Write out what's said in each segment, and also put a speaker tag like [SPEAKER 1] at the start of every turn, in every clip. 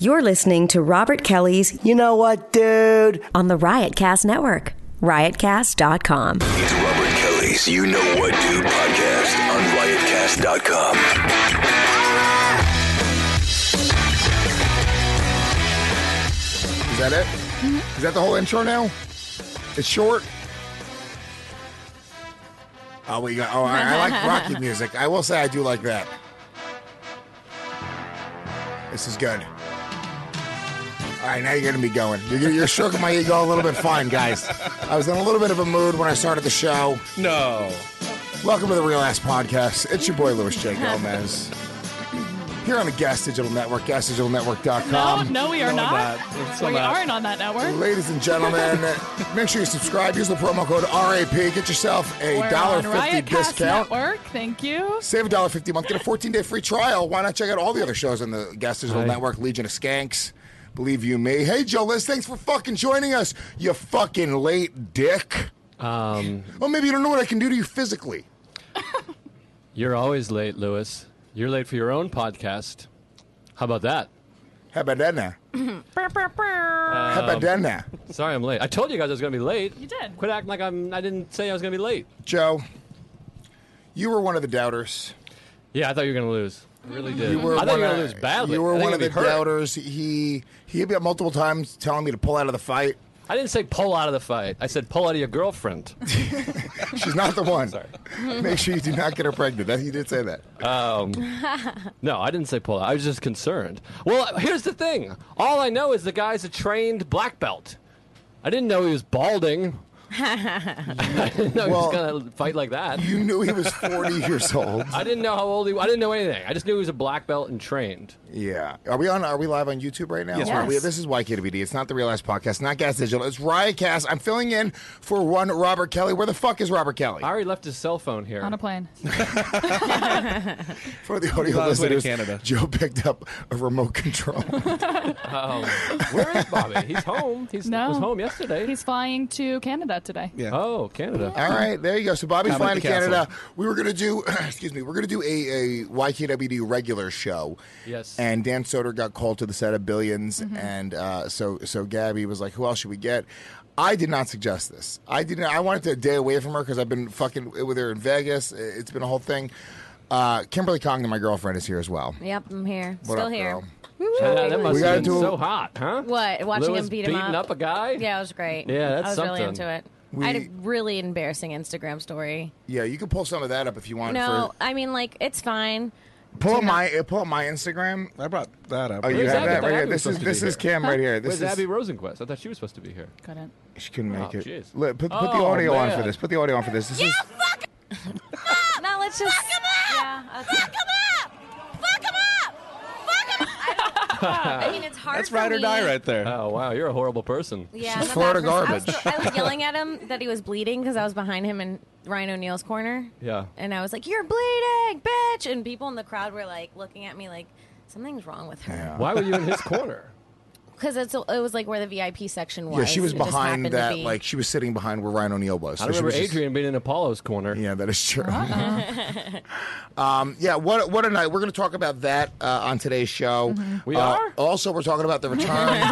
[SPEAKER 1] You're listening to Robert Kelly's
[SPEAKER 2] You know what, dude?
[SPEAKER 1] on the Riotcast Network, riotcast.com.
[SPEAKER 3] It's Robert Kelly's You Know What Do podcast on riotcast.com.
[SPEAKER 4] Is that it? Is that the whole intro now? It's short. Oh, we got. Oh, I, I like Rocky music. I will say I do like that. This is good. All right, now you're gonna be going. You're, you're stroking my ego a little bit fine, guys. I was in a little bit of a mood when I started the show.
[SPEAKER 5] No.
[SPEAKER 4] Welcome to the Real Ass Podcast. It's your boy Louis J. Gomez. Here on the Gas Digital Network, gasdigitalnetwork.com.
[SPEAKER 6] no, we are
[SPEAKER 5] no,
[SPEAKER 6] not.
[SPEAKER 5] we're not. It's
[SPEAKER 4] uh,
[SPEAKER 6] we
[SPEAKER 5] not.
[SPEAKER 6] aren't on that network.
[SPEAKER 4] Ladies and gentlemen, make sure you subscribe. Use the promo code RAP. Get yourself a
[SPEAKER 6] We're
[SPEAKER 4] dollar
[SPEAKER 6] on
[SPEAKER 4] fifty
[SPEAKER 6] Riotcast
[SPEAKER 4] discount.
[SPEAKER 6] Network. Thank you.
[SPEAKER 4] Save a dollar fifty a month. Get a fourteen day free trial. Why not check out all the other shows on the Gas Digital
[SPEAKER 5] Aye.
[SPEAKER 4] Network? Legion of Skanks. Believe you me. Hey, Joe Liz, thanks for fucking joining us. You fucking late dick.
[SPEAKER 5] Um,
[SPEAKER 4] Well, maybe you don't know what I can do to you physically.
[SPEAKER 5] you're always late, Lewis. You're late for your own podcast. How about that?
[SPEAKER 4] How about that now? How
[SPEAKER 5] Um,
[SPEAKER 4] about that now,
[SPEAKER 5] Sorry, I'm late. I told you guys I was going to be late. You
[SPEAKER 6] did.
[SPEAKER 5] Quit acting like I'm. I didn't say I was going to be late.
[SPEAKER 4] Joe? You were one of the doubters.
[SPEAKER 5] Yeah, I thought you were going to lose. I really did.
[SPEAKER 4] You were
[SPEAKER 5] I thought
[SPEAKER 4] one
[SPEAKER 5] you were going to
[SPEAKER 4] of-
[SPEAKER 5] lose badly.
[SPEAKER 4] You were
[SPEAKER 5] I think
[SPEAKER 4] one
[SPEAKER 5] I'd
[SPEAKER 4] of
[SPEAKER 5] be
[SPEAKER 4] the
[SPEAKER 5] hurt.
[SPEAKER 4] doubters. He he hit me up multiple times, telling me to pull out of the fight.
[SPEAKER 5] I didn't say pull out of the fight. I said pull out of your girlfriend.
[SPEAKER 4] She's not the one.
[SPEAKER 5] Sorry.
[SPEAKER 4] Make sure you do not get her pregnant. That, he did say that.
[SPEAKER 5] No, I didn't say pull out. I was just concerned. Well, here's the thing. All I know is the guy's a trained black belt. I didn't know he was balding. I didn't know
[SPEAKER 4] Well,
[SPEAKER 5] he was going to fight like that.
[SPEAKER 4] You knew he was 40 years old.
[SPEAKER 5] I didn't know how old he. I didn't know anything. I just knew he was a black belt and trained.
[SPEAKER 4] Yeah. Are we on? Are we live on YouTube right now?
[SPEAKER 5] Yes,
[SPEAKER 4] Are
[SPEAKER 5] we're on.
[SPEAKER 4] we- this is YKWD. It's not the Real Ass Podcast. Not Gas Digital. It's Riotcast. I'm filling in for one Robert Kelly. Where the fuck is Robert Kelly?
[SPEAKER 5] I already left his cell phone here.
[SPEAKER 6] On a plane.
[SPEAKER 4] For the audio
[SPEAKER 7] on his way to
[SPEAKER 4] listeners,
[SPEAKER 7] Canada.
[SPEAKER 4] Joe picked up a remote control.
[SPEAKER 5] Where is Bobby? He's home. He's
[SPEAKER 6] No.
[SPEAKER 5] was home yesterday.
[SPEAKER 6] He's flying to Canada today.
[SPEAKER 7] Yeah.
[SPEAKER 5] oh Canada.
[SPEAKER 4] All right, there you go. So Bobby's
[SPEAKER 7] How about
[SPEAKER 4] flying to
[SPEAKER 7] the castle?
[SPEAKER 4] Canada. We were gonna do, excuse me, we're gonna do a, a YKWd regular show.
[SPEAKER 5] Yes.
[SPEAKER 4] And Dan Soder got called to the set of 1000000000s and uh, so so Gabby was like, "Who else should we get?" I did not suggest this. I didn't. I wanted to day away from her because I've been fucking with her in Vegas. It's been a whole thing. Uh, Kimberly Congdon, my girlfriend, is here as well.
[SPEAKER 8] Yep, I'm here.
[SPEAKER 4] What
[SPEAKER 8] Still
[SPEAKER 4] up,
[SPEAKER 8] here.
[SPEAKER 4] girl?
[SPEAKER 5] Yeah, that must
[SPEAKER 4] gotta
[SPEAKER 5] have been
[SPEAKER 4] do-
[SPEAKER 5] so hot, huh?
[SPEAKER 8] What? Watching
[SPEAKER 5] Lewis
[SPEAKER 8] him beat him
[SPEAKER 5] beating
[SPEAKER 8] up?
[SPEAKER 5] a guy.
[SPEAKER 8] Yeah, it was great.
[SPEAKER 5] Yeah, that's
[SPEAKER 8] I was really
[SPEAKER 5] something.
[SPEAKER 8] into it.
[SPEAKER 4] We-
[SPEAKER 8] I had a really embarrassing Instagram story.
[SPEAKER 4] Yeah, you can pull some of that up if you want.
[SPEAKER 8] No, I mean like it's fine.
[SPEAKER 4] for, pull up my pull up my Instagram.
[SPEAKER 7] I brought that up.
[SPEAKER 4] Oh, you
[SPEAKER 5] Where's
[SPEAKER 4] have
[SPEAKER 5] Abby?
[SPEAKER 4] that
[SPEAKER 5] I thought
[SPEAKER 4] right here.
[SPEAKER 5] Abby was
[SPEAKER 4] This is
[SPEAKER 5] supposed to
[SPEAKER 4] this
[SPEAKER 5] be
[SPEAKER 4] is
[SPEAKER 5] here.
[SPEAKER 4] Kim right here. This
[SPEAKER 5] Where's
[SPEAKER 4] is
[SPEAKER 5] Abby Rosenquist? I thought she was supposed to be here.
[SPEAKER 6] Couldn't.
[SPEAKER 4] She couldn't make
[SPEAKER 5] Oh,
[SPEAKER 4] it.
[SPEAKER 5] jeez.
[SPEAKER 4] Look, put, put the
[SPEAKER 5] Oh,
[SPEAKER 4] audio on for
[SPEAKER 5] man.
[SPEAKER 4] this. Put the audio on for this. This is
[SPEAKER 8] No, let's just fuck him up. Yeah, fuck him up. Fuck him up. Fuck him up. I mean, it's hard.
[SPEAKER 7] That's
[SPEAKER 8] for
[SPEAKER 7] ride or die
[SPEAKER 8] me.
[SPEAKER 7] right there.
[SPEAKER 5] Oh wow, you're a horrible person.
[SPEAKER 8] Yeah, I'm a
[SPEAKER 4] Florida
[SPEAKER 8] bad person. I was,
[SPEAKER 4] garbage.
[SPEAKER 8] I was yelling at him that he was bleeding because I was behind him in Ryan O'Neal's corner.
[SPEAKER 5] Yeah.
[SPEAKER 8] And I was like, "You're bleeding, bitch!" And people in the crowd were like looking at me like something's wrong with her.
[SPEAKER 5] Why were you in his corner?
[SPEAKER 8] Because it's it was like where the VIP section was.
[SPEAKER 4] yeah. She was
[SPEAKER 8] It just
[SPEAKER 4] behind
[SPEAKER 8] happened to
[SPEAKER 4] that.
[SPEAKER 8] be-
[SPEAKER 4] Like she was sitting behind where Ryan O'Neal was. So
[SPEAKER 5] I
[SPEAKER 4] she
[SPEAKER 5] remember
[SPEAKER 4] was just-
[SPEAKER 5] Adrian being in Apollo's corner.
[SPEAKER 4] yeah, that is true.
[SPEAKER 8] Uh-huh.
[SPEAKER 4] um, yeah, what what a night. We're going to talk about that uh, on today's show.
[SPEAKER 5] Mm-hmm. We
[SPEAKER 4] Uh,
[SPEAKER 5] are?
[SPEAKER 4] Also, we're talking about the return.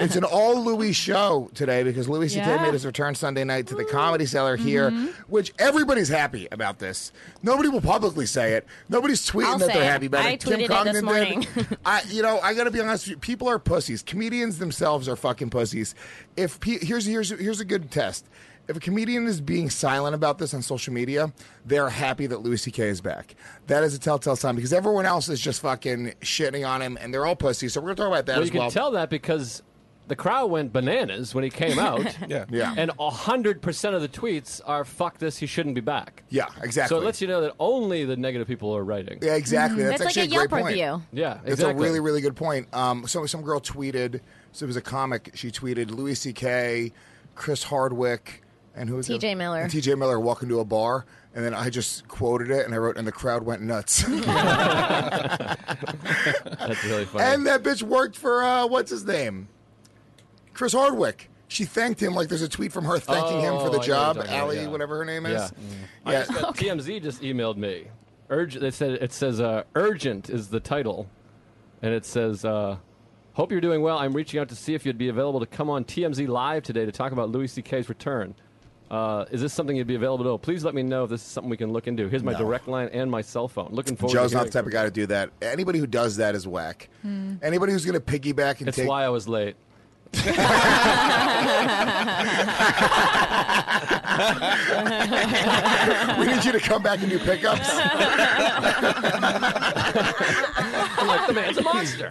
[SPEAKER 4] it's an all Louis show today because Louis C.K.
[SPEAKER 6] Yeah.
[SPEAKER 4] made his return Sunday night to the Comedy Cellar
[SPEAKER 8] Mm-hmm.
[SPEAKER 4] here, which everybody's happy about this. Nobody will publicly say it. Nobody's tweeting
[SPEAKER 8] I'll
[SPEAKER 4] that
[SPEAKER 8] say
[SPEAKER 4] they're
[SPEAKER 8] it.
[SPEAKER 4] happy about
[SPEAKER 8] I
[SPEAKER 4] it.
[SPEAKER 8] tweeted
[SPEAKER 4] Kim
[SPEAKER 8] it
[SPEAKER 4] Congdon
[SPEAKER 8] this morning.
[SPEAKER 4] did. I, you know, I got to be honest. with you. People are pussies. Comedians themselves are fucking pussies. If pe- here's here's here's a good test. If a comedian is being silent about this on social media, they are happy that Louis C.K. is back. That is a telltale sign because everyone else is just fucking shitting on him, and they're all pussies. So we're gonna talk about that
[SPEAKER 5] Well,
[SPEAKER 4] as
[SPEAKER 5] you can
[SPEAKER 4] well.
[SPEAKER 5] tell that because the crowd went bananas when he came out.
[SPEAKER 7] Yeah.
[SPEAKER 4] Yeah.
[SPEAKER 5] And 100% of the tweets are fuck this, he shouldn't be back.
[SPEAKER 4] yeah, exactly.
[SPEAKER 5] So it lets you know that only the negative people are writing.
[SPEAKER 4] yeah, exactly. That's
[SPEAKER 8] Mm-hmm. it's like
[SPEAKER 4] actually
[SPEAKER 8] a Yelp
[SPEAKER 4] great point.
[SPEAKER 8] review.
[SPEAKER 5] Yeah,
[SPEAKER 4] That's
[SPEAKER 5] exactly.
[SPEAKER 4] a really, really good point. Um, so some girl tweeted. So it was a comic. She tweeted Louis C.K., Chris Hardwick, and who was
[SPEAKER 8] T.J.
[SPEAKER 4] the-
[SPEAKER 8] Miller.
[SPEAKER 4] and T.J. Miller walk into a bar, and then I just quoted it, and I wrote, and the crowd went nuts.
[SPEAKER 5] That's really funny.
[SPEAKER 4] and that bitch worked for uh, what's his name, Chris Hardwick. She thanked him like there's a tweet from her thanking him
[SPEAKER 5] Oh,
[SPEAKER 4] for
[SPEAKER 5] I know
[SPEAKER 4] the
[SPEAKER 5] what
[SPEAKER 4] job,
[SPEAKER 5] you're talking about,
[SPEAKER 4] Allie,
[SPEAKER 5] yeah.
[SPEAKER 4] whatever her name
[SPEAKER 5] Yeah. mm.
[SPEAKER 4] is.
[SPEAKER 5] I just got- TMZ just emailed me. Urge. It said it says uh, urgent is the title, and it says uh, Hope you're doing well. I'm reaching out to see if you'd be available to come on TMZ Live today to talk about Louis C.K.'s return. Uh, is this something you'd be available to? Please let me know if this is something we can look into. Here's my direct line and my cell phone. Looking forward
[SPEAKER 4] Joe's
[SPEAKER 5] to
[SPEAKER 4] not the
[SPEAKER 5] hearing
[SPEAKER 4] type of guy to do that. Anybody who does that is whack.
[SPEAKER 8] Hmm.
[SPEAKER 4] Anybody who's going to piggyback and
[SPEAKER 5] It's
[SPEAKER 4] take
[SPEAKER 5] why I was late.
[SPEAKER 4] we need you to come back and do pickups.
[SPEAKER 5] I'm like, the man's a monster.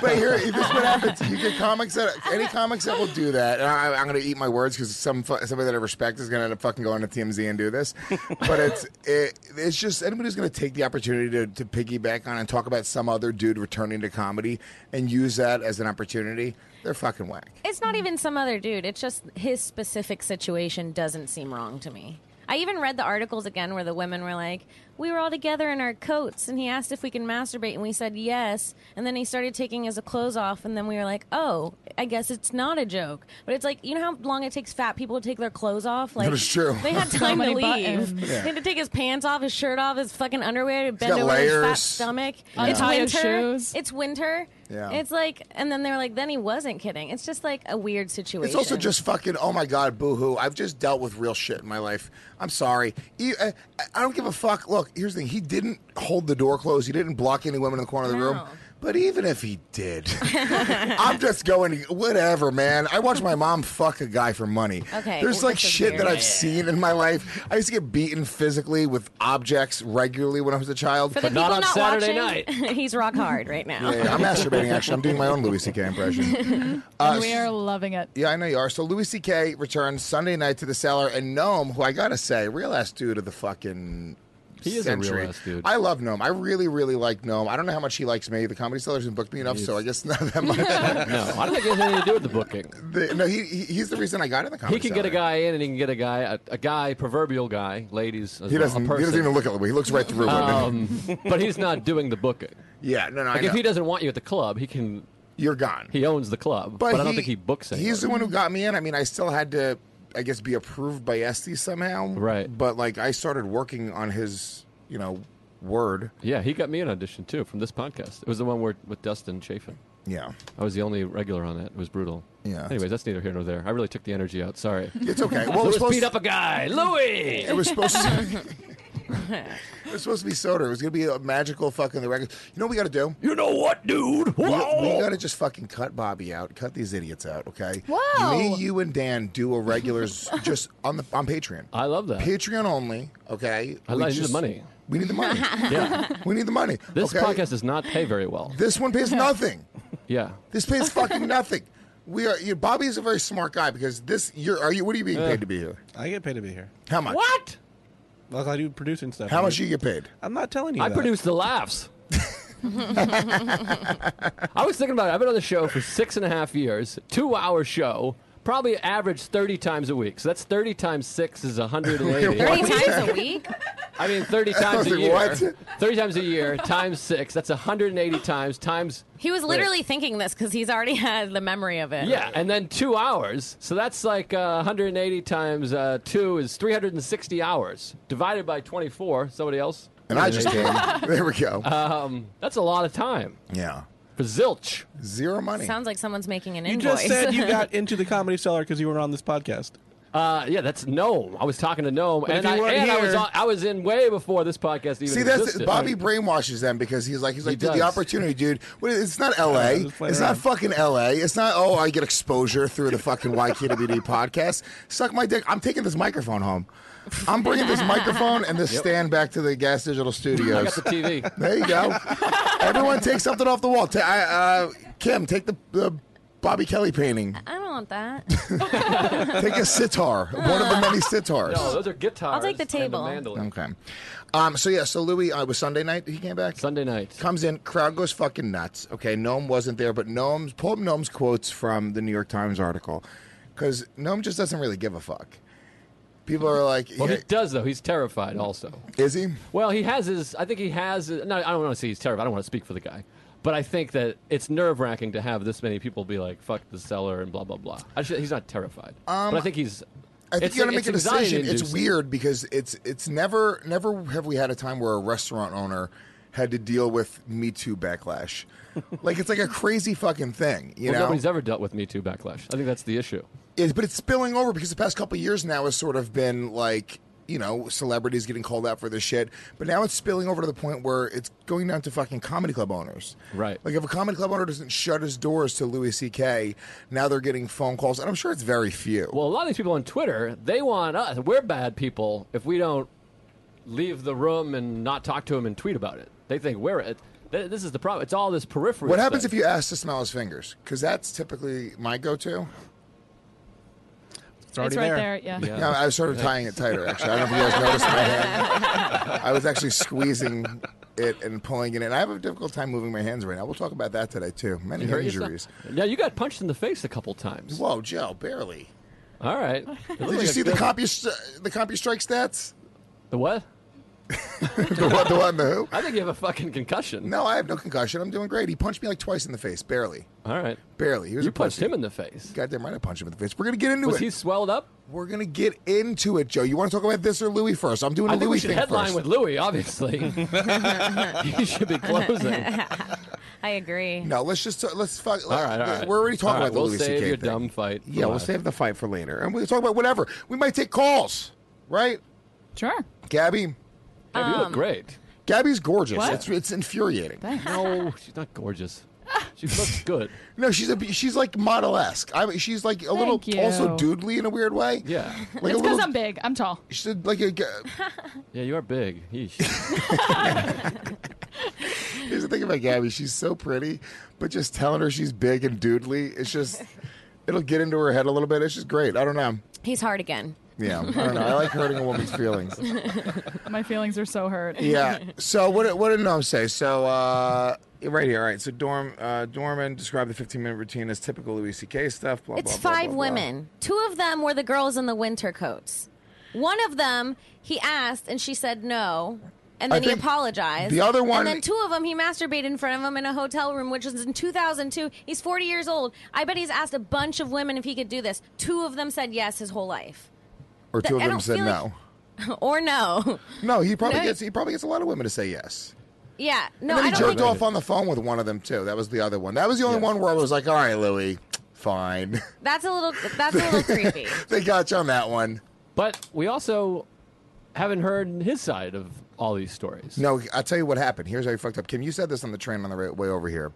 [SPEAKER 4] but here, if this is what happens. You get comics that any comics that will do that. And I, I'm going to eat my words because some fu- somebody that I respect is going to end up fucking going to TMZ and do this. But it's it, it's just anybody who's going to take the opportunity to, to piggyback on and talk about some other dude returning to comedy and use that as an opportunity. They're fucking whack.
[SPEAKER 8] It's not even some other dude. It's just his specific situation doesn't seem wrong to me. I even read the articles again where the women were like, "We were all together in our coats, and he asked if we can masturbate, and we said yes, and then he started taking his clothes off, and then we were like, "Oh, I guess it's not a joke." But it's like, you know how long it takes fat people to take their clothes off? Like,
[SPEAKER 4] is true.
[SPEAKER 8] They had time to
[SPEAKER 6] many
[SPEAKER 8] leave.
[SPEAKER 6] buttons.
[SPEAKER 8] They had to take his pants off, his shirt off, his fucking underwear, to bend
[SPEAKER 4] got
[SPEAKER 8] over his fat
[SPEAKER 4] layers.
[SPEAKER 8] stomach. It's
[SPEAKER 6] Untie his
[SPEAKER 8] winter.
[SPEAKER 6] shoes.
[SPEAKER 8] It's winter.
[SPEAKER 4] Yeah.
[SPEAKER 8] It's like, and then they're like, then he wasn't kidding. It's just like a weird situation.
[SPEAKER 4] It's also just fucking. Oh my god, boohoo! I've just dealt with real shit in my life. I'm sorry. E- I, I don't give a fuck. Look, here's the thing. He didn't hold the door closed. He didn't block any women in the corner of the room.
[SPEAKER 8] No.
[SPEAKER 4] But even if he did, I'm just going. Whatever, man. I watched my mom fuck a guy for money.
[SPEAKER 8] Okay,
[SPEAKER 4] There's
[SPEAKER 8] well,
[SPEAKER 4] like
[SPEAKER 8] this is
[SPEAKER 4] shit that
[SPEAKER 8] weird.
[SPEAKER 4] I've seen in my life. I used to get beaten physically with objects regularly when I was a child.
[SPEAKER 8] for the
[SPEAKER 5] not
[SPEAKER 8] people
[SPEAKER 5] on Saturday night.
[SPEAKER 8] He's rock hard right now.
[SPEAKER 4] yeah, I'm masturbating. Actually, I'm doing my own Louis C.K. impression. Uh,
[SPEAKER 6] and we are loving it.
[SPEAKER 4] Yeah, I know you are. So Louis C.K. returns Sunday night to the cellar, and Gnome, who I gotta say, real ass dude of the fucking.
[SPEAKER 5] He is a real
[SPEAKER 4] century.
[SPEAKER 5] ass dude.
[SPEAKER 4] I love Gnome. I really, really like Gnome. I don't know how much he likes me. The Comedy Cellar hasn't booked me enough, so I guess not that much.
[SPEAKER 5] No, I don't think it has anything to do with the booking.
[SPEAKER 4] The- no, he, he- he's the reason I got in the Comedy
[SPEAKER 5] He can
[SPEAKER 4] Cellar.
[SPEAKER 5] get a guy in, and he can get a guy, a, a guy, proverbial guy, ladies. As
[SPEAKER 4] He
[SPEAKER 5] well, a
[SPEAKER 4] doesn't. He
[SPEAKER 5] person.
[SPEAKER 4] doesn't even look at me. He looks right through women.
[SPEAKER 5] Um, but he's not doing the booking.
[SPEAKER 4] Yeah, no, no. I
[SPEAKER 5] Like
[SPEAKER 4] know.
[SPEAKER 5] if he doesn't want you at the club, he can.
[SPEAKER 4] You're gone.
[SPEAKER 5] He owns the club, but, I don't think he books it.
[SPEAKER 4] He's the one who got me in. I mean, I still had to, I guess, be approved by Esty somehow.
[SPEAKER 5] Right.
[SPEAKER 4] But like, I started working on his, you know, word.
[SPEAKER 5] Yeah, he got me an audition too from this podcast. It was the one where with Dustin Chafin.
[SPEAKER 4] Yeah.
[SPEAKER 5] I was the only regular on that. It was brutal.
[SPEAKER 4] Yeah.
[SPEAKER 5] Anyways, that's neither here nor there. I really took the energy out. Sorry.
[SPEAKER 4] It's okay. Well, it was
[SPEAKER 5] Louis
[SPEAKER 4] supposed
[SPEAKER 5] beat up a guy. Louis.
[SPEAKER 4] it was supposed to. it was supposed to be soda. It was gonna be a magical fucking the record. You know what we gotta do?
[SPEAKER 5] You know what, dude?
[SPEAKER 4] We,
[SPEAKER 5] Whoa.
[SPEAKER 4] we gotta just fucking cut Bobby out, cut these idiots out, okay?
[SPEAKER 8] Whoa.
[SPEAKER 4] Me, you, and Dan do a regulars just on the on Patreon.
[SPEAKER 5] I love that.
[SPEAKER 4] Patreon only, okay?
[SPEAKER 5] I like- I need the money.
[SPEAKER 4] We need the money.
[SPEAKER 5] Yeah.
[SPEAKER 4] we need the money.
[SPEAKER 5] This
[SPEAKER 4] okay?
[SPEAKER 5] podcast does not pay very well.
[SPEAKER 4] This one pays nothing.
[SPEAKER 5] Yeah.
[SPEAKER 4] This pays fucking nothing. We are. You, Bobby is a very smart guy because this. You're. Are you? What are you being paid to be here?
[SPEAKER 7] I get paid to be here.
[SPEAKER 4] How much?
[SPEAKER 5] Uh, What?
[SPEAKER 7] Like I do producing stuff.
[SPEAKER 4] How
[SPEAKER 7] I'm-
[SPEAKER 4] much do you get paid?
[SPEAKER 7] I'm not telling you.
[SPEAKER 5] I
[SPEAKER 7] that.
[SPEAKER 5] produce the laughs. I was thinking about it. I've been on the show for six and a half years, two hour show, probably average 30 times a week. So that's 30 times six is 180.
[SPEAKER 8] Thirty times a week.
[SPEAKER 5] I mean, 30 times a
[SPEAKER 4] like,
[SPEAKER 5] year.
[SPEAKER 4] what?
[SPEAKER 5] 30 times a year times six. That's 180 times times.
[SPEAKER 8] He was literally thinking this because he's already had the memory of it.
[SPEAKER 5] Yeah, and then two hours. So that's like uh, 180 times uh, two is 360 hours divided by 24. Somebody else?
[SPEAKER 4] And I just came. There we go.
[SPEAKER 5] Uh, That's a lot of time
[SPEAKER 4] yeah.
[SPEAKER 5] for zilch.
[SPEAKER 4] Zero money.
[SPEAKER 8] Sounds like someone's making an
[SPEAKER 7] You
[SPEAKER 8] invoice.
[SPEAKER 7] just said you got into the comedy cellar because you were on this podcast.
[SPEAKER 5] Uh, yeah, that's Gnome. I was talking to Gnome,
[SPEAKER 7] if
[SPEAKER 5] and,
[SPEAKER 7] you
[SPEAKER 5] I,
[SPEAKER 7] weren't
[SPEAKER 5] and I was
[SPEAKER 7] here-
[SPEAKER 5] on, I was in way before this podcast even
[SPEAKER 4] See, that's
[SPEAKER 5] existed.
[SPEAKER 4] Bobby brainwashes them because he's like, he's like, dude,
[SPEAKER 5] uh, does.
[SPEAKER 4] the opportunity, dude. What, it's not L.A.
[SPEAKER 7] just
[SPEAKER 4] It's
[SPEAKER 7] playing around.
[SPEAKER 4] not fucking L.A. It's not. Oh, I get exposure through the fucking YKWd podcast. Suck my dick. I'm taking this microphone home. I'm bringing this microphone and this stand back to the Gas Digital Studios.
[SPEAKER 5] I got the TV.
[SPEAKER 4] There you go. Everyone take something off the wall. Ta- I, uh, Kim, take the, the Bobby Kelly painting.
[SPEAKER 8] I don't want that.
[SPEAKER 4] Take a sitar, one of the many sitars.
[SPEAKER 5] No, those are guitars.
[SPEAKER 8] I'll take the
[SPEAKER 5] and a
[SPEAKER 8] table.
[SPEAKER 5] mandolin.
[SPEAKER 4] Okay. Um, so yeah, so Louis, uh, it was Sunday night. He came back.
[SPEAKER 5] Sunday night.
[SPEAKER 4] comes in, crowd goes fucking nuts. Okay, Gnome wasn't there, but Gnome's pull up Gnome's quotes from the New York Times article because Gnome just doesn't really give a fuck. People are like,
[SPEAKER 5] Well,
[SPEAKER 4] yeah,
[SPEAKER 5] he does though. He's terrified also.
[SPEAKER 4] is he?
[SPEAKER 5] Well, he has his. I think he has. No, I don't want to say he's terrified. I don't want to speak for the guy, but I think that it's nerve wracking to have this many people be like, "Fuck the seller" and blah blah blah. I should, he's not terrified, but I think he's.
[SPEAKER 4] Um, I think
[SPEAKER 5] it's-
[SPEAKER 4] you got to
[SPEAKER 5] it's
[SPEAKER 4] make a decision. It's
[SPEAKER 5] anxiety-inducing.
[SPEAKER 4] weird because it's it's never never have we had a time where a restaurant owner had to deal with Me Too backlash. like it's like a crazy fucking thing, you
[SPEAKER 5] Well,
[SPEAKER 4] know.
[SPEAKER 5] nobody's ever dealt with Me Too backlash. I think that's the issue.
[SPEAKER 4] Is- but it's spilling over because the past couple of years now has sort of been like you know celebrities getting called out for this shit, but now it's spilling over to the point where it's going down to fucking comedy club owners.
[SPEAKER 5] Right.
[SPEAKER 4] Like if a comedy club owner doesn't shut his doors to Louis C.K., now they're getting phone calls, and I'm sure it's very few.
[SPEAKER 5] Well, a lot of these people on Twitter, they want us. We're bad people if we don't leave the room and not talk to them and tweet about it. They think we're it. Th- This is the problem. It's all this periphery.
[SPEAKER 4] what happens
[SPEAKER 5] stuff.
[SPEAKER 4] if you ask to smell his fingers? Because that's typically my go-to.
[SPEAKER 7] It's already
[SPEAKER 6] it's right there. yeah.
[SPEAKER 5] Yeah.
[SPEAKER 4] Yeah, I was sort of tying it tighter. Actually, I don't know if you guys noticed my hand. I was actually squeezing it and pulling it in. I have a difficult time moving my hands right now. We'll talk about that today too. Many
[SPEAKER 5] You hurt yourself?
[SPEAKER 4] injuries.
[SPEAKER 5] Yeah, you got punched in the face a couple times.
[SPEAKER 4] Whoa, Joe, barely.
[SPEAKER 5] All right.
[SPEAKER 4] Did you see the compu the compu strike stats?
[SPEAKER 5] The what?
[SPEAKER 4] The what? The one? The who?
[SPEAKER 5] I think you have a fucking concussion.
[SPEAKER 4] No, I have no concussion. I'm doing great. He punched me like twice in the face, barely,
[SPEAKER 5] All right.
[SPEAKER 4] barely. He was
[SPEAKER 5] You
[SPEAKER 4] a
[SPEAKER 5] punched
[SPEAKER 4] pussy.
[SPEAKER 5] him in the face.
[SPEAKER 4] Goddamn right, I punched him in the face. We're gonna get into
[SPEAKER 5] Was
[SPEAKER 4] it.
[SPEAKER 5] he swelled up?
[SPEAKER 4] We're gonna get into it, Joe. You want to talk about this or Louis first? I'm doing a
[SPEAKER 5] I think
[SPEAKER 4] Louis
[SPEAKER 5] we should
[SPEAKER 4] thing
[SPEAKER 5] headline
[SPEAKER 4] first.
[SPEAKER 5] with Louis, obviously. he should be closing.
[SPEAKER 8] I agree.
[SPEAKER 4] no, let's just let's fuck.
[SPEAKER 5] All right, all right.
[SPEAKER 4] We're already talking
[SPEAKER 5] All right,
[SPEAKER 4] about the
[SPEAKER 5] we'll
[SPEAKER 4] Louis
[SPEAKER 5] save
[SPEAKER 4] CK
[SPEAKER 5] your
[SPEAKER 4] thing.
[SPEAKER 5] dumb fight. for
[SPEAKER 4] Yeah, we'll
[SPEAKER 5] last.
[SPEAKER 4] save the fight for later, and we'll talk about whatever. We might take calls, right?
[SPEAKER 6] Sure.
[SPEAKER 4] Gabby,
[SPEAKER 5] Yeah,
[SPEAKER 4] Um.
[SPEAKER 5] you look great.
[SPEAKER 4] Gabby's gorgeous.
[SPEAKER 6] What?
[SPEAKER 4] It's it's infuriating.
[SPEAKER 5] No, she's not gorgeous. She looks good.
[SPEAKER 4] No, she's a she's like model esque. I mean, she's like a little
[SPEAKER 6] you.
[SPEAKER 4] also doodly in a weird way.
[SPEAKER 5] Yeah.
[SPEAKER 4] like
[SPEAKER 6] it's
[SPEAKER 4] a
[SPEAKER 6] because
[SPEAKER 4] little.
[SPEAKER 6] I'm big. I'm tall.
[SPEAKER 4] she's like a.
[SPEAKER 5] Yeah, you are big. Yeesh.
[SPEAKER 4] Here's the thing about Gabby. She's so pretty, but just telling her she's big and doodly, it's just it'll get into her head a little bit. It's just great. I don't know.
[SPEAKER 8] He's hard again.
[SPEAKER 4] Yeah, I don't know. I like hurting a woman's feelings.
[SPEAKER 6] My feelings are so hurt.
[SPEAKER 4] Yeah. So what did, what did Noam say? So uh, right here, all right. So Dorm uh, Dorman described the 15 minute routine as typical Louis C.K. stuff. Blah,
[SPEAKER 8] It's
[SPEAKER 4] blah, blah,
[SPEAKER 8] five
[SPEAKER 4] blah, blah.
[SPEAKER 8] women. Two of them were the girls in the winter coats. One of them he asked and she said no. And
[SPEAKER 4] I
[SPEAKER 8] then he
[SPEAKER 4] think
[SPEAKER 8] apologized.
[SPEAKER 4] the other one-
[SPEAKER 8] and then two of them, he masturbated in front of him in a hotel room, which was in 2002. He's 40 years old. I bet he's asked a bunch of women if he could do this. Two of them said yes his whole life,
[SPEAKER 4] Or two of
[SPEAKER 8] I
[SPEAKER 4] them
[SPEAKER 8] don't
[SPEAKER 4] said
[SPEAKER 8] feel like-
[SPEAKER 4] no.
[SPEAKER 8] or no.
[SPEAKER 4] No, he probably
[SPEAKER 8] No.
[SPEAKER 4] gets he probably gets a lot of women to say yes.
[SPEAKER 8] yeah, no,
[SPEAKER 4] And then
[SPEAKER 8] I
[SPEAKER 4] he
[SPEAKER 8] don't
[SPEAKER 4] jerked
[SPEAKER 8] think.
[SPEAKER 4] off on the phone with one of them too. That was the other one. That was the only one where I was like, all right, Louis, fine.
[SPEAKER 8] That's a little. That's a little creepy.
[SPEAKER 4] they got you on that one.
[SPEAKER 5] But we also haven't heard his side of all these stories.
[SPEAKER 4] No, I'll tell you what happened. Here's how he fucked up. Kim, you said this on the train on the ra- way over here.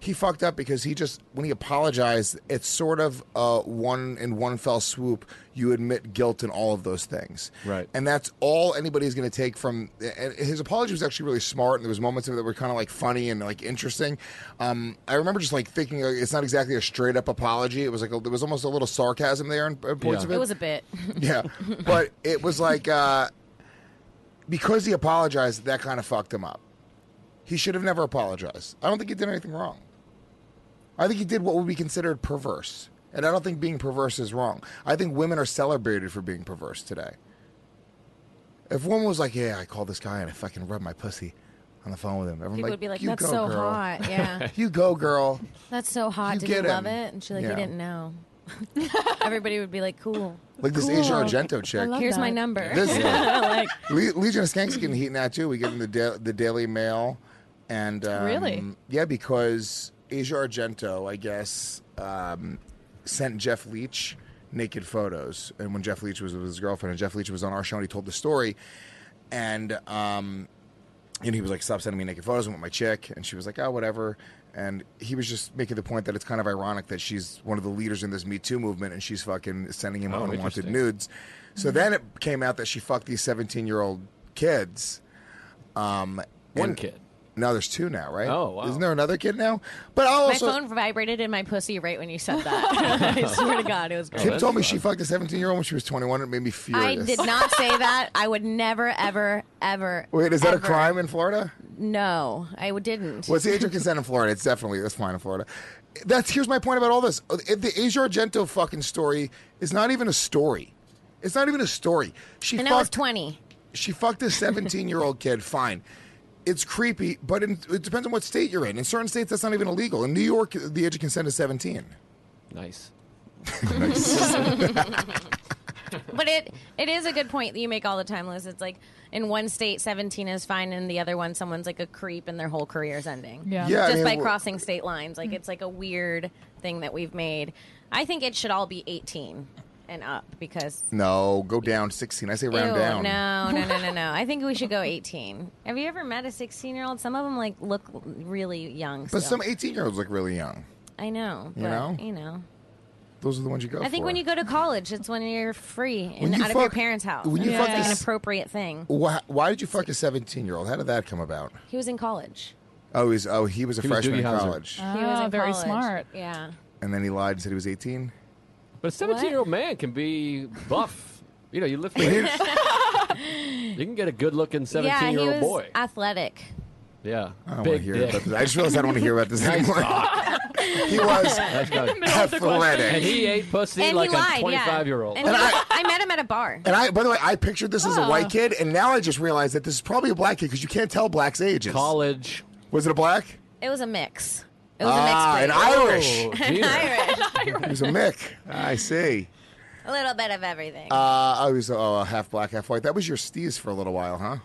[SPEAKER 4] He fucked up because he just, when he apologized, it's sort of uh, one in one fell swoop. You admit guilt in all of those things,
[SPEAKER 5] Right.
[SPEAKER 4] And that's all anybody's going to take from. And his apology was actually really smart, and there was moments of it that were kind of like funny and like interesting. Um, I remember just like thinking like, it's not exactly a straight up apology. It was like a, there was almost a little sarcasm there in, in points
[SPEAKER 5] Yeah.
[SPEAKER 4] of it.
[SPEAKER 8] It was a bit.
[SPEAKER 4] Yeah, but it was like uh, because he apologized, that kind of fucked him up. He should have never apologized. I don't think he did anything wrong. I think he did what would be considered perverse, and I don't think being perverse is wrong. I think women are celebrated for being perverse today. If one was like, "Yeah, I called this guy and I fucking rubbed my pussy on the phone with him," everyone
[SPEAKER 8] People would be like,
[SPEAKER 4] "You
[SPEAKER 8] "That's
[SPEAKER 4] go,
[SPEAKER 8] so
[SPEAKER 4] girl.
[SPEAKER 8] hot." Yeah.
[SPEAKER 4] You go, girl."
[SPEAKER 8] That's so hot.
[SPEAKER 4] You
[SPEAKER 8] Did
[SPEAKER 4] get
[SPEAKER 8] you love
[SPEAKER 4] him.
[SPEAKER 8] it? And she's like,
[SPEAKER 4] Yeah.
[SPEAKER 8] you didn't know. Everybody would be like, cool.
[SPEAKER 4] Like this Asia Argento chick.
[SPEAKER 6] love
[SPEAKER 8] Here's my
[SPEAKER 6] that.
[SPEAKER 8] number.
[SPEAKER 4] This-
[SPEAKER 8] like,
[SPEAKER 4] Le- Legion of Skanks is getting heat now too. We give them the da- the Daily Mail, and um,
[SPEAKER 6] Really?
[SPEAKER 4] yeah, because Asia Argento, I guess, um, sent Jeff Leach naked photos, and when Jeff Leach was with his girlfriend, and Jeff Leach was on our show, and he told the story, and um, and he was like, "Stop sending me naked photos. I want my chick." And she was like, "Oh, whatever." And he was just making the point that it's kind of ironic that she's one of the leaders in this Me Too movement, and she's fucking sending him
[SPEAKER 5] Oh,
[SPEAKER 4] unwanted
[SPEAKER 5] interesting. Hmm.
[SPEAKER 4] nudes. So then it came out that she fucked these seventeen-year-old kids. Um,
[SPEAKER 5] One
[SPEAKER 4] and-
[SPEAKER 5] kid.
[SPEAKER 4] No, there's two now, right?
[SPEAKER 5] Oh, wow.
[SPEAKER 4] Isn't there another kid now? But I'll
[SPEAKER 8] my
[SPEAKER 4] also.
[SPEAKER 8] phone vibrated in my pussy right when you said that. I swear to God, it was great.
[SPEAKER 5] Oh,
[SPEAKER 4] Kim told me she fucked a 17 year old when she was 21. It made me
[SPEAKER 8] I
[SPEAKER 4] furious.
[SPEAKER 8] did not say that. I would never, ever, ever.
[SPEAKER 4] Wait, is that a
[SPEAKER 8] ever-
[SPEAKER 4] crime in Florida?
[SPEAKER 8] No, I w- didn't.
[SPEAKER 4] What's the age of consent in Florida? It's definitely that's fine in Florida. That's here's my point about all this. If The Asia Argento fucking story is not even a story. It's not even a story. She
[SPEAKER 8] and
[SPEAKER 4] fucked,
[SPEAKER 8] I was 20.
[SPEAKER 4] She fucked a 17 year old kid. Fine. It's creepy, but in, it depends on what state you're in. In certain states, that's not even illegal. In New York, the age of consent is 17.
[SPEAKER 5] Nice.
[SPEAKER 8] But it it is a good point that you make all the time, Liz. It's like in one state, seventeen is fine, and the other one, someone's like a creep, and their whole career's ending.
[SPEAKER 6] Yeah.
[SPEAKER 4] Yeah, I
[SPEAKER 8] just
[SPEAKER 4] mean,
[SPEAKER 8] by
[SPEAKER 4] we're-
[SPEAKER 8] crossing state lines, like it's like a weird thing that we've made. I think it should all be eighteen and up because.
[SPEAKER 4] No, go down 16. I say round
[SPEAKER 8] Ew,
[SPEAKER 4] down.
[SPEAKER 8] No, no, no, no, no. I think we should go 18. Have you ever met a 16 year old? Some of them like look really young.
[SPEAKER 4] But
[SPEAKER 8] still.
[SPEAKER 4] some 18 year olds look really young.
[SPEAKER 8] I know.
[SPEAKER 4] You
[SPEAKER 8] but,
[SPEAKER 4] know?
[SPEAKER 8] You know.
[SPEAKER 4] Those are the ones you go
[SPEAKER 8] I think
[SPEAKER 4] for.
[SPEAKER 8] when you go to college, it's when you're free and
[SPEAKER 4] When you
[SPEAKER 8] out of your
[SPEAKER 4] fuck-
[SPEAKER 8] parents' house.
[SPEAKER 4] when you
[SPEAKER 8] And it's
[SPEAKER 6] fuck
[SPEAKER 8] like an
[SPEAKER 6] this-
[SPEAKER 8] appropriate thing.
[SPEAKER 4] Why, why did you fuck a 17 year old? How did that come about?
[SPEAKER 8] He was in college.
[SPEAKER 4] Oh, he's, oh he was a
[SPEAKER 5] He was
[SPEAKER 4] freshman
[SPEAKER 5] Doogie
[SPEAKER 4] in
[SPEAKER 5] Howser.
[SPEAKER 4] college.
[SPEAKER 8] He was
[SPEAKER 6] Ah,
[SPEAKER 8] in
[SPEAKER 6] very
[SPEAKER 8] college.
[SPEAKER 6] smart.
[SPEAKER 8] Yeah.
[SPEAKER 4] and then he lied and said he was 18.
[SPEAKER 5] But a 17 year old man can be buff. You know, you lift weights. you can get a good looking 17
[SPEAKER 8] Yeah, he
[SPEAKER 5] year old
[SPEAKER 8] was
[SPEAKER 5] boy.
[SPEAKER 8] athletic.
[SPEAKER 5] yeah.
[SPEAKER 4] I don't want
[SPEAKER 5] Big
[SPEAKER 4] to hear
[SPEAKER 5] dick.
[SPEAKER 4] about this. I just realized I don't want to hear about this anymore. he was
[SPEAKER 5] That's not- and
[SPEAKER 4] athletic.
[SPEAKER 5] he ate pussy
[SPEAKER 8] And
[SPEAKER 5] like
[SPEAKER 8] he lied.
[SPEAKER 5] a
[SPEAKER 8] yeah.
[SPEAKER 5] 25 year old.
[SPEAKER 8] And he- I, met him at a bar.
[SPEAKER 4] And I, by the way, I pictured this as a
[SPEAKER 8] Oh.
[SPEAKER 4] white kid, and now I just realized that this is probably a black kid because you can't tell blacks' ages.
[SPEAKER 5] College.
[SPEAKER 4] Was it a black?
[SPEAKER 8] It was a mix. It was
[SPEAKER 4] ah,
[SPEAKER 8] a
[SPEAKER 4] an
[SPEAKER 8] mix.
[SPEAKER 4] Irish.
[SPEAKER 5] Oh, dear.
[SPEAKER 8] Irish.
[SPEAKER 5] Oh.
[SPEAKER 4] He was a Mick. I see.
[SPEAKER 8] a little bit of everything.
[SPEAKER 4] Uh, I was uh, half black, half white. That was your steez for a little while, huh?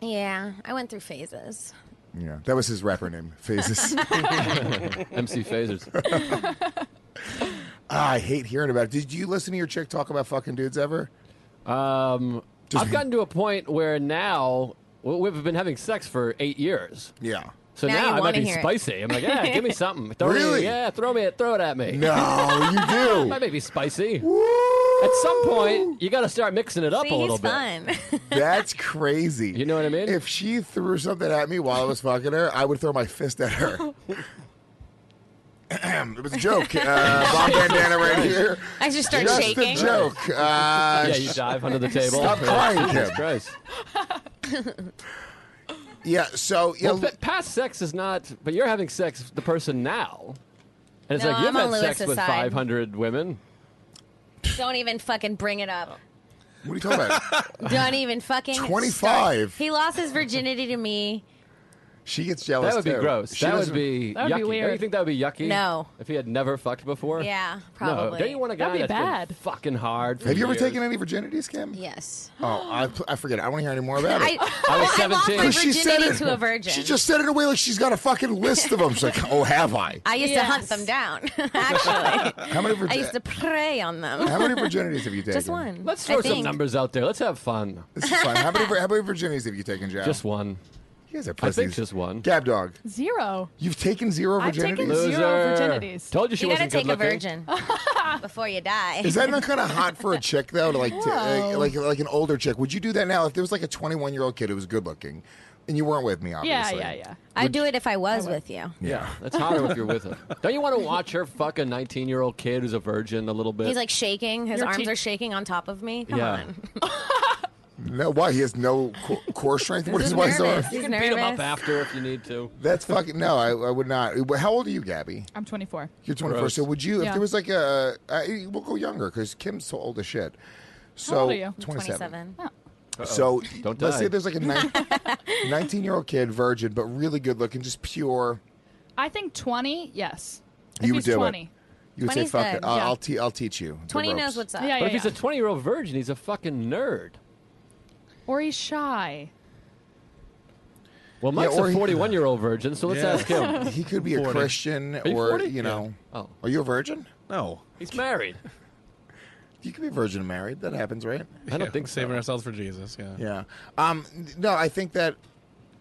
[SPEAKER 8] yeah, I went through phases.
[SPEAKER 4] Yeah, that was his rapper name, Phases.
[SPEAKER 5] MC Phasers.
[SPEAKER 4] Ah, I hate hearing about it. Did you listen to your chick talk about fucking dudes ever?
[SPEAKER 5] Um, I've gotten to a point where now well, we've been having sex for eight years.
[SPEAKER 4] Yeah.
[SPEAKER 5] So
[SPEAKER 8] Now you
[SPEAKER 5] now, I might
[SPEAKER 8] wanna
[SPEAKER 5] be
[SPEAKER 8] hear it.
[SPEAKER 5] spicy. I'm like, yeah, give me something. Throw
[SPEAKER 4] Really?
[SPEAKER 5] Me, yeah, throw me, throw it at me.
[SPEAKER 4] No, you
[SPEAKER 5] That
[SPEAKER 4] do.
[SPEAKER 5] may be spicy.
[SPEAKER 4] Woo!
[SPEAKER 5] At some point, you got to start mixing it up
[SPEAKER 8] See,
[SPEAKER 5] a
[SPEAKER 8] he's
[SPEAKER 5] little bit.
[SPEAKER 8] fun.
[SPEAKER 4] That's crazy.
[SPEAKER 5] You know what I mean?
[SPEAKER 4] If she threw something at me while I was fucking her, I would throw my fist at her. it was a joke. Uh, Bob Bandana right here.
[SPEAKER 8] I just start
[SPEAKER 4] Just
[SPEAKER 8] shaking.
[SPEAKER 4] a joke. Uh,
[SPEAKER 5] yeah, you dive under the table.
[SPEAKER 4] Stop crying,
[SPEAKER 5] Jesus
[SPEAKER 4] Kim.
[SPEAKER 5] Christ.
[SPEAKER 4] yeah, so you
[SPEAKER 5] Well,
[SPEAKER 4] know,
[SPEAKER 5] pa- past sex is not, but you're having sex with the person now. And it's
[SPEAKER 8] No,
[SPEAKER 5] like you've
[SPEAKER 8] I'm on
[SPEAKER 5] had sex
[SPEAKER 8] Lewis's
[SPEAKER 5] with
[SPEAKER 8] side.
[SPEAKER 5] 500 women.
[SPEAKER 8] Don't even fucking bring it up.
[SPEAKER 4] what are you talking about?
[SPEAKER 5] Oh.
[SPEAKER 8] Don't even fucking. start.
[SPEAKER 4] 25.
[SPEAKER 8] He lost his virginity to me.
[SPEAKER 4] She gets jealous.
[SPEAKER 5] That would be
[SPEAKER 4] too.
[SPEAKER 5] gross.
[SPEAKER 4] She
[SPEAKER 5] that would
[SPEAKER 4] doesn't-
[SPEAKER 5] be
[SPEAKER 6] That would
[SPEAKER 5] yucky.
[SPEAKER 6] be
[SPEAKER 5] Don't you
[SPEAKER 6] weird.
[SPEAKER 5] think that would be yucky?
[SPEAKER 8] No.
[SPEAKER 5] If he had never fucked before?
[SPEAKER 8] Yeah,
[SPEAKER 5] No.
[SPEAKER 8] probably.
[SPEAKER 5] Don't you want a
[SPEAKER 6] That'd
[SPEAKER 5] guy
[SPEAKER 6] be
[SPEAKER 5] that's
[SPEAKER 6] bad.
[SPEAKER 5] been fucking hard for
[SPEAKER 4] Have you ever
[SPEAKER 5] years?
[SPEAKER 4] taken any virginities, Kim?
[SPEAKER 8] Yes.
[SPEAKER 4] Oh, I, I forget. it. I want to hear any more about it.
[SPEAKER 8] I,
[SPEAKER 5] I was
[SPEAKER 8] I lost
[SPEAKER 5] 17.
[SPEAKER 8] my
[SPEAKER 5] But
[SPEAKER 4] she said
[SPEAKER 8] virginity
[SPEAKER 4] it.
[SPEAKER 8] to a virgin.
[SPEAKER 4] She just said it away like she's got a fucking list of them. She's like, oh, have I?
[SPEAKER 8] I used to hunt
[SPEAKER 6] Yes.
[SPEAKER 8] them down. Actually,
[SPEAKER 4] How many,
[SPEAKER 8] I
[SPEAKER 4] virgi-
[SPEAKER 8] used to prey on them.
[SPEAKER 4] how many virginities have you taken?
[SPEAKER 8] Just one.
[SPEAKER 5] Let's
[SPEAKER 8] I
[SPEAKER 5] throw some
[SPEAKER 8] think.
[SPEAKER 5] numbers out there. Let's have fun.
[SPEAKER 4] This is fun. How many, how many virginities have you taken, Joe?
[SPEAKER 5] Just one.
[SPEAKER 4] You guys are
[SPEAKER 5] I
[SPEAKER 4] pussies.
[SPEAKER 5] think just one.
[SPEAKER 4] Gab dog.
[SPEAKER 6] Zero.
[SPEAKER 4] You've taken zero
[SPEAKER 6] I've taken
[SPEAKER 4] virginities.
[SPEAKER 6] Zero
[SPEAKER 5] Loser.
[SPEAKER 6] virginities.
[SPEAKER 5] Told you she
[SPEAKER 8] You gotta
[SPEAKER 5] wasn't
[SPEAKER 8] take
[SPEAKER 5] good
[SPEAKER 8] a
[SPEAKER 5] looking.
[SPEAKER 8] virgin before you die.
[SPEAKER 4] Is that not kind of hot for a chick though? To like, to, uh,
[SPEAKER 6] No.
[SPEAKER 4] like, like an older chick? Would you do that now if there was like a 21 year old kid who was good looking, and you weren't with me?
[SPEAKER 6] Yeah,
[SPEAKER 4] Obviously.
[SPEAKER 6] yeah, yeah.
[SPEAKER 8] I'd do it if I was with you.
[SPEAKER 5] Yeah, that's hotter if you're with her. Don't you want to watch her fuck a 19 year old kid who's a virgin a little bit?
[SPEAKER 8] He's like shaking. His
[SPEAKER 6] Your
[SPEAKER 8] arms
[SPEAKER 6] teeth-
[SPEAKER 8] are shaking on top of me. Come
[SPEAKER 5] Yeah.
[SPEAKER 8] on.
[SPEAKER 4] No, why he has no co- core strength? What is
[SPEAKER 8] He's
[SPEAKER 4] why? he's so-
[SPEAKER 8] nervous. He's
[SPEAKER 5] you can beat him up
[SPEAKER 8] nervous.
[SPEAKER 5] after if you need to.
[SPEAKER 4] That's fucking no. I, I would not. How old are you, Gabby?
[SPEAKER 6] I'm 24.
[SPEAKER 4] You're 24.
[SPEAKER 5] Gross.
[SPEAKER 4] So would you? If
[SPEAKER 6] Yeah.
[SPEAKER 4] there was like a, I, we'll go younger because Kim's so old as shit. So
[SPEAKER 6] old are you?
[SPEAKER 4] 27.
[SPEAKER 8] 27.
[SPEAKER 4] So
[SPEAKER 5] Oh, Don't
[SPEAKER 4] let's
[SPEAKER 5] die.
[SPEAKER 4] say there's like a 19 year old kid, virgin, but really good looking, just pure.
[SPEAKER 6] I think 20. Yes. If
[SPEAKER 4] You
[SPEAKER 6] he's
[SPEAKER 4] do it.
[SPEAKER 6] 20.
[SPEAKER 4] You would say,
[SPEAKER 8] Twenty's
[SPEAKER 4] fuck
[SPEAKER 8] good,
[SPEAKER 4] it. I'll,
[SPEAKER 6] yeah.
[SPEAKER 4] I'll, te- I'll teach you. the
[SPEAKER 8] 20
[SPEAKER 4] ropes."
[SPEAKER 8] knows what's up.
[SPEAKER 6] Yeah,
[SPEAKER 5] But
[SPEAKER 6] yeah,
[SPEAKER 5] if he's
[SPEAKER 6] yeah.
[SPEAKER 5] a 20 year old virgin, he's a fucking nerd.
[SPEAKER 6] or he's shy.
[SPEAKER 5] Well, Mike's
[SPEAKER 4] or
[SPEAKER 5] a
[SPEAKER 4] he-
[SPEAKER 5] 41 year old virgin, so let's
[SPEAKER 7] Yeah.
[SPEAKER 5] ask him.
[SPEAKER 4] He could be a
[SPEAKER 7] 40.
[SPEAKER 4] Christian
[SPEAKER 5] you
[SPEAKER 4] or,
[SPEAKER 5] 40?
[SPEAKER 4] you know.
[SPEAKER 5] Yeah. Oh.
[SPEAKER 4] Are you a virgin?
[SPEAKER 7] No.
[SPEAKER 5] He's married.
[SPEAKER 4] You could be virgin and married. That happens, right?
[SPEAKER 5] I don't
[SPEAKER 7] Yeah,
[SPEAKER 5] think so.
[SPEAKER 7] saving ourselves for Jesus. Yeah.
[SPEAKER 4] Yeah. Um, no, I think that.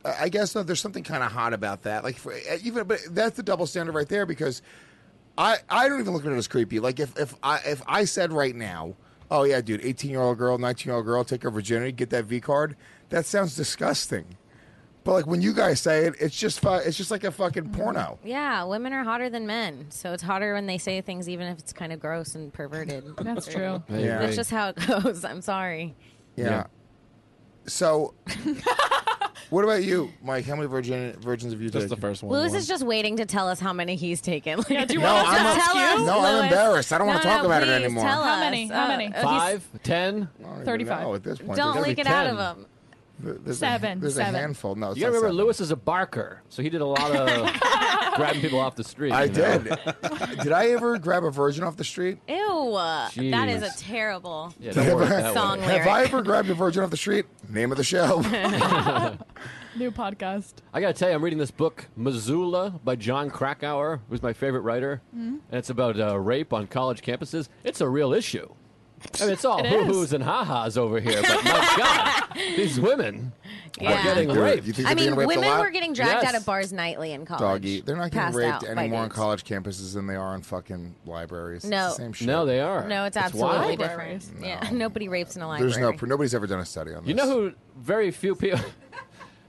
[SPEAKER 4] I I guess no. There's something kind of hot about that. Like for, eh, even, but that's the double standard right there because I I don't even look at it as creepy. Like if if I if I said right now, oh yeah, dude, 18 year old girl, 19 year old girl, take her virginity, get that V card. That sounds disgusting. But like when you guys say it, it's just fu- it's just like a fucking
[SPEAKER 8] Mm-hmm.
[SPEAKER 4] porno.
[SPEAKER 8] Yeah, women are hotter than men, so it's hotter when they say things, even if it's kind of gross and perverted.
[SPEAKER 6] That's true.
[SPEAKER 4] Yeah.
[SPEAKER 5] I agree.
[SPEAKER 8] That's just how it goes. I'm sorry.
[SPEAKER 4] Yeah.
[SPEAKER 5] Yeah.
[SPEAKER 4] So, what about you, Mike? How many virgin virgins have you
[SPEAKER 7] Just the
[SPEAKER 4] taken?
[SPEAKER 7] first one.
[SPEAKER 8] Lewis is just waiting to tell us how many he's taken. Like,
[SPEAKER 6] Yeah, do you
[SPEAKER 4] No,
[SPEAKER 6] want us
[SPEAKER 4] I'm
[SPEAKER 6] to
[SPEAKER 4] a-
[SPEAKER 6] tell us?
[SPEAKER 4] No, I'm embarrassed. I don't want to
[SPEAKER 8] No,
[SPEAKER 4] talk
[SPEAKER 8] no,
[SPEAKER 4] about it
[SPEAKER 8] please
[SPEAKER 4] anymore.
[SPEAKER 8] Tell
[SPEAKER 6] How
[SPEAKER 8] us.
[SPEAKER 6] many? How many?
[SPEAKER 8] Uh, he's-
[SPEAKER 5] Five, ten.
[SPEAKER 4] I don't even
[SPEAKER 6] 35.
[SPEAKER 4] know at this point.
[SPEAKER 8] Don't
[SPEAKER 4] There's
[SPEAKER 8] leak it
[SPEAKER 4] gotta
[SPEAKER 8] out
[SPEAKER 5] ten.
[SPEAKER 8] of him.
[SPEAKER 4] be- there's a-
[SPEAKER 6] Seven,
[SPEAKER 4] there's a
[SPEAKER 6] seven.
[SPEAKER 4] handful. No, it's
[SPEAKER 5] You gotta
[SPEAKER 4] not
[SPEAKER 5] remember,
[SPEAKER 4] seven.
[SPEAKER 5] Lewis is a barker, so he did a lot of grabbing people off the street.
[SPEAKER 4] I
[SPEAKER 5] you know?
[SPEAKER 4] did. did I ever grab a virgin off the street?
[SPEAKER 8] Ew. That is
[SPEAKER 5] Jeez.
[SPEAKER 8] a terrible
[SPEAKER 5] Yeah, don't work that
[SPEAKER 8] song
[SPEAKER 5] way.
[SPEAKER 8] lyric.
[SPEAKER 4] Have I ever grabbed a virgin off the street? Name of the show.
[SPEAKER 6] New podcast.
[SPEAKER 5] I gotta tell you, I'm reading this book, Missoula, by John Krakauer, who's my favorite writer,
[SPEAKER 6] Mm-hmm.
[SPEAKER 5] and it's about uh, rape on college campuses. It's a real issue. I mean, it's all
[SPEAKER 6] It
[SPEAKER 5] hoo
[SPEAKER 6] is.
[SPEAKER 5] hoos and ha ha's over here, but my God, these women
[SPEAKER 8] Yeah.
[SPEAKER 5] are getting
[SPEAKER 4] They're-
[SPEAKER 5] raped.
[SPEAKER 4] You think
[SPEAKER 8] I
[SPEAKER 4] they're being
[SPEAKER 8] mean,
[SPEAKER 4] raped a
[SPEAKER 8] women
[SPEAKER 4] lot?
[SPEAKER 8] were getting dragged
[SPEAKER 5] Yes.
[SPEAKER 8] out of bars nightly in college.
[SPEAKER 4] doggy. They're not getting
[SPEAKER 8] Passed
[SPEAKER 4] raped
[SPEAKER 8] out by
[SPEAKER 4] anymore on
[SPEAKER 8] dudes.
[SPEAKER 4] college campuses than they are on fucking libraries. It's
[SPEAKER 8] No.
[SPEAKER 4] the same shit.
[SPEAKER 5] no, they are.
[SPEAKER 8] No, it's
[SPEAKER 5] wild.
[SPEAKER 8] absolutely
[SPEAKER 6] Libraries.
[SPEAKER 8] different. Yeah, nobody rapes in a library.
[SPEAKER 4] There's no. Nobody's ever done a study on this.
[SPEAKER 5] You know who? Very few people.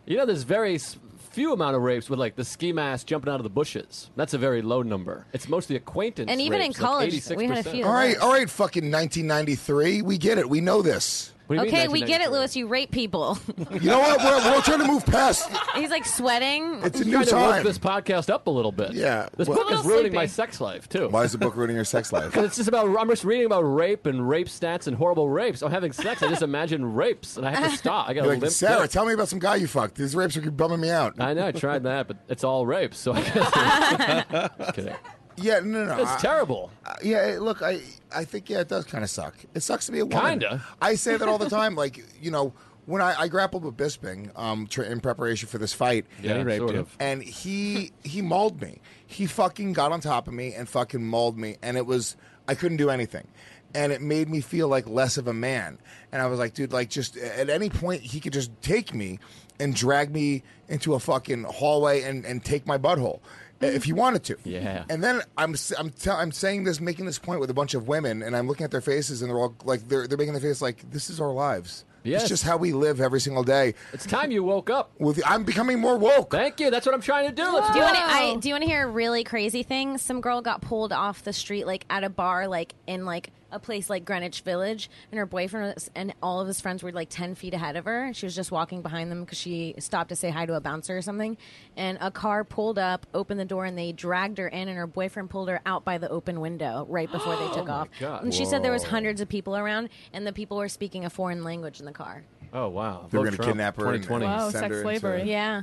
[SPEAKER 5] you know, there's very s- few amount of rapes with like the ski mask jumping out of the bushes. That's a very low number. It's mostly acquaintance.
[SPEAKER 8] And even in
[SPEAKER 5] rapes, like
[SPEAKER 8] college, we had a
[SPEAKER 5] 86%.
[SPEAKER 8] few.
[SPEAKER 4] All right, all right, fucking 1993. We get it. We know this.
[SPEAKER 5] What do you mean,
[SPEAKER 8] Okay, we get it,
[SPEAKER 5] 1993?
[SPEAKER 8] Lewis. You rape people.
[SPEAKER 4] You know what? We're, we're trying to move past.
[SPEAKER 8] He's like sweating.
[SPEAKER 4] It's a
[SPEAKER 5] Trying
[SPEAKER 4] new
[SPEAKER 5] to work
[SPEAKER 4] time.
[SPEAKER 5] this podcast up a little bit.
[SPEAKER 4] Yeah,
[SPEAKER 5] this
[SPEAKER 4] well-
[SPEAKER 5] book is
[SPEAKER 6] Little
[SPEAKER 5] ruining
[SPEAKER 6] sleepy.
[SPEAKER 5] my sex life too.
[SPEAKER 4] Why is the book ruining your sex life?
[SPEAKER 5] It's just about I'm just reading about rape and rape stats and horrible rapes. I'm having sex. I just imagine rapes, and I have to stop. I got to
[SPEAKER 4] You're like,
[SPEAKER 5] limp. Uh,
[SPEAKER 4] Sarah,
[SPEAKER 5] dick."
[SPEAKER 4] tell me about some guy you fucked. These rapes are bumming me out.
[SPEAKER 5] I know I tried that, but it's all rapes. So I guess. just kidding.
[SPEAKER 4] yeah, no, no.
[SPEAKER 5] It's
[SPEAKER 4] I-
[SPEAKER 5] terrible.
[SPEAKER 4] I- yeah, look, I, I think yeah, it does kind of suck. It sucks to be a woman.
[SPEAKER 5] Kinda.
[SPEAKER 4] I say that all the time. Like, you know, when I, I grappled with Bisping um, tr- in preparation for this fight,
[SPEAKER 7] he raped
[SPEAKER 5] sort
[SPEAKER 7] you.
[SPEAKER 5] of.
[SPEAKER 4] and he he mauled me. He fucking got on top of me and fucking mauled me, and it was I couldn't do anything, and it made me feel like less of a man. And I was like, dude, like just at any point he could just take me and drag me into a fucking hallway and and take my butthole. If he wanted to,
[SPEAKER 5] Mm-hmm. Yeah.
[SPEAKER 4] And then I'm s- I'm tell, I'm saying this, making this point with a bunch of women, and I'm looking at their faces, and they're all like they're they're making their face like this is our lives.
[SPEAKER 5] Yes.
[SPEAKER 4] It's just how we live every single day.
[SPEAKER 5] It's time you woke up.
[SPEAKER 4] With I'm becoming more woke.
[SPEAKER 5] Thank you. That's what I'm trying to do. Let's
[SPEAKER 8] Do
[SPEAKER 5] do
[SPEAKER 8] you,
[SPEAKER 5] it.
[SPEAKER 8] want to, I, do you want to hear a really crazy thing? Some girl got pulled off the street, like at a bar, like in like a place like Greenwich Village, and her boyfriend was, and all of his friends were like ten feet ahead of her. and She was just walking behind them because she stopped to say hi to a bouncer or something, and a car pulled up, opened the door, and they dragged her in, and her boyfriend pulled her out by the open window right before they took off.
[SPEAKER 5] God.
[SPEAKER 8] And she said there was hundreds of people around, and the people were speaking a foreign language in the car.
[SPEAKER 5] Oh wow.
[SPEAKER 4] They're
[SPEAKER 5] Vote
[SPEAKER 4] going to
[SPEAKER 5] Trump,
[SPEAKER 4] kidnap her. and-
[SPEAKER 5] 2020.
[SPEAKER 4] and
[SPEAKER 6] Wow,
[SPEAKER 4] send
[SPEAKER 6] sex
[SPEAKER 4] her into-
[SPEAKER 6] slavery.
[SPEAKER 8] Yeah.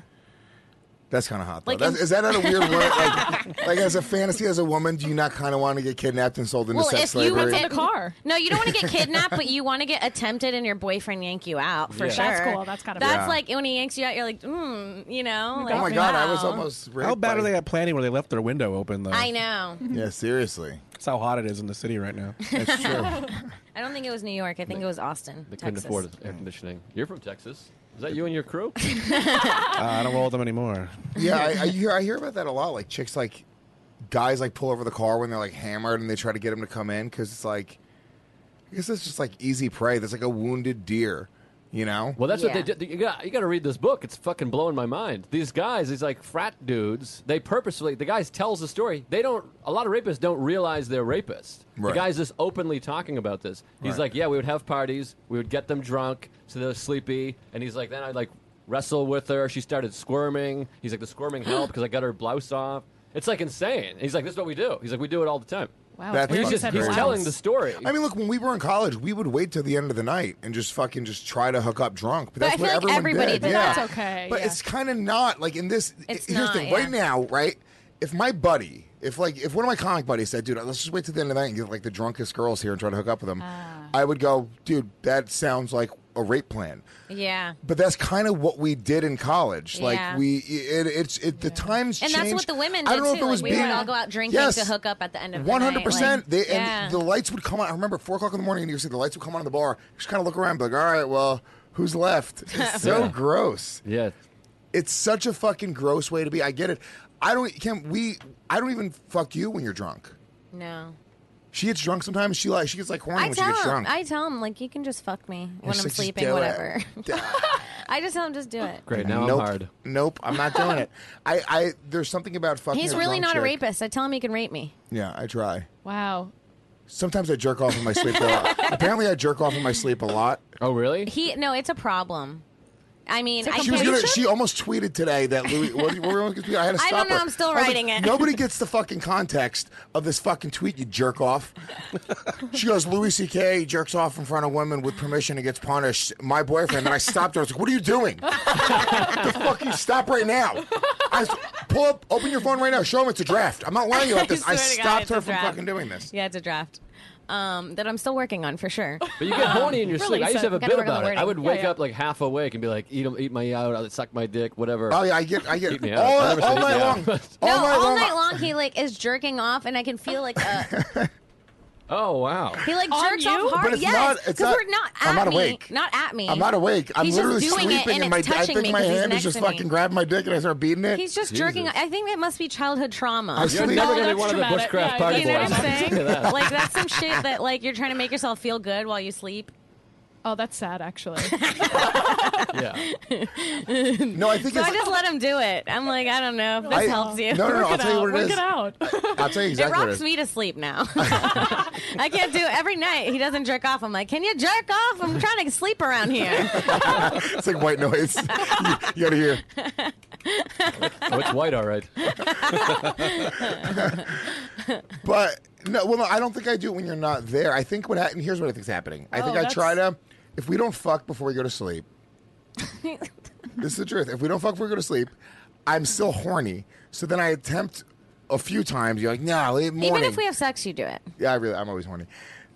[SPEAKER 4] That's kind of hot. Though.
[SPEAKER 8] Like
[SPEAKER 4] That's-
[SPEAKER 8] in-
[SPEAKER 4] is that not a weird word? Like, like as a fantasy, as a woman, do you not kind of want to get kidnapped and sold into
[SPEAKER 8] Well,
[SPEAKER 4] sex
[SPEAKER 8] if you
[SPEAKER 4] slavery?
[SPEAKER 8] were
[SPEAKER 6] In the car.
[SPEAKER 8] No, you don't want to get kidnapped, but you want to get attempted and your boyfriend yank you out for
[SPEAKER 5] Yeah.
[SPEAKER 8] sure.
[SPEAKER 5] That's
[SPEAKER 6] cool. That's gotta be-
[SPEAKER 8] That's
[SPEAKER 4] Yeah.
[SPEAKER 8] like when he yanks you out, you're like, mm, you know.
[SPEAKER 4] oh
[SPEAKER 8] like,
[SPEAKER 4] my god, I was
[SPEAKER 8] wow.
[SPEAKER 4] almost. Raped
[SPEAKER 7] How bad
[SPEAKER 4] by-
[SPEAKER 7] are they at planning where they left their window open, though?
[SPEAKER 8] I know.
[SPEAKER 4] Yeah, seriously.
[SPEAKER 7] That's how hot it is in the city right now. Uh,
[SPEAKER 4] That's true.
[SPEAKER 8] I don't think it was New York. I think it was Austin,
[SPEAKER 5] They couldn't
[SPEAKER 8] Texas.
[SPEAKER 5] afford air conditioning. You're from Texas. Is that you and your crew?
[SPEAKER 7] Uh, I don't roll with them anymore.
[SPEAKER 4] yeah, I, I hear I hear about that a lot. Like chicks, like guys, like pull over the car when they're like hammered and they try to get them to come in because it's like, I guess it's just like easy prey. That's like a wounded deer, you know.
[SPEAKER 5] Well, that's
[SPEAKER 8] Yeah.
[SPEAKER 5] what they did. You got, you got to read this book. It's fucking blowing my mind. These guys, these like frat dudes, they purposefully. The guys tells the story. They don't. A lot of rapists don't realize they're rapists.
[SPEAKER 4] Right.
[SPEAKER 5] The guys just openly talking about this. He's
[SPEAKER 4] Right.
[SPEAKER 5] like, yeah, we would have parties. We would get them drunk so they're sleepy. And he's like, then I'd like wrestle with her. She started squirming. He's like, the squirming helped because I got her blouse off. It's like insane. And he's like, this is what we do. He's like, we do it all the time.
[SPEAKER 6] Wow.
[SPEAKER 4] That's
[SPEAKER 6] we
[SPEAKER 4] fucking
[SPEAKER 5] He's
[SPEAKER 6] already
[SPEAKER 5] just
[SPEAKER 6] said
[SPEAKER 5] he's
[SPEAKER 6] wow.
[SPEAKER 5] telling the story.
[SPEAKER 4] I mean, look, when we were in college, we would wait till the end of the night and just fucking just try to hook up drunk. But, that's
[SPEAKER 8] I
[SPEAKER 4] what
[SPEAKER 8] feel
[SPEAKER 4] everyone
[SPEAKER 8] like everybody
[SPEAKER 4] did.
[SPEAKER 8] did
[SPEAKER 4] yeah.
[SPEAKER 8] that. That's
[SPEAKER 6] okay,
[SPEAKER 4] But
[SPEAKER 6] yeah.
[SPEAKER 4] it's kind of not like in this.
[SPEAKER 8] It's
[SPEAKER 4] here's the
[SPEAKER 8] not,
[SPEAKER 4] thing. Right
[SPEAKER 8] yeah.
[SPEAKER 4] now, right? If my buddy, if like if one of my comic buddies said, "Dude, let's just wait till the end of the night and get like the drunkest girls here and try to hook up with them,"
[SPEAKER 8] Ah.
[SPEAKER 4] I would go, "Dude, that sounds like a rape plan."
[SPEAKER 8] Yeah.
[SPEAKER 4] But that's kind of what we did in college.
[SPEAKER 8] Yeah.
[SPEAKER 4] Like we, it, it's it, the times
[SPEAKER 8] And that's
[SPEAKER 4] changed.
[SPEAKER 8] what the women
[SPEAKER 4] I
[SPEAKER 8] did
[SPEAKER 4] don't know
[SPEAKER 8] too.
[SPEAKER 4] if it was
[SPEAKER 8] like, we
[SPEAKER 4] being,
[SPEAKER 8] would all go out drinking
[SPEAKER 4] Yes.
[SPEAKER 8] to hook up at the end of the night.
[SPEAKER 4] One hundred percent.
[SPEAKER 8] like,
[SPEAKER 4] They and
[SPEAKER 8] yeah.
[SPEAKER 4] the lights would come on. I remember four o'clock in the morning, and you see the lights would come on in the bar. You just kind of look around, and be like, "All right, well, who's left?" It's so
[SPEAKER 5] Yeah.
[SPEAKER 4] gross.
[SPEAKER 5] yeah.
[SPEAKER 4] It's such a fucking gross way to be. I get it. I don't. Can we? I don't even fuck you when you're drunk.
[SPEAKER 8] no.
[SPEAKER 4] She gets drunk sometimes. She like she gets like horny
[SPEAKER 8] I
[SPEAKER 4] when
[SPEAKER 8] tell
[SPEAKER 4] she gets
[SPEAKER 8] him.
[SPEAKER 4] drunk.
[SPEAKER 8] I tell him like you can just fuck me when
[SPEAKER 4] She's like,
[SPEAKER 8] I'm
[SPEAKER 4] "Just
[SPEAKER 8] sleeping,
[SPEAKER 4] do it."
[SPEAKER 8] whatever. I just tell him just do it.
[SPEAKER 5] Great. Now
[SPEAKER 4] nope,
[SPEAKER 5] I'm hard.
[SPEAKER 4] Nope. I'm not doing it. I. I. There's something about fucking.
[SPEAKER 8] He's
[SPEAKER 4] a
[SPEAKER 8] really
[SPEAKER 4] drunk
[SPEAKER 8] not a
[SPEAKER 4] chick.
[SPEAKER 8] rapist. I tell him he can rape me.
[SPEAKER 4] Yeah, I try.
[SPEAKER 6] Wow.
[SPEAKER 4] Sometimes I jerk off in my sleep. though. Apparently, I jerk off in my sleep a lot.
[SPEAKER 5] Oh really?
[SPEAKER 8] He no, it's a problem. I mean, I
[SPEAKER 4] She was
[SPEAKER 8] can't-
[SPEAKER 4] gonna, she almost tweeted today that Louis. What, what were we gonna tweet? I had to
[SPEAKER 8] I
[SPEAKER 4] stop
[SPEAKER 8] don't know,
[SPEAKER 4] her.
[SPEAKER 8] I'm still
[SPEAKER 4] was like,
[SPEAKER 8] writing it.
[SPEAKER 4] Nobody gets the fucking context of this fucking tweet. You jerk off. she goes, Louis C.K. jerks off in front of women with permission and gets punished. My boyfriend. And I stopped her. I was like, What are you doing? the fuck you stop right now. I was, pull up, open your phone right now, show him it's a draft. I'm not lying about this. I,
[SPEAKER 8] swear to God,
[SPEAKER 4] stopped
[SPEAKER 8] it's a
[SPEAKER 4] her from
[SPEAKER 8] draft.
[SPEAKER 4] fucking doing this.
[SPEAKER 8] Yeah, it's a draft um, that I'm still working on for sure.
[SPEAKER 5] But you get horny in your
[SPEAKER 6] really,
[SPEAKER 5] sleep. I used to
[SPEAKER 6] so
[SPEAKER 5] have a
[SPEAKER 8] gotta
[SPEAKER 5] bit
[SPEAKER 8] work on
[SPEAKER 5] about
[SPEAKER 8] the
[SPEAKER 5] it. I would
[SPEAKER 8] wording.
[SPEAKER 5] wake
[SPEAKER 6] yeah.
[SPEAKER 5] up like half awake and be like, eat, 'em- eat my out, I'll suck my dick, whatever.
[SPEAKER 4] Oh yeah, I get, I get
[SPEAKER 5] me
[SPEAKER 4] all,
[SPEAKER 5] up. I never
[SPEAKER 4] all
[SPEAKER 5] said
[SPEAKER 4] night
[SPEAKER 5] yeah.
[SPEAKER 4] long.
[SPEAKER 5] No,
[SPEAKER 8] no, all
[SPEAKER 4] I-
[SPEAKER 8] night long he like is jerking off, and I can feel like a,
[SPEAKER 5] Oh, wow.
[SPEAKER 8] he like
[SPEAKER 6] On
[SPEAKER 8] jerks
[SPEAKER 6] you?
[SPEAKER 8] off hard.
[SPEAKER 4] But it's not-
[SPEAKER 8] yes,
[SPEAKER 4] it's
[SPEAKER 8] because
[SPEAKER 4] not-
[SPEAKER 8] we're not at
[SPEAKER 4] I'm not
[SPEAKER 8] me,
[SPEAKER 4] awake.
[SPEAKER 8] not at me.
[SPEAKER 4] I'm not awake. I'm
[SPEAKER 8] he's
[SPEAKER 4] literally
[SPEAKER 8] just doing
[SPEAKER 4] sleeping,
[SPEAKER 8] it, and,
[SPEAKER 4] my
[SPEAKER 8] it's
[SPEAKER 4] I
[SPEAKER 8] touching
[SPEAKER 4] think
[SPEAKER 8] me
[SPEAKER 4] my
[SPEAKER 8] 'cause he's
[SPEAKER 4] hand is
[SPEAKER 8] next
[SPEAKER 4] just
[SPEAKER 8] to me.
[SPEAKER 4] fucking grabbing my dick and I start beating it.
[SPEAKER 8] He's just
[SPEAKER 5] Jesus.
[SPEAKER 8] jerking. I think that must be childhood trauma.
[SPEAKER 4] I
[SPEAKER 5] You're
[SPEAKER 4] sleep.
[SPEAKER 5] never going
[SPEAKER 6] that's
[SPEAKER 5] to be one of the
[SPEAKER 6] traumatic.
[SPEAKER 5] bushcraft
[SPEAKER 6] Yeah,
[SPEAKER 5] party
[SPEAKER 8] you know what
[SPEAKER 5] boys.
[SPEAKER 8] I'm saying?
[SPEAKER 5] that.
[SPEAKER 8] like that's some shit that like you're trying to make yourself feel good while you sleep.
[SPEAKER 6] Oh, that's sad, actually.
[SPEAKER 5] yeah.
[SPEAKER 4] No, I think
[SPEAKER 8] So
[SPEAKER 4] it's.
[SPEAKER 8] I just let him do it. I'm like, I don't know if this
[SPEAKER 4] I-
[SPEAKER 8] helps you.
[SPEAKER 4] No, no, no. I'll
[SPEAKER 6] Work it
[SPEAKER 4] tell you
[SPEAKER 6] out.
[SPEAKER 4] what it
[SPEAKER 6] Work
[SPEAKER 4] is.
[SPEAKER 6] it out.
[SPEAKER 4] I'll tell you
[SPEAKER 8] It
[SPEAKER 4] exactly what it
[SPEAKER 8] rocks
[SPEAKER 4] is.
[SPEAKER 8] me to sleep now. I can't do it. Every night he doesn't jerk off. I'm like, can you jerk off? I'm trying to sleep around here.
[SPEAKER 4] It's like white noise. you, you gotta hear.
[SPEAKER 5] Oh, it's white, all right.
[SPEAKER 4] But no, well, no, I don't think I do it when you're not there. I think what happened. Here's what I think's happening. I
[SPEAKER 6] Oh,
[SPEAKER 4] think I
[SPEAKER 6] that's-
[SPEAKER 4] try to. If we don't fuck before we go to sleep, this is the truth. If we don't fuck before we go to sleep, I'm still horny. So then I attempt a few times. You're like, no, it- morning.
[SPEAKER 8] Even if we have sex, you do it.
[SPEAKER 4] Yeah, I really, I'm always horny.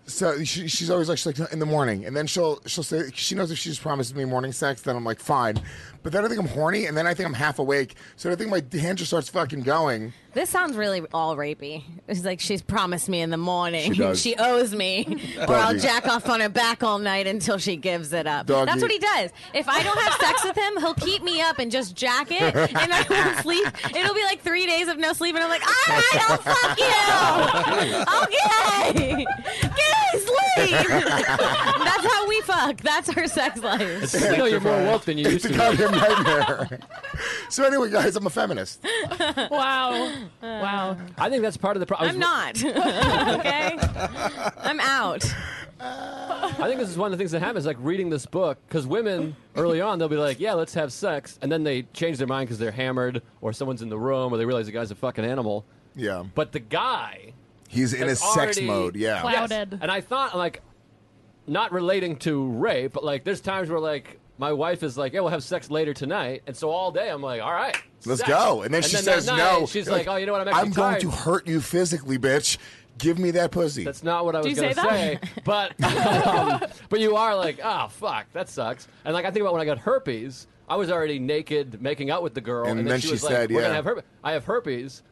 [SPEAKER 4] So she, she's always like, she's like "No," in the morning, and then she'll she'll say she knows if she just promises me morning sex, then I'm like fine. But then I think I'm horny, and then I think I'm half awake, so I think my hand just starts fucking going.
[SPEAKER 8] This sounds really all rapey. It's like she's promised me in the morning.
[SPEAKER 4] She
[SPEAKER 8] She,
[SPEAKER 4] does.
[SPEAKER 8] owes me, or I'll
[SPEAKER 4] Doggy.
[SPEAKER 8] jack off on her back all night until she gives it up.
[SPEAKER 4] Doggy.
[SPEAKER 8] That's what he does. If I don't have sex with him, he'll keep me up and just jack it, and I won't sleep. It'll be like three days of no sleep, and I'm like, all right, I'll fuck you. Okay, get sleep. That's how we fuck. That's her sex life.
[SPEAKER 5] You know, you're more woke than you used
[SPEAKER 4] It's
[SPEAKER 5] to
[SPEAKER 4] a
[SPEAKER 5] be.
[SPEAKER 4] goddamn nightmare. so anyway, guys, I'm a feminist. Uh,
[SPEAKER 6] wow. Wow.
[SPEAKER 5] I think that's part of the problem.
[SPEAKER 8] I'm not. okay, I'm out.
[SPEAKER 5] I think this is one of the things that happens, like reading this book, because women early on they'll be like, "Yeah, let's have sex," and then they change their mind because they're hammered, or someone's in the room, or they realize the guy's a fucking animal.
[SPEAKER 4] Yeah,
[SPEAKER 5] But the guy,
[SPEAKER 4] he's in a
[SPEAKER 5] That's
[SPEAKER 4] sex
[SPEAKER 5] already-
[SPEAKER 4] mode. Yeah,
[SPEAKER 6] Wow. Outed.
[SPEAKER 5] and I thought like, not relating to rape, but like there's times where like my wife is like, "Yeah, we'll have sex later tonight," and so all day I'm like, "All right,
[SPEAKER 4] let's
[SPEAKER 5] sex."
[SPEAKER 4] go. And then she
[SPEAKER 5] that
[SPEAKER 4] says
[SPEAKER 5] night,
[SPEAKER 4] no.
[SPEAKER 5] She's like, "Oh, you know what? I'm actually
[SPEAKER 4] going
[SPEAKER 5] tired."
[SPEAKER 4] to hurt you physically, bitch. Give me that pussy.
[SPEAKER 5] That's not what I was
[SPEAKER 6] you
[SPEAKER 5] going to
[SPEAKER 6] say that?
[SPEAKER 5] say, but um, but you are like, oh fuck, that sucks. And like I think about when I got herpes, I was already naked making out with the girl,
[SPEAKER 4] And
[SPEAKER 5] and,
[SPEAKER 4] then she
[SPEAKER 5] was
[SPEAKER 4] said,
[SPEAKER 5] like, "We're
[SPEAKER 4] yeah.
[SPEAKER 5] gonna have herpes. I have herpes."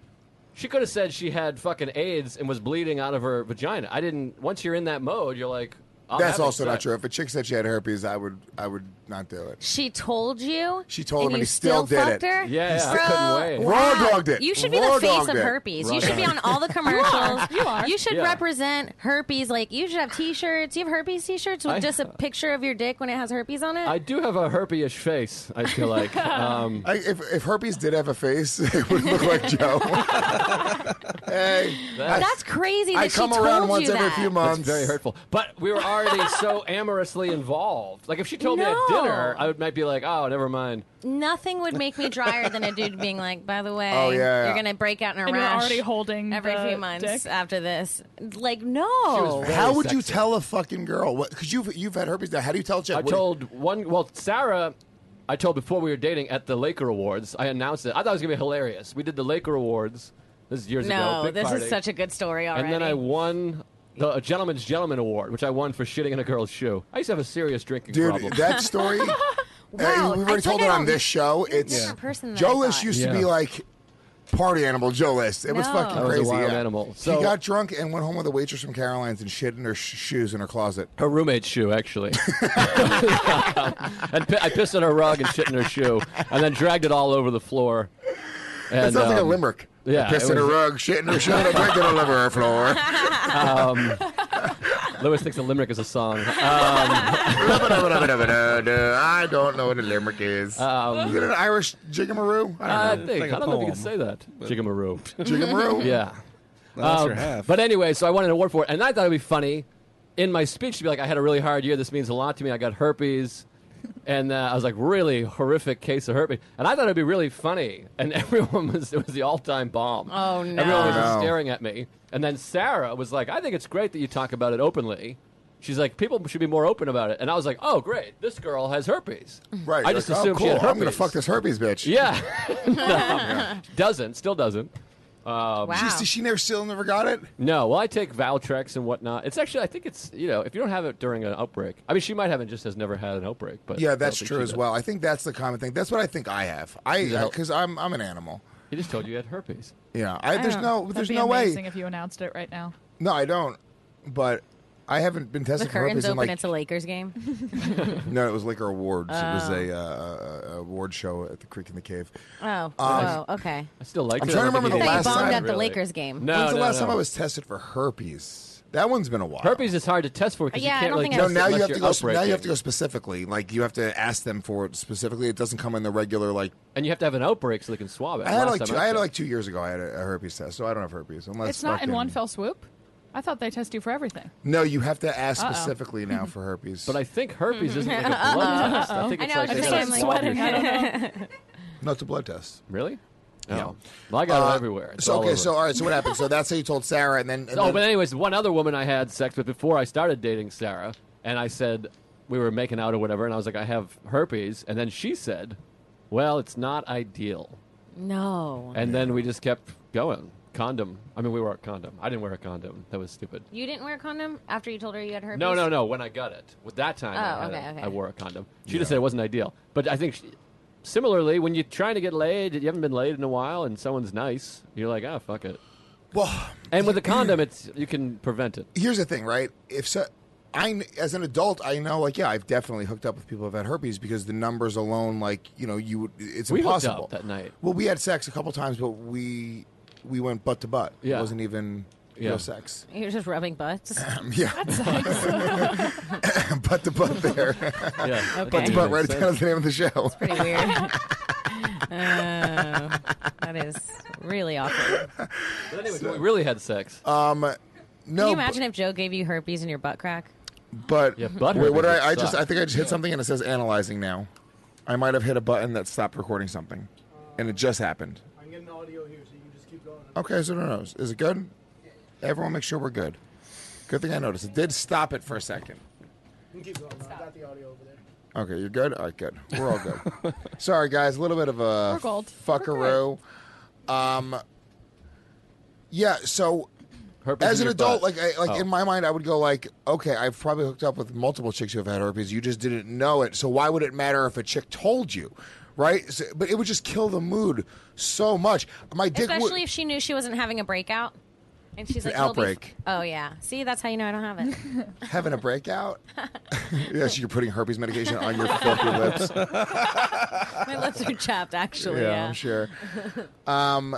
[SPEAKER 5] She could have said she had fucking AIDS and was bleeding out of her vagina. I didn't. Once you're in that mode, you're like, I'm
[SPEAKER 4] That's
[SPEAKER 5] having
[SPEAKER 4] also not
[SPEAKER 5] sex.
[SPEAKER 4] true. If a chick said she had herpes, I would I would not do it.
[SPEAKER 8] She told you.
[SPEAKER 4] She told him
[SPEAKER 8] you
[SPEAKER 4] and he still did
[SPEAKER 8] fucked
[SPEAKER 4] it.
[SPEAKER 8] Her?
[SPEAKER 5] Yeah, yeah, I
[SPEAKER 8] Bro,
[SPEAKER 5] couldn't wait.
[SPEAKER 4] Raw dogged it.
[SPEAKER 8] You should be
[SPEAKER 4] Raw
[SPEAKER 8] the face
[SPEAKER 4] dogged
[SPEAKER 8] of
[SPEAKER 4] it.
[SPEAKER 8] herpes.
[SPEAKER 5] Raw
[SPEAKER 8] you should be
[SPEAKER 5] dogged
[SPEAKER 8] on all the commercials.
[SPEAKER 6] You are.
[SPEAKER 8] You should
[SPEAKER 5] Yeah.
[SPEAKER 8] represent herpes. Like you should have T-shirts. You have herpes T-shirts with
[SPEAKER 5] I-
[SPEAKER 8] just a picture of your dick when it has herpes on it.
[SPEAKER 5] I do have a herpes-ish face. I feel like um,
[SPEAKER 4] I, if, if herpes did have a face, it would look like Joe. hey,
[SPEAKER 8] That's crazy. That
[SPEAKER 4] I come
[SPEAKER 8] she told
[SPEAKER 4] around once
[SPEAKER 8] you
[SPEAKER 4] every
[SPEAKER 8] that.
[SPEAKER 4] few
[SPEAKER 5] that's
[SPEAKER 4] months.
[SPEAKER 5] very hurtful. But we were already so amorously involved. Like if she told me at
[SPEAKER 8] No.
[SPEAKER 5] dinner, I would might be like, oh, never mind.
[SPEAKER 8] Nothing would make me drier than a dude being like, "By the way,
[SPEAKER 4] Oh, yeah, yeah.
[SPEAKER 8] you're gonna break out in a
[SPEAKER 6] And you're
[SPEAKER 8] rash
[SPEAKER 6] already holding
[SPEAKER 8] every
[SPEAKER 6] the
[SPEAKER 8] few months
[SPEAKER 6] dick?
[SPEAKER 8] after this." Like, no.
[SPEAKER 5] was very
[SPEAKER 4] How would you
[SPEAKER 5] sexy.
[SPEAKER 4] tell a fucking girl? what? Because you've you've had herpes. Now, how do you tell a chick?
[SPEAKER 5] I
[SPEAKER 4] What-
[SPEAKER 5] told one. Well, Sarah, I told before we were dating at the Laker Awards. I announced it. I thought it was gonna be hilarious. We did the Laker Awards. This is years ago.
[SPEAKER 8] no,
[SPEAKER 5] big
[SPEAKER 8] this
[SPEAKER 5] party.
[SPEAKER 8] is such a good story already.
[SPEAKER 5] And then I won the a Gentleman's Gentleman Award, which I won for shitting in a girl's shoe. I used to have a serious drinking
[SPEAKER 4] dude
[SPEAKER 5] problem.
[SPEAKER 4] that story. uh,
[SPEAKER 8] Wow,
[SPEAKER 4] we've
[SPEAKER 8] I
[SPEAKER 4] already
[SPEAKER 8] took
[SPEAKER 4] told
[SPEAKER 8] it
[SPEAKER 4] it
[SPEAKER 8] on-
[SPEAKER 4] on this show.
[SPEAKER 8] a
[SPEAKER 4] It's
[SPEAKER 8] different person than I
[SPEAKER 4] Joe List
[SPEAKER 8] thought.
[SPEAKER 4] used to
[SPEAKER 5] Yeah.
[SPEAKER 4] be like party animal. Joe List. It was
[SPEAKER 8] No.
[SPEAKER 4] fucking
[SPEAKER 8] That
[SPEAKER 5] was a
[SPEAKER 4] crazy.
[SPEAKER 5] wild
[SPEAKER 4] yeah.
[SPEAKER 5] animal. So-
[SPEAKER 4] he got drunk and went home with a waitress from Caroline's and shit in her sh- shoes in her closet.
[SPEAKER 5] her roommate's shoe, actually. and pi- I pissed on her rug and shit in her shoe, and then dragged it all over the floor.
[SPEAKER 4] That
[SPEAKER 5] And,
[SPEAKER 4] sounds like a
[SPEAKER 5] um,
[SPEAKER 4] limerick.
[SPEAKER 5] yeah,
[SPEAKER 4] pissed
[SPEAKER 5] it
[SPEAKER 4] in her
[SPEAKER 5] was-
[SPEAKER 4] rug, shit in her shoe, and drank it all over her floor.
[SPEAKER 5] Lewis thinks a limerick is a song. Uh,
[SPEAKER 4] I don't know what a limerick is.
[SPEAKER 5] Um,
[SPEAKER 4] is it an Irish jigamaroo?
[SPEAKER 5] I
[SPEAKER 8] Uh,
[SPEAKER 4] I
[SPEAKER 5] think Uh,
[SPEAKER 7] like
[SPEAKER 5] I don't
[SPEAKER 7] a
[SPEAKER 5] know if you
[SPEAKER 7] poem,
[SPEAKER 5] can say that. Jigamaroo.
[SPEAKER 4] don't know. Jigamaroo?
[SPEAKER 5] Mm-hmm. Yeah.
[SPEAKER 7] Unless
[SPEAKER 8] Uh,
[SPEAKER 5] Um,
[SPEAKER 7] you're half.
[SPEAKER 5] But anyway, so I won an award for it, and I thought it'd be funny in my speech to be like, "I had a really hard year. This means a lot to me. I got herpes." And uh, I was like, really horrific case of herpes. And I thought it'd be really funny. And everyone was, it was the all time bomb.
[SPEAKER 8] Oh, no.
[SPEAKER 5] Everyone was just
[SPEAKER 4] No.
[SPEAKER 5] staring at me. And then Sarah was like, I think it's great that you talk about it openly. She's like, people should be more open about it. And I was like, oh, great. This girl has herpes.
[SPEAKER 4] Right.
[SPEAKER 5] I
[SPEAKER 4] you're
[SPEAKER 5] just
[SPEAKER 4] like, oh,
[SPEAKER 5] assumed
[SPEAKER 4] cool.
[SPEAKER 5] she had herpes.
[SPEAKER 4] I'm gonna fuck this herpes bitch.
[SPEAKER 5] Yeah. No. Doesn't. Still doesn't.
[SPEAKER 8] wow.
[SPEAKER 4] She, she never still never got it.
[SPEAKER 5] No. Well, I take Valtrex and whatnot. It's actually, I think it's, you know, if you don't have it during an outbreak, I mean, she might have it, just has never had an outbreak. But I
[SPEAKER 4] Yeah,
[SPEAKER 5] don't
[SPEAKER 4] that's
[SPEAKER 5] think
[SPEAKER 4] true
[SPEAKER 5] she
[SPEAKER 4] as
[SPEAKER 5] does.
[SPEAKER 4] well. I think that's the common thing. That's what I think I have. I
[SPEAKER 5] Yeah.
[SPEAKER 4] because I'm I'm an animal.
[SPEAKER 5] He just told you he had herpes.
[SPEAKER 4] Yeah, I, there's
[SPEAKER 6] I don't know.
[SPEAKER 4] no
[SPEAKER 6] That'd
[SPEAKER 4] there's
[SPEAKER 6] be
[SPEAKER 4] no
[SPEAKER 6] amazing
[SPEAKER 4] way.
[SPEAKER 6] if you announced it right now.
[SPEAKER 4] No, I don't. But I haven't been
[SPEAKER 8] the
[SPEAKER 4] tested for herpes
[SPEAKER 8] curtains
[SPEAKER 4] in
[SPEAKER 8] open.
[SPEAKER 4] like
[SPEAKER 8] it's a Lakers game.
[SPEAKER 4] no, it was Liquor Awards. It was a
[SPEAKER 5] Oh.
[SPEAKER 4] uh, uh, award show at the Creek in the Cave. Um,
[SPEAKER 8] Oh, oh, okay.
[SPEAKER 5] I still like
[SPEAKER 4] I'm
[SPEAKER 5] it.
[SPEAKER 4] trying
[SPEAKER 5] I
[SPEAKER 4] to
[SPEAKER 5] don't think
[SPEAKER 4] remember the
[SPEAKER 5] he
[SPEAKER 4] last
[SPEAKER 5] has
[SPEAKER 4] time-
[SPEAKER 5] it,
[SPEAKER 4] I thought you bombed
[SPEAKER 8] at the Lakers game.
[SPEAKER 5] No,
[SPEAKER 4] When's the
[SPEAKER 5] no,
[SPEAKER 4] last
[SPEAKER 5] no.
[SPEAKER 4] time I was tested for herpes? That one's been a while.
[SPEAKER 5] Herpes is hard to test for because
[SPEAKER 8] Yeah, I
[SPEAKER 5] you can't
[SPEAKER 8] don't
[SPEAKER 5] really
[SPEAKER 8] think I
[SPEAKER 4] No,
[SPEAKER 5] test
[SPEAKER 8] was-
[SPEAKER 5] it
[SPEAKER 4] now you
[SPEAKER 5] unless
[SPEAKER 4] have to
[SPEAKER 5] you're
[SPEAKER 4] go. Now you have to
[SPEAKER 5] outbreaking.
[SPEAKER 4] go specifically. Like you have to ask them for it specifically. It doesn't come in the regular. Like
[SPEAKER 5] and you have to have an outbreak so they can swab it.
[SPEAKER 4] I had
[SPEAKER 5] Last
[SPEAKER 4] like
[SPEAKER 5] time
[SPEAKER 4] two, I had
[SPEAKER 5] checked.
[SPEAKER 4] like two years ago. I had a, a herpes test, so I don't have herpes unless
[SPEAKER 6] It's not in
[SPEAKER 4] fucking-
[SPEAKER 6] one fell swoop. I thought they test you for everything.
[SPEAKER 4] No, you have to ask specifically now for herpes.
[SPEAKER 5] But I think herpes isn't like a blood test. I think
[SPEAKER 8] I
[SPEAKER 5] it's
[SPEAKER 8] know,
[SPEAKER 5] like
[SPEAKER 8] I
[SPEAKER 5] they
[SPEAKER 8] just
[SPEAKER 5] gotta
[SPEAKER 8] I'm like-
[SPEAKER 5] swab your
[SPEAKER 8] sweating.
[SPEAKER 5] shit.
[SPEAKER 8] I don't know.
[SPEAKER 4] no, it's a blood test. Uh,
[SPEAKER 5] Really? No. Well, I got it everywhere. It's
[SPEAKER 4] so
[SPEAKER 5] all
[SPEAKER 4] okay,
[SPEAKER 5] over.
[SPEAKER 4] so all right, so what happened? So that's how you told Sarah, and then and
[SPEAKER 5] Oh,
[SPEAKER 4] then-
[SPEAKER 5] but anyways, one other woman I had sex with before I started dating Sarah, and I said we were making out or whatever, and I was like, I have herpes, and then she said, Well, it's not ideal,
[SPEAKER 8] No.
[SPEAKER 5] and then we just kept going. Condom. I mean, we wore a condom. I didn't wear a condom. That was stupid.
[SPEAKER 8] You didn't wear a condom after you told her you had herpes?
[SPEAKER 5] No, no, no. When I got it, with that time,
[SPEAKER 8] Oh,
[SPEAKER 5] I, had
[SPEAKER 8] okay,
[SPEAKER 5] it.
[SPEAKER 8] okay.
[SPEAKER 5] I wore a condom. She just said it wasn't ideal, but I think she, similarly, when you're trying to get laid, you haven't been laid in a while, and someone's nice, you're like, ah, fuck it.
[SPEAKER 4] well,
[SPEAKER 5] And with a condom, it's you can prevent it.
[SPEAKER 4] here's the thing, right? If so, I kn- as an adult, I know, like, yeah, I've definitely hooked up with people who've had herpes because the numbers alone, like, you know, you would- it's
[SPEAKER 5] We hooked
[SPEAKER 4] impossible
[SPEAKER 5] up that night.
[SPEAKER 4] Well, we had sex a couple times, but we we went butt to butt. It
[SPEAKER 5] Yeah.
[SPEAKER 4] wasn't even
[SPEAKER 5] Yeah.
[SPEAKER 4] real sex.
[SPEAKER 8] You're just rubbing butts.
[SPEAKER 4] Yeah, butt to butt there.
[SPEAKER 5] Yeah,
[SPEAKER 8] Okay. But-
[SPEAKER 4] butt right down to the name of the show.
[SPEAKER 8] Pretty weird. Oh, that is really awkward.
[SPEAKER 5] But anyway, we really had sex.
[SPEAKER 4] No,
[SPEAKER 8] Can you imagine if Joe gave you herpes in your butt crack?
[SPEAKER 4] but,
[SPEAKER 5] Yeah,
[SPEAKER 4] but
[SPEAKER 5] butt
[SPEAKER 4] wait, what did
[SPEAKER 5] herpes
[SPEAKER 4] I, I
[SPEAKER 5] suck.
[SPEAKER 4] just? I think I just hit something and it says analyzing now. I might have hit a button that stopped recording something, and it just happened.
[SPEAKER 9] I'm getting audio here, so you can just keep going.
[SPEAKER 4] Okay, so no knows? Is it good? Everyone make sure we're good. Good thing I noticed. It did stop it for a second.
[SPEAKER 9] You can keep going. I've got the audio over there.
[SPEAKER 4] Okay, you're good? All right, good. We're all good. Sorry, guys. A little bit of a
[SPEAKER 6] We're gold.
[SPEAKER 4] fuckeroo. Um, yeah, so
[SPEAKER 5] Herpes
[SPEAKER 4] as an
[SPEAKER 5] in your
[SPEAKER 4] adult,
[SPEAKER 5] butt. Oh.
[SPEAKER 4] like I, like in my mind, I would go like, okay, I've probably hooked up with multiple chicks who have had herpes. You just didn't know it, so why would it matter if a chick told you, right? So, but it would just kill the mood so much. My dick would-
[SPEAKER 8] Especially if she knew she wasn't having a breakout. And she's
[SPEAKER 4] An
[SPEAKER 8] like, "He'll be f-
[SPEAKER 4] outbreak.
[SPEAKER 8] Oh, yeah. See, that's how you know I don't have it.
[SPEAKER 4] having a breakout. yes, you're putting herpes medication on your filthy lips.
[SPEAKER 8] My lips are chapped, actually.
[SPEAKER 4] yeah,
[SPEAKER 8] Yeah.
[SPEAKER 4] I'm sure. Um,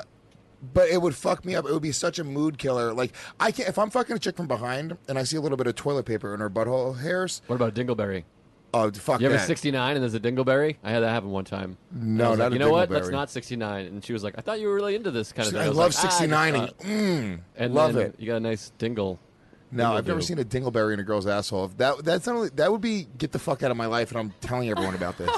[SPEAKER 4] but it would fuck me up. It would be such a mood killer. Like I can't if I'm fucking a chick from behind and I see a little bit of toilet paper in her butthole hairs.
[SPEAKER 5] what about Dingleberry?
[SPEAKER 4] Oh fuck!
[SPEAKER 5] You ever
[SPEAKER 4] that.
[SPEAKER 5] 69 and there's a Dingleberry? I had that happen one time. And I
[SPEAKER 4] No,
[SPEAKER 5] was
[SPEAKER 4] not
[SPEAKER 5] like,
[SPEAKER 4] a
[SPEAKER 5] You know what?
[SPEAKER 4] dingleberry.
[SPEAKER 5] Let's not 69. And she was like, I thought you were really into this kind
[SPEAKER 4] She's
[SPEAKER 5] of thing.
[SPEAKER 4] like, I
[SPEAKER 5] was
[SPEAKER 4] love
[SPEAKER 5] like, "Ah, I just
[SPEAKER 4] 69
[SPEAKER 5] thought."
[SPEAKER 4] and mm,
[SPEAKER 5] And
[SPEAKER 4] love
[SPEAKER 5] then
[SPEAKER 4] it.
[SPEAKER 5] You got a nice dingle.
[SPEAKER 4] No, I've
[SPEAKER 5] Dingledoo.
[SPEAKER 4] never seen a dingleberry in a girl's asshole. That that's not only that would be get the fuck out of my life, and I'm telling everyone about this.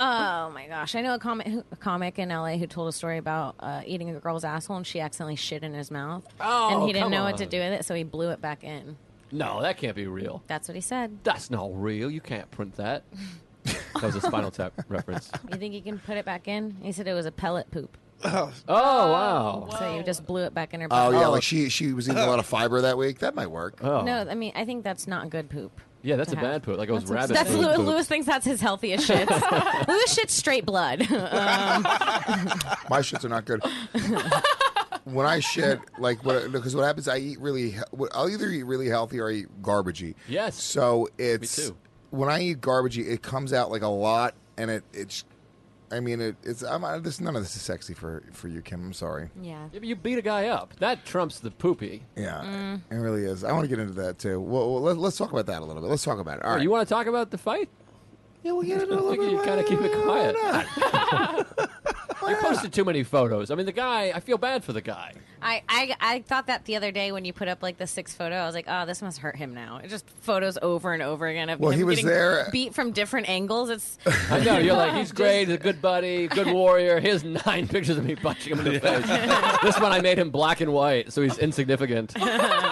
[SPEAKER 8] Oh, my gosh. I know a comic, who- a comic in LA who told a story about uh, eating a girl's asshole and she accidentally shit in his mouth.
[SPEAKER 5] Oh,
[SPEAKER 8] and he didn't
[SPEAKER 5] come
[SPEAKER 8] know what to
[SPEAKER 5] on.
[SPEAKER 8] do with it, so he blew it back in.
[SPEAKER 5] No, that can't be real.
[SPEAKER 8] That's what he said.
[SPEAKER 5] That's not real. You can't print that. That was a Spinal Tap reference.
[SPEAKER 8] You think you can put it back in? He said it was a pellet poop.
[SPEAKER 5] Oh, wow.
[SPEAKER 8] So you just blew it back in her
[SPEAKER 4] Oh
[SPEAKER 8] butt.
[SPEAKER 4] yeah, like she she was eating a lot of fiber that week. That might work.
[SPEAKER 5] Oh.
[SPEAKER 8] No, I mean, I think that's not good poop.
[SPEAKER 5] Yeah, that's
[SPEAKER 8] To
[SPEAKER 5] a
[SPEAKER 8] have.
[SPEAKER 5] bad poop. Like it was rabbit
[SPEAKER 8] That's
[SPEAKER 5] poop.
[SPEAKER 8] Lewis, Lewis thinks that's his healthiest shit. Lewis shits straight blood.
[SPEAKER 4] My shits are not good. when I shit, like, because what, happens, I eat really. he- what- I'll either eat really healthy or I eat garbagey.
[SPEAKER 5] Yes.
[SPEAKER 4] So it's
[SPEAKER 5] too.
[SPEAKER 4] when I eat garbagey, it comes out like a lot, and it it's. I mean, it, it's. I'm, I, this none of this is sexy for for you, Kim. I'm sorry.
[SPEAKER 8] yeah.
[SPEAKER 5] Yeah, but You beat a guy up. That trumps the poopy.
[SPEAKER 4] Yeah,
[SPEAKER 8] Mm.
[SPEAKER 4] it really is. I want to get into that too. Well, well, let, let's talk about that a little bit. Let's talk about it. All right.
[SPEAKER 5] Oh, You want to talk about the fight?
[SPEAKER 4] yeah, we'll get into it a
[SPEAKER 5] I
[SPEAKER 4] little
[SPEAKER 5] think
[SPEAKER 4] bit.
[SPEAKER 5] you kind of keep it quiet. You posted too many photos. I mean, the guy. I feel bad for the guy.
[SPEAKER 8] I, I I thought that the other day when you put up like the six photo, I was like, oh, this must hurt him now. It's just photos over and over again of
[SPEAKER 4] Well,
[SPEAKER 8] him
[SPEAKER 4] he was
[SPEAKER 8] getting
[SPEAKER 4] there-
[SPEAKER 8] beat from different angles. It's
[SPEAKER 5] I know you're like he's great, he's a good buddy, good warrior. Here's nine pictures of me punching him in the face. this one I made him black and white, so he's insignificant.
[SPEAKER 7] Oh,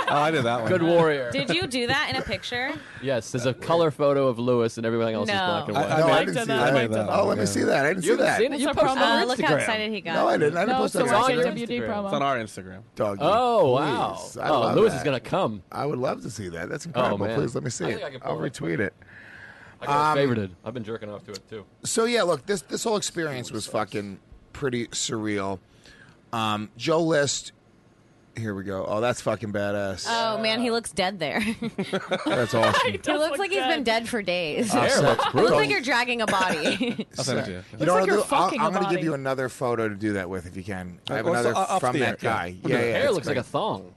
[SPEAKER 7] I did that one.
[SPEAKER 5] Good warrior.
[SPEAKER 8] did you do that in a picture?
[SPEAKER 5] Yes, there's a color photo of Lewis and everything else is
[SPEAKER 8] No.
[SPEAKER 5] black and
[SPEAKER 7] I,
[SPEAKER 5] white.
[SPEAKER 7] I,
[SPEAKER 4] No, I
[SPEAKER 7] made- I
[SPEAKER 4] didn't
[SPEAKER 7] did
[SPEAKER 4] see
[SPEAKER 7] that.
[SPEAKER 4] that.
[SPEAKER 7] one,
[SPEAKER 4] Oh, let me
[SPEAKER 7] yeah.
[SPEAKER 4] see that. I didn't see
[SPEAKER 5] You haven't
[SPEAKER 4] that.
[SPEAKER 5] seen it? You
[SPEAKER 6] It's a
[SPEAKER 5] posted it
[SPEAKER 8] Uh,
[SPEAKER 5] on
[SPEAKER 8] look
[SPEAKER 5] Instagram.
[SPEAKER 8] how excited he got.
[SPEAKER 4] No, I didn't. I didn't
[SPEAKER 6] No,
[SPEAKER 4] post
[SPEAKER 6] it's
[SPEAKER 4] that.
[SPEAKER 6] a
[SPEAKER 5] on your
[SPEAKER 6] YKWd
[SPEAKER 5] Instagram.
[SPEAKER 7] It's on
[SPEAKER 6] promo.
[SPEAKER 7] our Instagram.
[SPEAKER 4] Doggy.
[SPEAKER 5] Oh wow!
[SPEAKER 4] Please, I
[SPEAKER 5] oh,
[SPEAKER 4] love
[SPEAKER 5] Lewis
[SPEAKER 4] that.
[SPEAKER 5] is gonna come. Oh,
[SPEAKER 4] I would love to see that. That's incredible.
[SPEAKER 5] man.
[SPEAKER 4] Please let me see
[SPEAKER 5] I
[SPEAKER 4] it.
[SPEAKER 5] think I can
[SPEAKER 4] I'll
[SPEAKER 5] pull it.
[SPEAKER 4] retweet it.
[SPEAKER 5] I
[SPEAKER 4] Um,
[SPEAKER 5] got favorited. I've been jerking off to it too.
[SPEAKER 4] So yeah, look, this this whole experience was fucking pretty surreal. Um, Joe List. Here we go. Oh, that's fucking badass.
[SPEAKER 8] Oh man, he looks dead there. he
[SPEAKER 4] that's awesome.
[SPEAKER 8] looks like he's been dead for days.
[SPEAKER 5] Hair looks
[SPEAKER 8] It looks
[SPEAKER 5] brutal.
[SPEAKER 8] like you're dragging a body.
[SPEAKER 7] I'll send it to you.
[SPEAKER 4] You know
[SPEAKER 6] like
[SPEAKER 4] what I'll
[SPEAKER 6] you're
[SPEAKER 4] do? I'll-
[SPEAKER 6] fucking a
[SPEAKER 4] I'm going to give
[SPEAKER 6] body.
[SPEAKER 4] you another photo to do that with if you can. I have
[SPEAKER 7] Well, so,
[SPEAKER 4] another
[SPEAKER 7] uh, off
[SPEAKER 4] from
[SPEAKER 7] the
[SPEAKER 4] that
[SPEAKER 7] air, yeah.
[SPEAKER 4] guy.
[SPEAKER 7] We'll
[SPEAKER 4] Yeah, yeah.
[SPEAKER 7] do it.
[SPEAKER 5] Hair
[SPEAKER 4] it's
[SPEAKER 5] looks like a thong.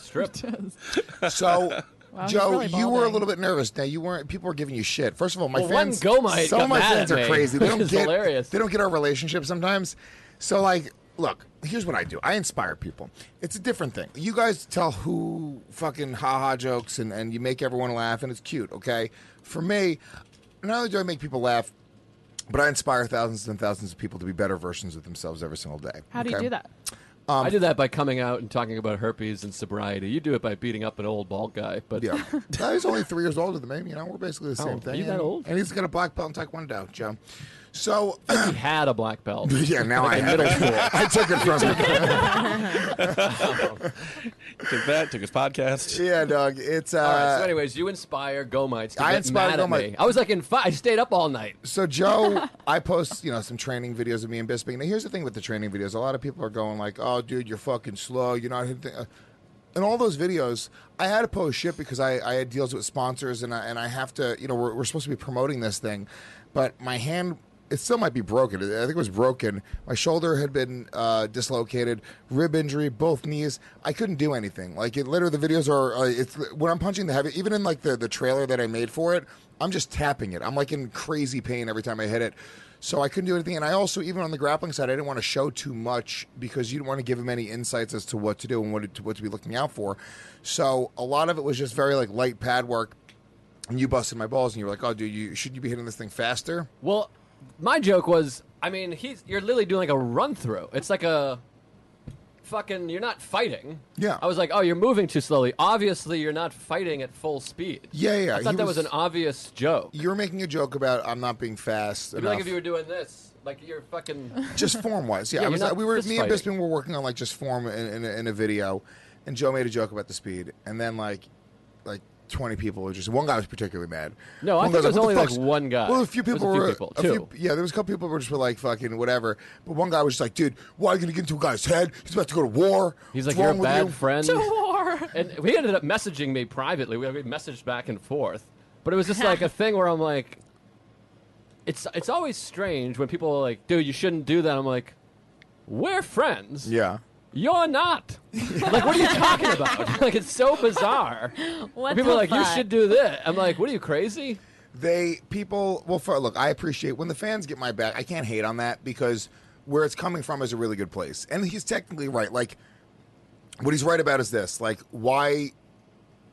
[SPEAKER 5] Strip.
[SPEAKER 4] great. So,
[SPEAKER 6] he's
[SPEAKER 4] Joe,
[SPEAKER 6] really
[SPEAKER 4] you were a
[SPEAKER 6] balding.
[SPEAKER 4] little bit nervous. Now you weren't. People were giving you shit. First of all, my
[SPEAKER 5] Well, one
[SPEAKER 4] fans.
[SPEAKER 5] Gomite
[SPEAKER 4] some
[SPEAKER 5] got
[SPEAKER 4] of my
[SPEAKER 5] mad
[SPEAKER 4] fans
[SPEAKER 5] at
[SPEAKER 4] are
[SPEAKER 5] me,
[SPEAKER 4] crazy. They
[SPEAKER 5] which
[SPEAKER 4] don't
[SPEAKER 5] is
[SPEAKER 4] get.
[SPEAKER 5] hilarious.
[SPEAKER 4] They don't get our relationship sometimes. So, like, look. Here's what I do. I inspire people. It's a different thing. You guys tell who fucking haha jokes and, and you make everyone laugh and it's cute, okay? For me, not only do I make people laugh, but I inspire thousands and thousands of people to be better versions of themselves every single day.
[SPEAKER 6] How do you
[SPEAKER 4] okay?
[SPEAKER 6] do that?
[SPEAKER 5] I do that by coming out and talking about herpes and sobriety. You do it by beating up an old bald guy. But
[SPEAKER 4] Yeah. No, he's only three years older than me. You know, we're basically the same
[SPEAKER 5] are
[SPEAKER 4] thing.
[SPEAKER 5] you that
[SPEAKER 4] and,
[SPEAKER 5] old?
[SPEAKER 4] And he's got a black belt in Taekwondo, Joe. So,
[SPEAKER 5] he had a black belt.
[SPEAKER 4] yeah, now I have it. I took it from him.
[SPEAKER 7] Took that. Took his podcast.
[SPEAKER 4] yeah, dog. It's,
[SPEAKER 5] All right. So,
[SPEAKER 4] uh,
[SPEAKER 5] anyways, you inspire gomites. To
[SPEAKER 4] I
[SPEAKER 5] get
[SPEAKER 4] inspire
[SPEAKER 5] mad at
[SPEAKER 4] Gomite.
[SPEAKER 5] me. I was like in. Fi- I stayed up all night.
[SPEAKER 4] so Joe, I post, you know, some training videos of me and Bisping. Now, here's the thing with the training videos. A lot of people are going like, oh, dude, you're fucking slow. You're not hitting. uh, in all those videos, I had to post shit because I, I had deals with sponsors and I, and I have to, you know, we're, we're supposed to be promoting this thing, but my hand, it still might be broken. I think it was broken. My shoulder had been uh, dislocated, rib injury, both knees. I couldn't do anything. Like it, literally, the videos are. Uh, it's when I'm punching the heavy. Even in like the the trailer that I made for it, I'm just tapping it. I'm like in crazy pain every time I hit it. So I couldn't do anything. And I also, even on the grappling side, I didn't want to show too much because you didn't want to give him any insights as to what to do and what to, what to be looking out for. So a lot of it was just very like light pad work. And you busted my balls, and you were like, "Oh, dude, you should you be hitting this thing faster?"
[SPEAKER 5] Well, my joke was, I mean, he's you're literally doing like a run through. It's like a fucking you're not fighting.
[SPEAKER 4] Yeah.
[SPEAKER 5] I was like, "Oh, you're moving too slowly. Obviously, you're not fighting at full speed."
[SPEAKER 4] Yeah, yeah,
[SPEAKER 5] I thought
[SPEAKER 4] he
[SPEAKER 5] that
[SPEAKER 4] was-
[SPEAKER 5] was, an obvious joke.
[SPEAKER 4] You were making a joke about I'm not being fast
[SPEAKER 5] It'd be
[SPEAKER 4] enough.
[SPEAKER 5] like if you were doing this, like you're fucking
[SPEAKER 4] just form wise. Yeah,
[SPEAKER 5] Yeah,
[SPEAKER 4] I
[SPEAKER 5] you're
[SPEAKER 4] was.
[SPEAKER 5] not
[SPEAKER 4] we were
[SPEAKER 5] fist
[SPEAKER 4] me and
[SPEAKER 5] fighting.
[SPEAKER 4] Bisping were working on like just form in, in, a, in a video, and Joe made a joke about the speed, and then like like twenty people were just. One guy was particularly mad.
[SPEAKER 5] No, I
[SPEAKER 4] One
[SPEAKER 5] think
[SPEAKER 4] guy
[SPEAKER 5] it was
[SPEAKER 4] "What the
[SPEAKER 5] only, like,
[SPEAKER 4] fuck's-"
[SPEAKER 5] one guy.
[SPEAKER 4] Well, a few
[SPEAKER 5] There was
[SPEAKER 4] people
[SPEAKER 5] a few
[SPEAKER 4] were.
[SPEAKER 5] people,
[SPEAKER 4] a few-
[SPEAKER 5] two.
[SPEAKER 4] yeah, there was a couple people who were just were like fucking whatever, but one guy was just like, "Dude, why are you gonna get into a guy's head? He's about to go to war."
[SPEAKER 5] He's like,
[SPEAKER 4] What's
[SPEAKER 5] you're
[SPEAKER 4] wrong
[SPEAKER 5] a
[SPEAKER 4] with
[SPEAKER 5] bad
[SPEAKER 4] you?"
[SPEAKER 5] friend.
[SPEAKER 6] To war.
[SPEAKER 5] And he ended up messaging me privately. We, we messaged back and forth. But it was just like a thing where I'm like, it's, it's always strange when people are like, dude, you shouldn't do that. I'm like, we're friends.
[SPEAKER 4] Yeah.
[SPEAKER 5] You're not. like, what are you talking about? like, it's so bizarre.
[SPEAKER 8] what
[SPEAKER 5] people
[SPEAKER 8] the
[SPEAKER 5] are like, you
[SPEAKER 8] fuck?
[SPEAKER 5] should do this. I'm like, what are you crazy?
[SPEAKER 4] they people well for, look i appreciate when the fans get my back i can't hate on that because where it's coming from is a really good place and he's technically right like what he's right about is this like why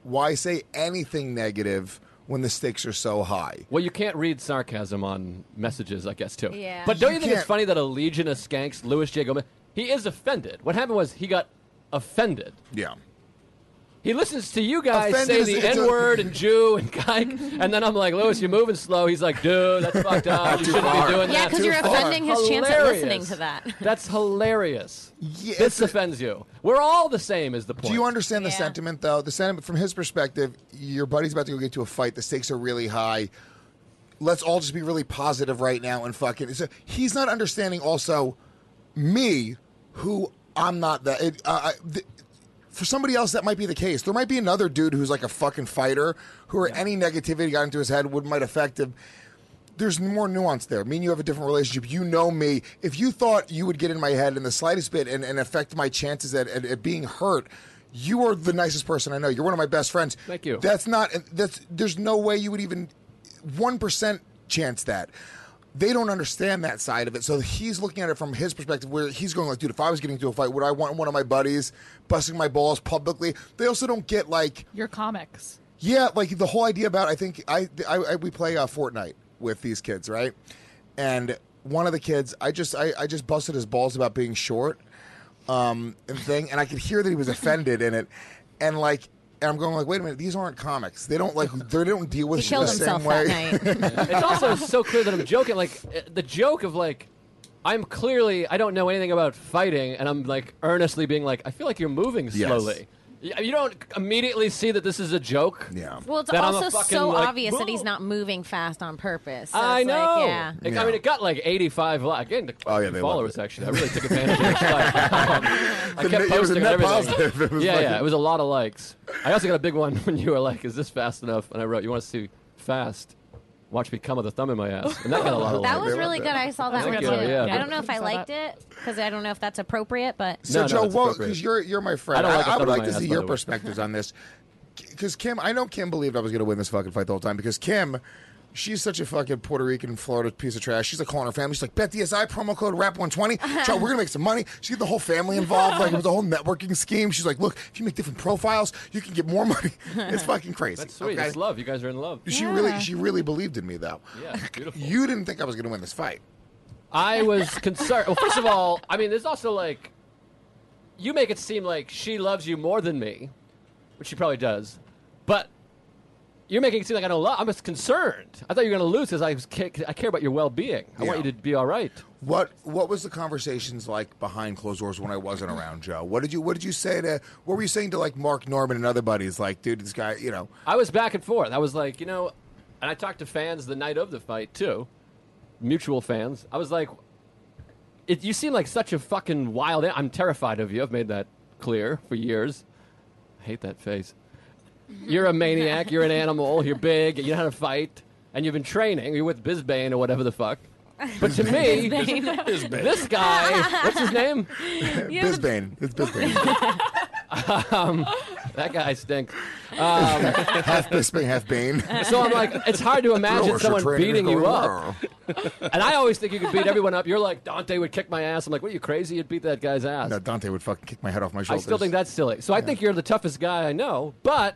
[SPEAKER 4] why say anything negative when the stakes are so high
[SPEAKER 5] Well, you can't read sarcasm on messages, I guess, too.
[SPEAKER 8] Yeah.
[SPEAKER 5] But don't you,
[SPEAKER 4] You
[SPEAKER 5] think
[SPEAKER 4] can't.
[SPEAKER 5] it's funny that a legion of skanks, Louis J. Gomez, he is offended. What happened was he got offended.
[SPEAKER 4] yeah
[SPEAKER 5] He listens to you guys
[SPEAKER 4] Offended
[SPEAKER 5] say
[SPEAKER 4] is-
[SPEAKER 5] the
[SPEAKER 4] it's a-
[SPEAKER 5] N word and Jew and kike, and then I'm like, Lewis, you're moving slow. He's like, dude, that's fucked up. You shouldn't
[SPEAKER 4] far.
[SPEAKER 5] be doing
[SPEAKER 8] yeah,
[SPEAKER 5] that.
[SPEAKER 8] because
[SPEAKER 4] too
[SPEAKER 8] you're
[SPEAKER 4] far.
[SPEAKER 8] offending his chance at listening
[SPEAKER 5] Hilarious.
[SPEAKER 8] to that.
[SPEAKER 5] That's hilarious.
[SPEAKER 4] Yeah,
[SPEAKER 5] this
[SPEAKER 4] it's a-
[SPEAKER 5] offends you. We're all the same, is the point.
[SPEAKER 4] do you understand the
[SPEAKER 8] Yeah.
[SPEAKER 4] sentiment though the sentiment from his perspective your buddy's about to go get to a fight the stakes are really high let's all just be really positive right now and fucking so he's not understanding also me who i'm not that it, uh, I, th- for somebody else that might be the case there might be another dude who's like a fucking fighter who or any negativity got into his head would might affect him there's more nuance there. Me and you have a different relationship. You know me. If you thought you would get in my head in the slightest bit and, and affect my chances at, at, at being hurt, you are the nicest person I know. You're one of my best friends.
[SPEAKER 5] Thank you.
[SPEAKER 4] That's not that's there's no way you would even one percent chance that. they don't understand that side of it. So he's looking at it from his perspective, where he's going like, "Dude, if I was getting into a fight, would I want one of my buddies busting my balls publicly?" They also don't get like,
[SPEAKER 6] Your comics.
[SPEAKER 4] yeah, like the whole idea about I think I, I, I we play uh, Fortnite with these kids, right? And one of the kids, I just I, I just busted his balls about being short, um, and thing, and I could hear that he was offended in it, and like. And I'm going like, wait a minute, these aren't comics. They don't like they don't deal with
[SPEAKER 8] He
[SPEAKER 4] shit
[SPEAKER 8] killed
[SPEAKER 4] the
[SPEAKER 8] himself
[SPEAKER 4] same way.
[SPEAKER 8] that night.
[SPEAKER 5] it's also so clear that I'm joking. Like uh, the joke of like, I'm clearly I don't know anything about fighting, and I'm like earnestly being like, I feel like you're moving slowly. Y- You don't immediately see that this is a joke.
[SPEAKER 4] Yeah.
[SPEAKER 8] Well, it's
[SPEAKER 5] That I'm a
[SPEAKER 8] also
[SPEAKER 5] fucking,
[SPEAKER 8] so
[SPEAKER 5] like,
[SPEAKER 8] obvious that he's
[SPEAKER 5] whoa.
[SPEAKER 8] not moving fast on purpose. So
[SPEAKER 5] I
[SPEAKER 8] it's
[SPEAKER 5] know.
[SPEAKER 8] Like, yeah.
[SPEAKER 5] It-
[SPEAKER 4] Yeah.
[SPEAKER 5] I mean, it got like 85 likes. Again, the
[SPEAKER 4] Oh, yeah,
[SPEAKER 5] fucking
[SPEAKER 4] they
[SPEAKER 5] follower
[SPEAKER 4] loved it.
[SPEAKER 5] section. I really took advantage of it. um, I
[SPEAKER 4] The net-
[SPEAKER 5] kept
[SPEAKER 4] it was a
[SPEAKER 5] posting
[SPEAKER 4] net
[SPEAKER 5] and everything.
[SPEAKER 4] positive. It was
[SPEAKER 5] yeah, yeah,
[SPEAKER 4] like-
[SPEAKER 5] it was a lot of likes. I also got a big one when you were like, "Is this fast enough?" And I wrote, "You want to see fast? Watch me come with a thumb in my ass." And that got a lot of
[SPEAKER 8] That
[SPEAKER 5] likes.
[SPEAKER 8] was really good. I saw that
[SPEAKER 5] That's
[SPEAKER 8] one
[SPEAKER 5] a
[SPEAKER 8] too.
[SPEAKER 5] good one, yeah.
[SPEAKER 8] I don't know if I
[SPEAKER 6] Saw
[SPEAKER 8] liked
[SPEAKER 6] that.
[SPEAKER 8] it because I don't know if that's appropriate, but
[SPEAKER 4] So
[SPEAKER 5] No, no,
[SPEAKER 4] Joe,
[SPEAKER 5] it's
[SPEAKER 4] well,
[SPEAKER 5] appropriate.
[SPEAKER 4] because you're you're my friend,
[SPEAKER 5] I
[SPEAKER 4] I,
[SPEAKER 5] don't like
[SPEAKER 4] I
[SPEAKER 5] a
[SPEAKER 4] would
[SPEAKER 5] thumb in
[SPEAKER 4] like to
[SPEAKER 5] my ass,
[SPEAKER 4] see
[SPEAKER 5] by
[SPEAKER 4] your
[SPEAKER 5] the way.
[SPEAKER 4] perspectives on this. Because Kim, I know Kim believed I was going to win this fucking fight the whole time. Because Kim, she's such a fucking Puerto Rican Florida piece of trash. She's like calling her family. She's like, bet DSI promo code rap one twenty. Joe, we're gonna make some money. She got the whole family involved. Like it was a whole networking scheme. She's like, look, if you make different profiles, you can get more money. It's fucking crazy.
[SPEAKER 5] That's sweet.
[SPEAKER 4] okay?
[SPEAKER 5] That's love. You guys are in love.
[SPEAKER 4] She really, she really believed in me though.
[SPEAKER 5] Yeah, it's beautiful.
[SPEAKER 4] You didn't think I was going to win this fight.
[SPEAKER 5] I was concerned. Well, first of all, I mean, there's also like, you make it seem like she loves you more than me, which she probably does, but you're making it seem like I don't love. I'm just concerned. I thought you were going to lose because I was ca- I care about your well being. I want
[SPEAKER 4] Yeah.
[SPEAKER 5] you to be all right.
[SPEAKER 4] What what was the conversations like behind closed doors when I wasn't around, Joe? What did you what did you say to what were you saying to like Mark Norman and other buddies? Like, dude, this guy, you know,
[SPEAKER 5] I was back and forth. I was like, you know, and I talked to fans the night of the fight too, mutual fans. I was like, it, you seem like such a fucking wild. a- I'm terrified of you. I've made that clear for years. I hate that face. You're a maniac. You're an animal. You're big. You know how to fight, and you've been training. You're with Bisbane or whatever the fuck. But to me, this guy, what's his name?
[SPEAKER 4] Bisbane. It's Bisbane.
[SPEAKER 5] That guy stinks.
[SPEAKER 4] half Bisbane, half Bane.
[SPEAKER 5] So I'm like, it's hard to imagine
[SPEAKER 4] Lower
[SPEAKER 5] someone
[SPEAKER 4] Supreme
[SPEAKER 5] beating you
[SPEAKER 4] Court.
[SPEAKER 5] up. And I always think you could beat everyone up. You're like, Dante would kick my ass. I'm like, what are you crazy? You'd beat that guy's ass.
[SPEAKER 4] No, Dante would fucking kick my head off my
[SPEAKER 5] I
[SPEAKER 4] shoulders.
[SPEAKER 5] still think that's silly. So I think you're the toughest guy I know, but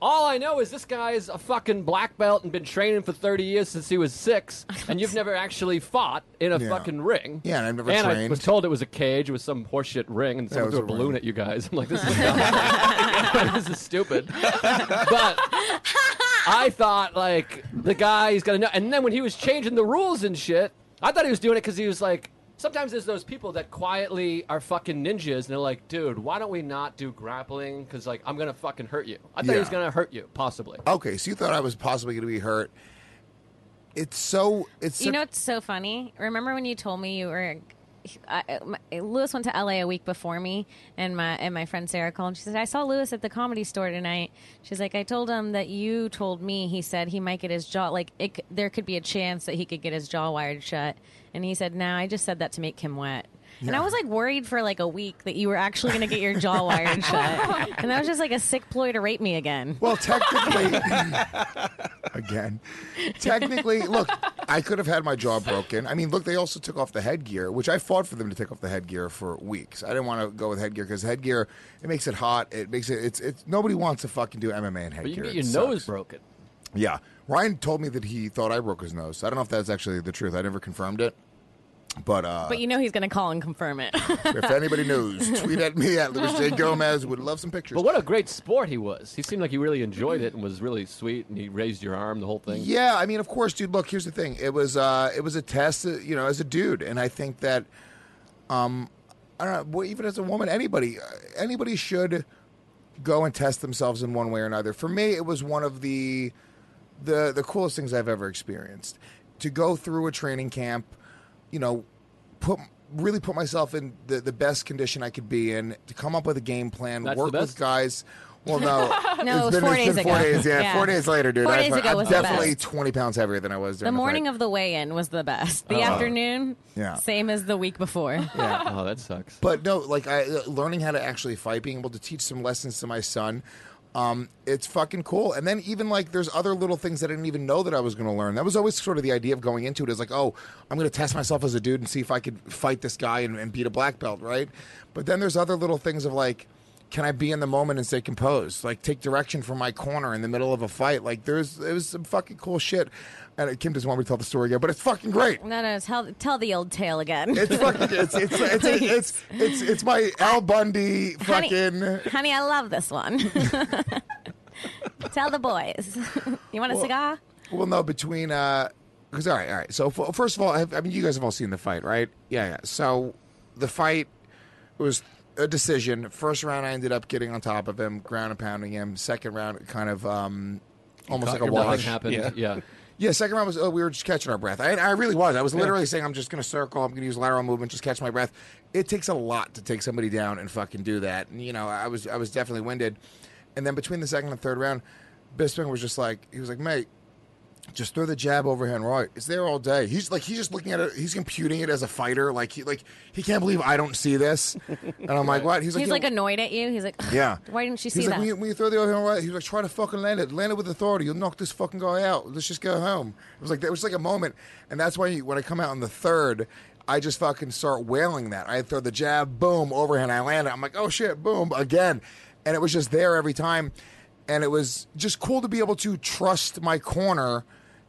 [SPEAKER 5] all I know is this guy is a fucking black belt and been training for 30 years since he was six, and you've never actually fought in a
[SPEAKER 4] Yeah.
[SPEAKER 5] fucking ring.
[SPEAKER 4] Yeah, and I've never
[SPEAKER 5] And I
[SPEAKER 4] trained.
[SPEAKER 5] was told it was a cage with some horseshit ring, and someone
[SPEAKER 4] it was
[SPEAKER 5] threw a
[SPEAKER 4] a
[SPEAKER 5] balloon
[SPEAKER 4] ring.
[SPEAKER 5] at you guys. I'm like, this is dumb. this is stupid. But I thought like the guy he's gonna know. And then when he was changing the rules and shit, I thought he was doing it because he was like. Sometimes there's those people that quietly are fucking ninjas, and they're like, "Dude, why don't we not do grappling? Because like I'm gonna fucking hurt you." I thought he was
[SPEAKER 4] Yeah.
[SPEAKER 5] gonna hurt you, possibly.
[SPEAKER 4] Okay, so you thought I was possibly going to be hurt. It's so it's
[SPEAKER 8] You
[SPEAKER 4] such-
[SPEAKER 8] know what's so funny? Remember when you told me you were. I, my, Lewis went to LA a week before me, and my and my friend Sarah called. And she said, "I saw Lewis at the comedy store tonight." She's like, "I told him that you told me." He said he might get his jaw like it, c- there could be a chance that he could get his jaw wired shut. And he said, "No, I just said that to make him wet." And I was like worried for like a week that you were actually going to get your jaw wired shut, and that was just like a sick ploy to rape me again.
[SPEAKER 4] Well, technically, again, technically, look, I could have had my jaw broken. I mean, look, they also took off the headgear, which I fought for them to take off the headgear for weeks. I didn't want to go with headgear because headgear it makes it hot. It makes it. It's it's nobody wants to fucking do MMA in headgear.
[SPEAKER 5] But you can get
[SPEAKER 4] It
[SPEAKER 5] your
[SPEAKER 4] sucks.
[SPEAKER 5] nose broken.
[SPEAKER 4] Yeah, Ryan told me that he thought I broke his nose. I don't know if that's actually the truth. I never confirmed it. But uh,
[SPEAKER 8] But you know he's going to call and confirm it.
[SPEAKER 4] if anybody knows, tweet at me at Louis J Gomez. Would love some pictures.
[SPEAKER 5] But what a great sport he was. He seemed like he really enjoyed it and was really sweet, and he raised your arm, the whole thing.
[SPEAKER 4] Yeah, I mean, of course, dude. Look, here's the thing. It was uh, it was a test, uh, you know, as a dude, and I think that, um, I don't know, well, even as a woman, anybody, uh, anybody should go and test themselves in one way or another. For me, it was one of the the the coolest things I've ever experienced. To go through a training camp, you know, put really put myself in the, the best condition I could be in to come up with a game plan,
[SPEAKER 5] That's
[SPEAKER 4] work
[SPEAKER 5] the
[SPEAKER 4] with
[SPEAKER 5] best?
[SPEAKER 4] guys. Well, no,
[SPEAKER 8] No, it
[SPEAKER 4] it's
[SPEAKER 8] was
[SPEAKER 4] been,
[SPEAKER 8] four
[SPEAKER 4] it's
[SPEAKER 8] days
[SPEAKER 4] been four
[SPEAKER 8] ago.
[SPEAKER 4] days. Yeah,
[SPEAKER 8] Yeah.
[SPEAKER 4] four days later, dude.
[SPEAKER 8] Four
[SPEAKER 4] I-
[SPEAKER 8] days ago
[SPEAKER 4] I'm
[SPEAKER 8] was the
[SPEAKER 4] definitely
[SPEAKER 8] best.
[SPEAKER 4] 20 pounds heavier than I was
[SPEAKER 8] The
[SPEAKER 4] during
[SPEAKER 8] morning of the weigh-in was the best. The afternoon,
[SPEAKER 4] Uh-huh. Yeah.
[SPEAKER 8] same as the week before.
[SPEAKER 5] Oh, that sucks.
[SPEAKER 4] But no, like I uh, learning how to actually fight, being able to teach some lessons to my son. Um, it's fucking cool. And then even like there's other little things that I didn't even know that I was going to learn. That was always sort of the idea of going into it is like, oh, I'm going to test myself as a dude and see if I could fight this guy and, and beat a black belt, right? But then there's other little things of like, can I be in the moment and stay composed? Like take direction from my corner in the middle of a fight. Like there's it was some fucking cool shit. And uh, Kim doesn't want me to tell the story again, but it's fucking great.
[SPEAKER 8] No, no, tell, tell the old tale again.
[SPEAKER 4] It's fucking it's it's it's it's, it's, it's, it's my Al Bundy
[SPEAKER 8] honey,
[SPEAKER 4] fucking
[SPEAKER 8] honey, I love this one. tell the boys. you want a cigar?
[SPEAKER 4] Well, no, between because all right, all right. So f- first of all, I, have, I mean, you guys have all seen the fight, right? Yeah, yeah. So the fight was a decision. First round, I ended up getting on top of him, ground and pounding him. Second round, it kind of um, almost like a
[SPEAKER 5] Nothing
[SPEAKER 4] wash.
[SPEAKER 5] happened. Yeah.
[SPEAKER 7] Yeah.
[SPEAKER 4] Yeah, second round was oh, we were just catching our breath. I, I really was. I was literally saying I'm just going to circle. I'm going to use lateral movement, just catch my breath. It takes a lot to take somebody down and fucking do that. And you know, I was I was definitely winded. And then between the second and third round, Bisping was just like he was like, mate, just throw the jab overhand right. It's there all day. He's like he's just looking at it. He's computing it as a fighter. Like he like he can't believe I don't see this. And I'm like, what?
[SPEAKER 8] He's
[SPEAKER 4] "Yeah,
[SPEAKER 8] like annoyed at you. He's like,
[SPEAKER 4] yeah.
[SPEAKER 8] Why didn't she
[SPEAKER 4] He's
[SPEAKER 8] see
[SPEAKER 4] like,
[SPEAKER 8] that?
[SPEAKER 4] When you, when you throw the overhand right, he was like, try to fucking land it. Land it with authority. You'll knock this fucking guy out. Let's just go home. It was like, that was like a moment. And that's why you, when I come out on the third, I just fucking start wailing that. I throw the jab, boom, overhand, I land it. I'm like, oh shit, boom, again. And it was just there every time. And it was just cool to be able to trust my corner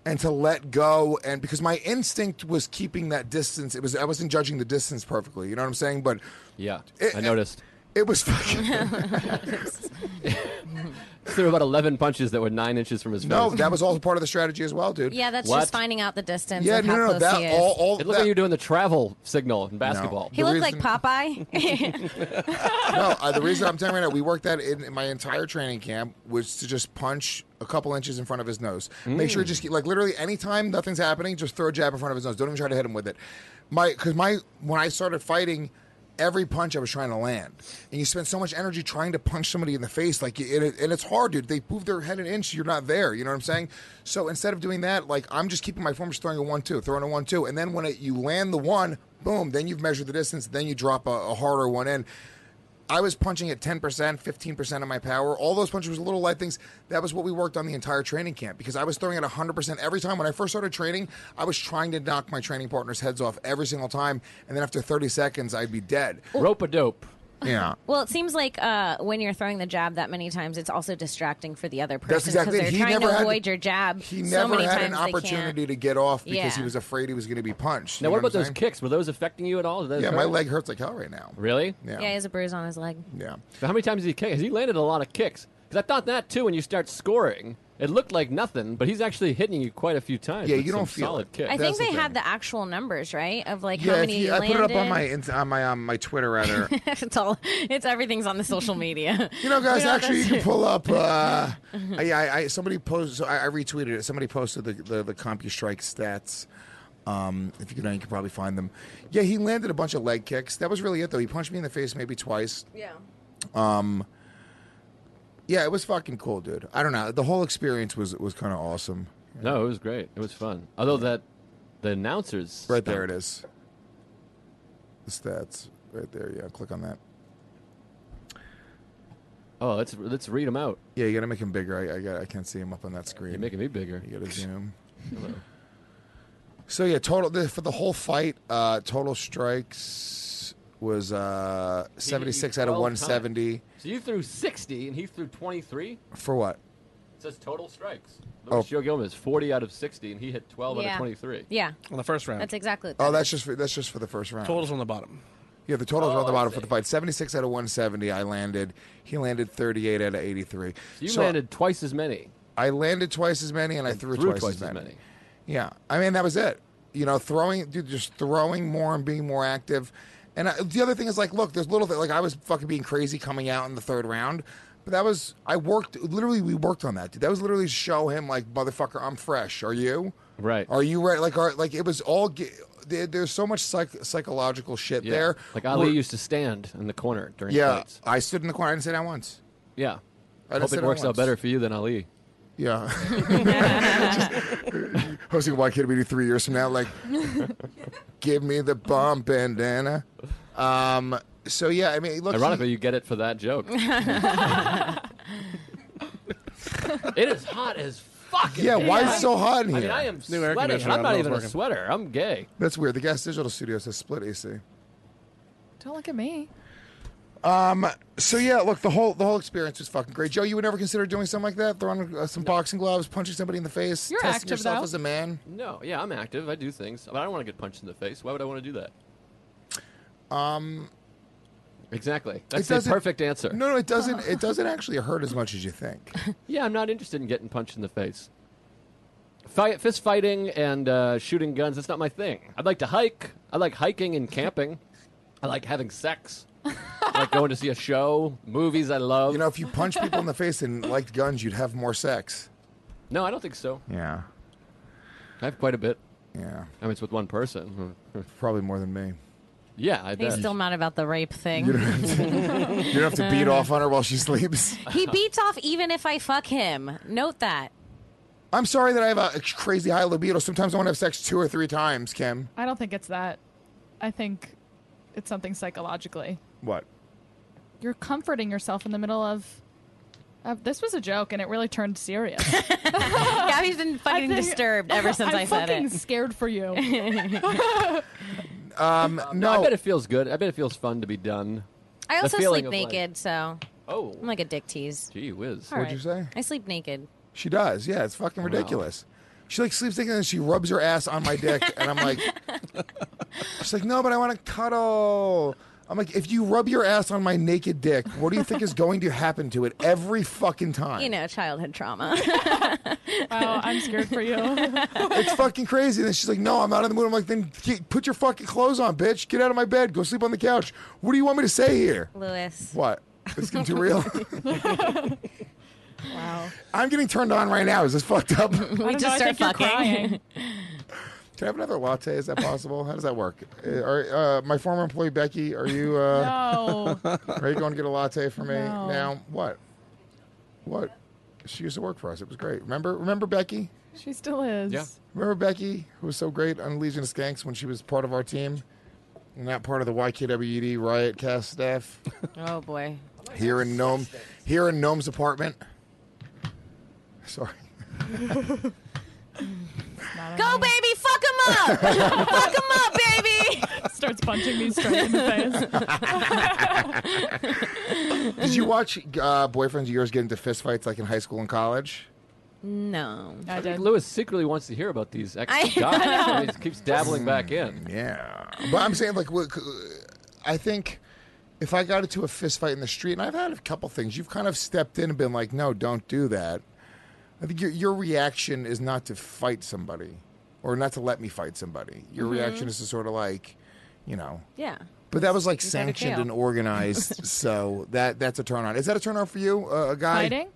[SPEAKER 4] and to let go and because my instinct was keeping that distance it was i wasn't judging the distance perfectly you know what i'm saying but
[SPEAKER 5] Yeah.
[SPEAKER 4] It-
[SPEAKER 5] I noticed.
[SPEAKER 4] it was fucking
[SPEAKER 5] Threw about 11 punches that were nine inches from his face.
[SPEAKER 4] No, that was all part of the strategy as well, dude.
[SPEAKER 8] yeah, that's
[SPEAKER 5] What?
[SPEAKER 8] just finding out the distance.
[SPEAKER 4] yeah,
[SPEAKER 8] and
[SPEAKER 4] no,
[SPEAKER 8] how
[SPEAKER 4] no, no,
[SPEAKER 8] close he
[SPEAKER 4] that
[SPEAKER 8] is.
[SPEAKER 4] all, all
[SPEAKER 5] It looked
[SPEAKER 4] that,
[SPEAKER 5] like you were doing the travel signal in basketball.
[SPEAKER 8] He
[SPEAKER 4] The
[SPEAKER 8] looked
[SPEAKER 4] reason-
[SPEAKER 8] like Popeye.
[SPEAKER 4] no, uh, the reason I'm telling you right now, we worked that in, in my entire training camp was to just punch a couple inches in front of his nose. Make sure you just keep- like literally anytime nothing's happening, just throw a jab in front of his nose. Don't even try to hit him with it. My because my when I started fighting. Every punch I was trying to land, and you spend so much energy trying to punch somebody in the face, like and, it, and it's hard, dude. They move their head an inch, you're not there. You know what I'm saying? So instead of doing that, like I'm just keeping my form, just throwing a one-two, throwing a one-two, and then when it, you land the one, boom, then you've measured the distance, then you drop a, a harder one in. I was punching at 10%, 15% of my power. All those punches were little light things. That was what we worked on the entire training camp because I was throwing at 100% every time. When I first started training, I was trying to knock my training partner's heads off every single time. And then after 30 seconds, I'd be dead.
[SPEAKER 5] Rope a dope.
[SPEAKER 4] Yeah.
[SPEAKER 8] well, it seems like uh, when you're throwing the jab that many times, it's also distracting for the other person
[SPEAKER 4] That's
[SPEAKER 8] because
[SPEAKER 4] exactly it.
[SPEAKER 8] they're
[SPEAKER 4] He
[SPEAKER 8] trying
[SPEAKER 4] never
[SPEAKER 8] to
[SPEAKER 4] had-
[SPEAKER 8] avoid your jab.
[SPEAKER 4] He
[SPEAKER 8] so
[SPEAKER 4] never
[SPEAKER 8] many
[SPEAKER 4] had
[SPEAKER 8] times
[SPEAKER 4] an
[SPEAKER 8] they can't.
[SPEAKER 4] opportunity to get off because
[SPEAKER 8] Yeah.
[SPEAKER 4] he was afraid he was going to be punched.
[SPEAKER 5] Now,
[SPEAKER 4] You
[SPEAKER 5] what
[SPEAKER 4] know
[SPEAKER 5] about
[SPEAKER 4] I'm
[SPEAKER 5] those
[SPEAKER 4] saying?
[SPEAKER 5] kicks? Were those affecting you at all? Did those
[SPEAKER 4] Yeah,
[SPEAKER 5] hurt?
[SPEAKER 4] my leg hurts like hell right now.
[SPEAKER 5] Really?
[SPEAKER 4] Yeah.
[SPEAKER 8] Yeah, he has a bruise on his leg.
[SPEAKER 4] yeah.
[SPEAKER 5] How many times did he kick? Has he landed a lot of kicks? Because I thought that too. When you start scoring, it looked like nothing, but he's actually hitting you quite a few times.
[SPEAKER 4] Yeah,
[SPEAKER 5] with
[SPEAKER 4] you
[SPEAKER 5] some
[SPEAKER 4] don't feel
[SPEAKER 5] solid
[SPEAKER 4] it.
[SPEAKER 5] kick.
[SPEAKER 8] I
[SPEAKER 4] That's
[SPEAKER 8] think they
[SPEAKER 4] the
[SPEAKER 8] have
[SPEAKER 4] thing.
[SPEAKER 8] the actual numbers, right? Of like
[SPEAKER 4] Yeah,
[SPEAKER 8] how
[SPEAKER 4] if
[SPEAKER 8] many
[SPEAKER 4] you,
[SPEAKER 8] you
[SPEAKER 4] I put
[SPEAKER 8] landed.
[SPEAKER 4] it up on my on my um, my Twitter at her.
[SPEAKER 8] it's all. It's everything's on the social media.
[SPEAKER 4] You know, guys,
[SPEAKER 8] We don't
[SPEAKER 4] actually, you
[SPEAKER 8] have
[SPEAKER 4] can pull up. Uh, I, I, I somebody posted. I, I retweeted it. Somebody posted the the, the CompuStrike stats. Um, if you can, you can probably find them. Yeah, he landed a bunch of leg kicks. That was really it, though. He punched me in the face maybe twice. Um,
[SPEAKER 8] Yeah.
[SPEAKER 4] Yeah, it was fucking cool, dude. I don't know. The whole experience was was kind of awesome.
[SPEAKER 5] No, it was great. It was fun. Although that the announcers
[SPEAKER 4] Right there, it is. The stats, right there. Yeah, click on that.
[SPEAKER 5] Oh, let's let's read them out.
[SPEAKER 4] Yeah, you gotta make him bigger. I I, got, I can't see him up on that screen.
[SPEAKER 5] You're making me bigger.
[SPEAKER 4] You gotta zoom. So yeah, total the, for the whole fight, uh, total strikes was uh, seventy six out of
[SPEAKER 5] 12
[SPEAKER 4] one seventy.
[SPEAKER 5] So you threw sixty, and he threw twenty-three. It
[SPEAKER 4] For what?
[SPEAKER 5] says total strikes.
[SPEAKER 4] Oh.
[SPEAKER 5] Joe Gomez forty out of sixty, and he hit twelve out
[SPEAKER 8] Yeah.
[SPEAKER 5] of twenty-three.
[SPEAKER 8] Yeah.
[SPEAKER 7] On the first round.
[SPEAKER 8] That's exactly. What
[SPEAKER 4] Oh, that's just for, that's just for the first round.
[SPEAKER 7] Totals on the bottom.
[SPEAKER 4] Yeah, the totals are on the
[SPEAKER 5] Oh, I
[SPEAKER 4] bottom for
[SPEAKER 5] see.
[SPEAKER 4] the fight. Seventy six out of one seventy. I landed. He landed thirty eight out of eighty three.
[SPEAKER 5] You landed twice as many.
[SPEAKER 4] I landed twice as many, and I threw,
[SPEAKER 5] threw
[SPEAKER 4] twice,
[SPEAKER 5] twice
[SPEAKER 4] as
[SPEAKER 5] as
[SPEAKER 4] many.
[SPEAKER 5] many.
[SPEAKER 4] Yeah, I mean that was it. You know, throwing, dude, just throwing more and being more active. And I, the other thing is like, look, there's little thing like I was fucking being crazy coming out in the third round, but that was I worked literally. We worked on that, dude. That was literally to show him like, motherfucker, I'm fresh. Are you?
[SPEAKER 5] Right.
[SPEAKER 4] Are you right? Like, are like it was all. ge- There, there's so much psych, psychological shit
[SPEAKER 5] Yeah.
[SPEAKER 4] there.
[SPEAKER 5] Like Ali
[SPEAKER 4] We're-
[SPEAKER 5] used to stand in the corner during
[SPEAKER 4] Yeah,
[SPEAKER 5] fights.
[SPEAKER 4] I stood in the corner. I didn't say that once.
[SPEAKER 5] Yeah.
[SPEAKER 4] I
[SPEAKER 5] I
[SPEAKER 4] just
[SPEAKER 5] hope
[SPEAKER 4] said
[SPEAKER 5] it
[SPEAKER 4] it
[SPEAKER 5] works out
[SPEAKER 4] once.
[SPEAKER 5] better for you than Ali.
[SPEAKER 4] Yeah. Just hosting Why Can't We Do three years from now, like, give me the bomb bandana. Um, so yeah, I mean, look, he-
[SPEAKER 5] Ironically, you get it for that joke. it is hot as fuck. in
[SPEAKER 4] Yeah,
[SPEAKER 5] here.
[SPEAKER 4] why is it so hot in
[SPEAKER 5] I
[SPEAKER 4] here?
[SPEAKER 5] mean, I am
[SPEAKER 7] New air
[SPEAKER 5] sweating. and
[SPEAKER 7] conditioner,
[SPEAKER 5] I'm not
[SPEAKER 7] I don't know
[SPEAKER 5] even
[SPEAKER 7] if
[SPEAKER 5] a
[SPEAKER 7] it's working.
[SPEAKER 5] sweater. I'm gay.
[SPEAKER 4] That's weird. The Gas Digital Studios has split AC.
[SPEAKER 6] Don't look at me.
[SPEAKER 4] So yeah, look, the whole the whole experience was fucking great. Joe, you would never consider doing something like that? Throwing uh, some boxing gloves, punching somebody in the face,
[SPEAKER 6] You're
[SPEAKER 4] testing
[SPEAKER 6] active,
[SPEAKER 4] yourself
[SPEAKER 6] though.
[SPEAKER 4] as a man.
[SPEAKER 5] No, yeah, I'm active. I do things, but I don't want to get punched in the face. Why would I want to do that? Um, exactly. That's the
[SPEAKER 4] doesn't-
[SPEAKER 5] perfect answer.
[SPEAKER 4] No, no, it doesn't. It doesn't actually hurt as much as you think.
[SPEAKER 5] Yeah, I'm not interested in getting punched in the face. Fight, fist fighting and uh, shooting guns, that's not my thing. I'd like to hike. I like hiking and camping. I like having sex. I like going to see a show, movies I love.
[SPEAKER 4] You know, if you punch people in the face and liked guns, you'd have more sex.
[SPEAKER 5] no, I don't think so.
[SPEAKER 4] Yeah,
[SPEAKER 5] I have quite a bit.
[SPEAKER 4] yeah,
[SPEAKER 5] I mean, it's with one person.
[SPEAKER 4] probably more than me.
[SPEAKER 5] Yeah, I
[SPEAKER 8] He's
[SPEAKER 5] bet.
[SPEAKER 8] still mad about the rape thing.
[SPEAKER 4] You don't have to beat off on her while she sleeps.
[SPEAKER 8] He beats off even if I fuck him. Note that.
[SPEAKER 4] I'm sorry that I have a crazy high libido. Sometimes I want to have sex two or three times. Kim,
[SPEAKER 6] I don't think it's that. I think it's something psychologically.
[SPEAKER 4] what?
[SPEAKER 6] You're comforting yourself in the middle of. of this was a joke, and it really turned serious.
[SPEAKER 8] Gabby's been
[SPEAKER 6] I
[SPEAKER 8] fucking
[SPEAKER 6] think-
[SPEAKER 8] disturbed ever since I
[SPEAKER 6] I'm
[SPEAKER 8] said
[SPEAKER 6] fucking
[SPEAKER 8] it.
[SPEAKER 6] scared for you.
[SPEAKER 4] no,
[SPEAKER 5] Um, I bet it feels good. I bet it feels fun to be done.
[SPEAKER 8] I also
[SPEAKER 5] feeling
[SPEAKER 8] sleep
[SPEAKER 5] of, like-
[SPEAKER 8] naked, so
[SPEAKER 5] Oh,
[SPEAKER 8] I'm like a dick tease.
[SPEAKER 5] gee whiz.
[SPEAKER 8] All
[SPEAKER 4] What'd you
[SPEAKER 8] right.
[SPEAKER 4] say?
[SPEAKER 8] I sleep naked.
[SPEAKER 4] She does. Yeah, it's fucking ridiculous. She like sleeps naked and she rubs her ass on my dick, and I'm like, she's like, no, but I want to cuddle. I'm like, if you rub your ass on my naked dick, what do you think is going to happen to it every fucking time?
[SPEAKER 8] You know, childhood trauma.
[SPEAKER 6] wow, Oh, I'm scared for you.
[SPEAKER 4] It's fucking crazy. And then she's like, no, I'm out of the mood. I'm like, then get, put your fucking clothes on, bitch. Get out of my bed. Go sleep on the couch. What do you want me to say here?
[SPEAKER 8] Lewis.
[SPEAKER 4] What? It's getting too real.
[SPEAKER 6] Wow.
[SPEAKER 4] I'm getting turned on right now. Is this fucked up? Can
[SPEAKER 8] We
[SPEAKER 6] I don't
[SPEAKER 8] just
[SPEAKER 6] know, I
[SPEAKER 8] start
[SPEAKER 6] think you're
[SPEAKER 8] fucking.
[SPEAKER 6] crying.
[SPEAKER 4] I have another latte? Is that possible? How does that work? Uh, Are, uh, my former employee Becky, are you? Uh,
[SPEAKER 6] No.
[SPEAKER 4] Are you going to get a latte for me
[SPEAKER 6] No.
[SPEAKER 4] now? What? What? She used to work for us. It was great. Remember? Remember Becky?
[SPEAKER 6] She still is.
[SPEAKER 5] Yeah.
[SPEAKER 4] Remember Becky, who was so great on Legion of Skanks when she was part of our team, and not part of the YKWd E Riot Cast staff
[SPEAKER 8] Oh boy.
[SPEAKER 4] here in Gnome, here in Gnome's apartment. Sorry.
[SPEAKER 8] Go, baby, fuck him up. fuck him up, baby.
[SPEAKER 6] Starts punching me straight in the face.
[SPEAKER 4] Did you watch uh, boyfriends of yours get into fistfights like in high school and college?
[SPEAKER 8] No.
[SPEAKER 6] I did.
[SPEAKER 5] Lewis secretly wants to hear about these ex
[SPEAKER 8] I-
[SPEAKER 5] guys. He keeps dabbling back in.
[SPEAKER 4] Yeah, but I'm saying like, look, I think if I got into a fist fight in the street, and I've had a couple things, you've kind of stepped in and been like, "No, don't do that." I think your your reaction is not to fight somebody, or not to let me fight somebody. Your reaction is to sort of like, you know.
[SPEAKER 8] Yeah.
[SPEAKER 4] But that was like
[SPEAKER 8] go to
[SPEAKER 4] sanctioned
[SPEAKER 8] jail.
[SPEAKER 4] and organized, so that that's a turn on. Is that a turn on for you, uh, a guy?
[SPEAKER 6] Fighting?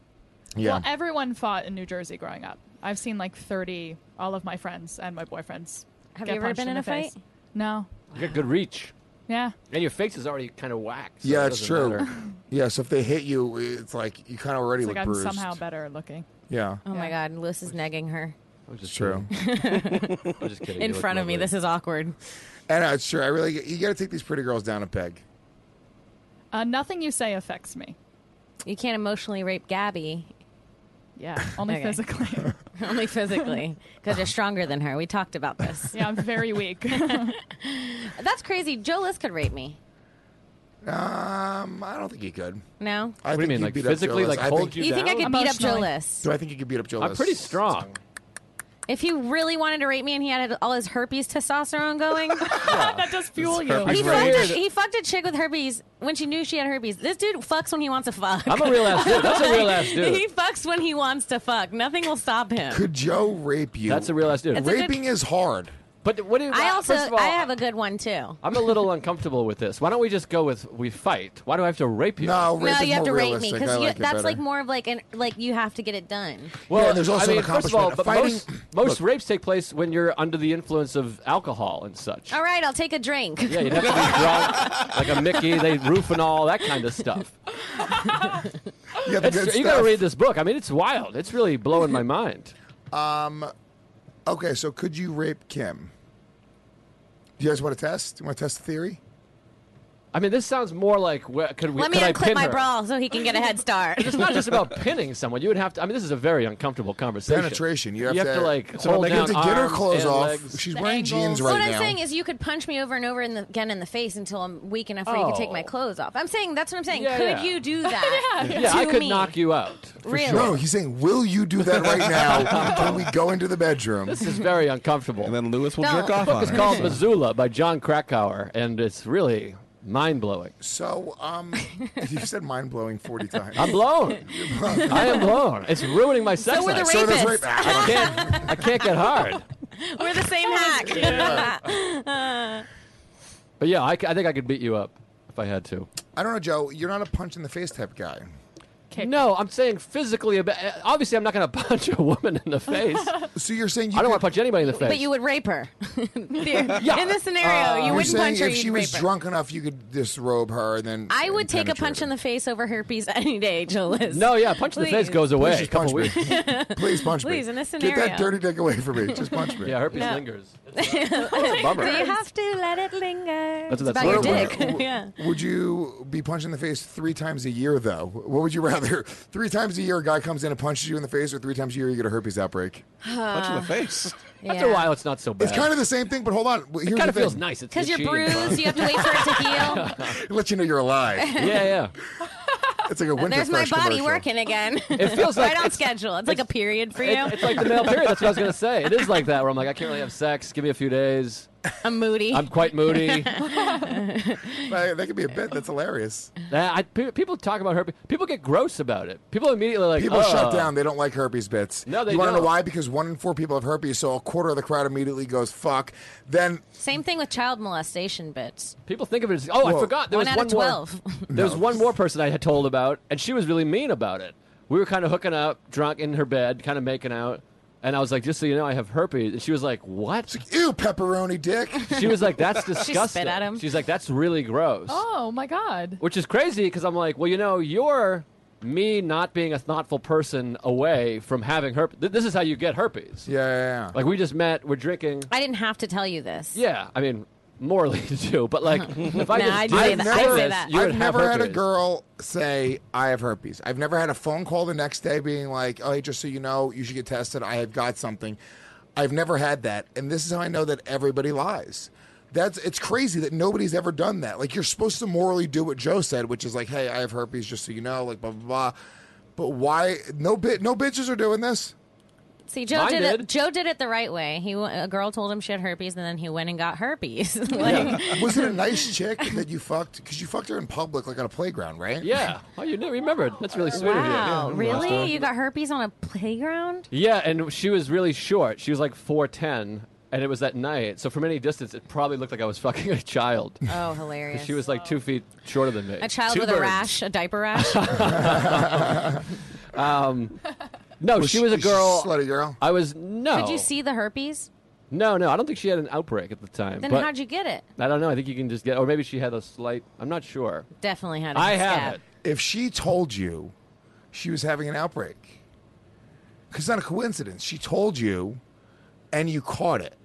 [SPEAKER 4] Yeah.
[SPEAKER 6] Well, everyone fought in New Jersey growing up. I've seen like 30, all of my friends and my boyfriends.
[SPEAKER 8] Have
[SPEAKER 6] get
[SPEAKER 8] you ever
[SPEAKER 6] punched
[SPEAKER 8] been in
[SPEAKER 6] the
[SPEAKER 8] a fight?
[SPEAKER 6] face. No.
[SPEAKER 5] You got good reach.
[SPEAKER 6] Yeah.
[SPEAKER 5] And your face is already kind of waxed. so
[SPEAKER 4] yeah,
[SPEAKER 5] it
[SPEAKER 4] it's
[SPEAKER 5] doesn't
[SPEAKER 4] true.
[SPEAKER 5] matter.
[SPEAKER 4] Yeah, so if they hit you, it's like you kind of already
[SPEAKER 6] It's
[SPEAKER 4] look
[SPEAKER 6] like I'm
[SPEAKER 4] bruised.
[SPEAKER 6] somehow better looking.
[SPEAKER 4] Yeah,
[SPEAKER 8] Oh my
[SPEAKER 6] Yeah.
[SPEAKER 8] God, Lewis is negging her
[SPEAKER 5] I'm just
[SPEAKER 4] it's true.
[SPEAKER 5] kidding. I'm just kidding.
[SPEAKER 8] in
[SPEAKER 5] You look
[SPEAKER 8] front of me.
[SPEAKER 5] lovely.
[SPEAKER 8] This is awkward.
[SPEAKER 4] And uh, sure, I really you got to take these pretty girls down a peg.
[SPEAKER 6] Uh, nothing you say affects me.
[SPEAKER 8] You can't emotionally rape Gabby,
[SPEAKER 6] Yeah. Only
[SPEAKER 8] Okay.
[SPEAKER 6] physically.
[SPEAKER 8] only physically, because you're stronger than her. We talked about this.
[SPEAKER 6] yeah, I'm very weak.
[SPEAKER 8] That's crazy. Joe List could rape me.
[SPEAKER 4] Um, I don't think he could.
[SPEAKER 8] No?
[SPEAKER 4] I
[SPEAKER 5] What do you
[SPEAKER 4] think
[SPEAKER 5] mean,
[SPEAKER 4] he'd
[SPEAKER 5] like
[SPEAKER 4] beat up Joe
[SPEAKER 5] physically,
[SPEAKER 4] List.
[SPEAKER 5] like
[SPEAKER 4] I
[SPEAKER 5] hold you
[SPEAKER 8] You think I
[SPEAKER 5] down?
[SPEAKER 8] could beat up Joe
[SPEAKER 6] Emotionally.
[SPEAKER 8] List?
[SPEAKER 4] Do I think you could beat up Joe?
[SPEAKER 5] I'm
[SPEAKER 4] List?
[SPEAKER 5] pretty strong.
[SPEAKER 8] If he really wanted to rape me and he had all his herpes testosterone going,
[SPEAKER 6] that does fuel you.
[SPEAKER 8] he,
[SPEAKER 7] perfect.
[SPEAKER 8] fucked
[SPEAKER 7] Right.
[SPEAKER 8] a, he fucked a chick with herpes when she knew she had herpes. This dude fucks when he wants to fuck.
[SPEAKER 5] I'm a real ass dude. That's a real ass
[SPEAKER 8] He
[SPEAKER 5] dude.
[SPEAKER 8] fucks when he wants to fuck. Nothing will stop him.
[SPEAKER 4] Could Joe rape you?
[SPEAKER 5] That's a real ass dude.
[SPEAKER 8] It's a good-
[SPEAKER 4] Raping is hard.
[SPEAKER 5] But what do
[SPEAKER 8] I also
[SPEAKER 5] first of all,
[SPEAKER 8] I have a good one too.
[SPEAKER 5] I'm a little uncomfortable with this. Why don't we just go with we fight? Why do I have to rape you?
[SPEAKER 4] No, rape
[SPEAKER 8] No,
[SPEAKER 4] is
[SPEAKER 8] you
[SPEAKER 4] more
[SPEAKER 8] have to rate me
[SPEAKER 4] realistic. I
[SPEAKER 8] because
[SPEAKER 4] like it
[SPEAKER 8] that's
[SPEAKER 4] better.
[SPEAKER 8] like more of like an like you have to get it done.
[SPEAKER 5] Well,
[SPEAKER 4] Yeah, and there's also
[SPEAKER 5] I
[SPEAKER 4] an
[SPEAKER 5] mean, first of all,
[SPEAKER 4] accomplishment of
[SPEAKER 5] but
[SPEAKER 4] fighting-
[SPEAKER 5] most, most rapes take place when you're under the influence of alcohol and such.
[SPEAKER 8] All right, I'll take a drink.
[SPEAKER 5] Yeah, you'd have to be drunk, like a Mickey, they roof and all that kind of stuff.
[SPEAKER 4] you got the good
[SPEAKER 5] It's- you
[SPEAKER 4] stuff.
[SPEAKER 5] gotta read this book. I mean, it's wild. It's really blowing my mind.
[SPEAKER 4] Okay, so could you rape Kim? Do you guys want to test? You want to test the theory?
[SPEAKER 5] I mean, this sounds more like where, could we?
[SPEAKER 8] Let me
[SPEAKER 5] could I
[SPEAKER 8] unclip
[SPEAKER 5] pin
[SPEAKER 8] my
[SPEAKER 5] her?
[SPEAKER 8] bra so he can get a head start.
[SPEAKER 5] It's not just about pinning someone. You would have to. I mean, this is a very uncomfortable conversation.
[SPEAKER 4] Penetration. You have
[SPEAKER 5] have
[SPEAKER 4] to-
[SPEAKER 5] like
[SPEAKER 4] It's
[SPEAKER 5] hold
[SPEAKER 4] about making her
[SPEAKER 5] down
[SPEAKER 4] to get her
[SPEAKER 5] arms
[SPEAKER 4] clothes
[SPEAKER 5] and
[SPEAKER 4] off.
[SPEAKER 5] legs.
[SPEAKER 4] She's
[SPEAKER 6] The
[SPEAKER 4] wearing jeans
[SPEAKER 6] angles.
[SPEAKER 4] right
[SPEAKER 8] what
[SPEAKER 4] now.
[SPEAKER 8] I'm saying is, you could punch me over and over in the, again in the face until I'm weak enough where you could take my
[SPEAKER 5] Oh.
[SPEAKER 8] clothes off. I'm saying that's what I'm saying.
[SPEAKER 5] Yeah,
[SPEAKER 8] could
[SPEAKER 5] yeah.
[SPEAKER 8] you do that?
[SPEAKER 5] yeah,
[SPEAKER 8] to
[SPEAKER 5] I could
[SPEAKER 8] me?
[SPEAKER 5] knock you out.
[SPEAKER 8] Really?
[SPEAKER 4] no, he's saying, "Will you do that right now? Can we go into the bedroom?"
[SPEAKER 5] This is very uncomfortable.
[SPEAKER 7] And then Lewis will
[SPEAKER 8] No.
[SPEAKER 7] jerk off on
[SPEAKER 5] It's
[SPEAKER 7] her.
[SPEAKER 5] called Missoula by John Krakauer, and it's really mind blowing.
[SPEAKER 4] So, um, you said mind blowing forty times.
[SPEAKER 5] I'm blown. I am blown. It's ruining my sex
[SPEAKER 8] So we're the
[SPEAKER 5] life.
[SPEAKER 4] So does
[SPEAKER 8] rapists.
[SPEAKER 4] rape-
[SPEAKER 5] I can't. I can't get hard.
[SPEAKER 8] We're the same hack.
[SPEAKER 5] But yeah, I, c- I think I could beat you up if I had to.
[SPEAKER 4] I don't know, Joe. You're not a punch in the face type guy.
[SPEAKER 6] Kick.
[SPEAKER 5] No, I'm saying physically. ab- uh, Obviously, I'm not going to punch a woman in the face. I
[SPEAKER 4] So you're saying you
[SPEAKER 5] don't want to
[SPEAKER 4] could-
[SPEAKER 5] punch anybody in the face.
[SPEAKER 8] but you would rape her. In this
[SPEAKER 5] Uh,
[SPEAKER 8] scenario, you
[SPEAKER 4] You're
[SPEAKER 8] wouldn't
[SPEAKER 4] saying
[SPEAKER 8] punch her.
[SPEAKER 4] if she
[SPEAKER 8] you'd
[SPEAKER 4] was
[SPEAKER 8] rape her.
[SPEAKER 4] drunk enough, you could disrobe her and then.
[SPEAKER 8] I would
[SPEAKER 4] and
[SPEAKER 8] take a
[SPEAKER 4] penetrate
[SPEAKER 8] punch
[SPEAKER 4] her.
[SPEAKER 8] in the face over herpes any day, Joe Liz.
[SPEAKER 5] No, yeah, punch in the face
[SPEAKER 8] Please.
[SPEAKER 5] goes away.
[SPEAKER 4] Please just
[SPEAKER 5] couple
[SPEAKER 4] punch me.
[SPEAKER 5] weeks.
[SPEAKER 4] Please punch me.
[SPEAKER 8] Please, in this
[SPEAKER 4] Get that
[SPEAKER 8] scenario.
[SPEAKER 4] dirty dick away from me. Just punch me.
[SPEAKER 5] Yeah, herpes
[SPEAKER 8] No.
[SPEAKER 5] lingers. It's a bummer.
[SPEAKER 8] So you have to let it linger.
[SPEAKER 5] That's
[SPEAKER 8] That's
[SPEAKER 5] what
[SPEAKER 8] it's
[SPEAKER 5] that's
[SPEAKER 8] about
[SPEAKER 5] for. What-
[SPEAKER 8] your dick.
[SPEAKER 4] Would,
[SPEAKER 8] yeah.
[SPEAKER 4] would you be punched in the face three times a year, though? What would you rather? Three times a year, a guy comes in and punches you in the face, or three times a year, you get a herpes outbreak?
[SPEAKER 7] Punch in the face.
[SPEAKER 5] After a while, it's not so bad.
[SPEAKER 4] It's kind of the same thing, but hold on. Here's
[SPEAKER 5] It kind
[SPEAKER 4] the
[SPEAKER 5] of
[SPEAKER 4] thing.
[SPEAKER 5] feels nice. It's
[SPEAKER 8] Because you're
[SPEAKER 5] itchy and
[SPEAKER 8] bruised, you have to wait for it to heal.
[SPEAKER 4] It lets you know you're alive.
[SPEAKER 5] fun. Yeah, yeah.
[SPEAKER 4] It's like a winter
[SPEAKER 8] There's my
[SPEAKER 4] Fresh
[SPEAKER 8] body
[SPEAKER 4] commercial.
[SPEAKER 8] working again.
[SPEAKER 5] It feels like
[SPEAKER 8] right on
[SPEAKER 5] it's-
[SPEAKER 8] schedule. It's like a period for you.
[SPEAKER 5] It- it's like the male period. That's what I was gonna say. It is like that where I'm like, I can't really have sex. Give me a few days.
[SPEAKER 8] I'm moody.
[SPEAKER 5] I'm quite moody.
[SPEAKER 4] Like, that could be a bit. That's hilarious.
[SPEAKER 5] That- I- pe- people talk about herpes. People get gross about it. People immediately like
[SPEAKER 4] People
[SPEAKER 5] "Oh."
[SPEAKER 4] shut down. They don't like herpes bits.
[SPEAKER 5] No, they
[SPEAKER 4] you wanna know
[SPEAKER 5] don't.
[SPEAKER 4] why? Because one in four people have herpes, so a quarter of the crowd immediately goes fuck. Then
[SPEAKER 8] Same thing with child molestation bits.
[SPEAKER 5] People think of it as oh, I
[SPEAKER 4] Whoa.
[SPEAKER 5] forgot. There
[SPEAKER 8] One
[SPEAKER 5] was
[SPEAKER 8] out
[SPEAKER 5] one
[SPEAKER 8] of
[SPEAKER 5] more.
[SPEAKER 8] 12.
[SPEAKER 5] There was one more person I had told about, and she was really mean about it. We were kind of hooking up, drunk in her bed, kind of making out, and I was like, just so you know, I have herpes, and she was like, what?
[SPEAKER 4] ew, pepperoni dick.
[SPEAKER 5] She was like, that's disgusting.
[SPEAKER 8] at him.
[SPEAKER 5] She's like, that's really gross.
[SPEAKER 6] Oh my god.
[SPEAKER 5] which is crazy because I'm like, well, you know, you're me not being a thoughtful person away from having herpes. Th- this is how you get herpes.
[SPEAKER 4] yeah, yeah, yeah.
[SPEAKER 5] Like we just met, we're drinking.
[SPEAKER 8] I didn't have to tell you this.
[SPEAKER 5] Yeah, I mean, morally too, but like, if I
[SPEAKER 8] Nah,
[SPEAKER 5] just
[SPEAKER 8] I
[SPEAKER 5] did
[SPEAKER 8] do say
[SPEAKER 5] this,
[SPEAKER 8] that. I say that.
[SPEAKER 5] you would
[SPEAKER 4] I've
[SPEAKER 5] have
[SPEAKER 4] never had a
[SPEAKER 5] herpes.
[SPEAKER 4] girl say I have herpes. I've never had a phone call the next day being like, "Oh, hey, just so you know, you should get tested. I have got something." I've never had that, and this is how I know that everybody lies. That's it's crazy that nobody's ever done that. Like you're supposed to morally do what Joe said, which is like, "Hey, I have herpes, just so you know." Like blah blah blah. But why? No bit. No bitches are doing this.
[SPEAKER 8] See, Joe
[SPEAKER 5] Mine
[SPEAKER 8] did,
[SPEAKER 5] did.
[SPEAKER 8] it. Joe did it the right way. He w- a girl told him she had herpes, and then he went and got herpes. like,
[SPEAKER 4] Was it a nice chick that you fucked? Because you fucked her in public, like on a playground, right?
[SPEAKER 5] Yeah. Oh, you knew- remembered. That's really sweet
[SPEAKER 8] wow,
[SPEAKER 5] of you.
[SPEAKER 8] really? You got herpes on a playground?
[SPEAKER 5] Yeah, and she was really short. She was like four ten, and it was at night. So from any distance, it probably looked like I was fucking a child.
[SPEAKER 8] Oh, hilarious!
[SPEAKER 5] She was like two feet shorter than me.
[SPEAKER 8] a child
[SPEAKER 7] Two
[SPEAKER 8] with a
[SPEAKER 7] birds.
[SPEAKER 8] rash, a diaper rash.
[SPEAKER 5] No, she was a
[SPEAKER 4] She's a
[SPEAKER 5] girl.
[SPEAKER 4] slutty girl.
[SPEAKER 5] I was no.
[SPEAKER 8] Did you see the herpes?
[SPEAKER 5] No, no, I don't think she had an outbreak at the time.
[SPEAKER 8] Then
[SPEAKER 5] but
[SPEAKER 8] how'd you get it?
[SPEAKER 5] I don't know. I think you can just get, or maybe she had a slight. I'm not sure.
[SPEAKER 8] Definitely had. a
[SPEAKER 5] I have
[SPEAKER 8] scab.
[SPEAKER 5] it.
[SPEAKER 4] if she told you she was having an outbreak, because it's not a coincidence. She told you, and you caught it.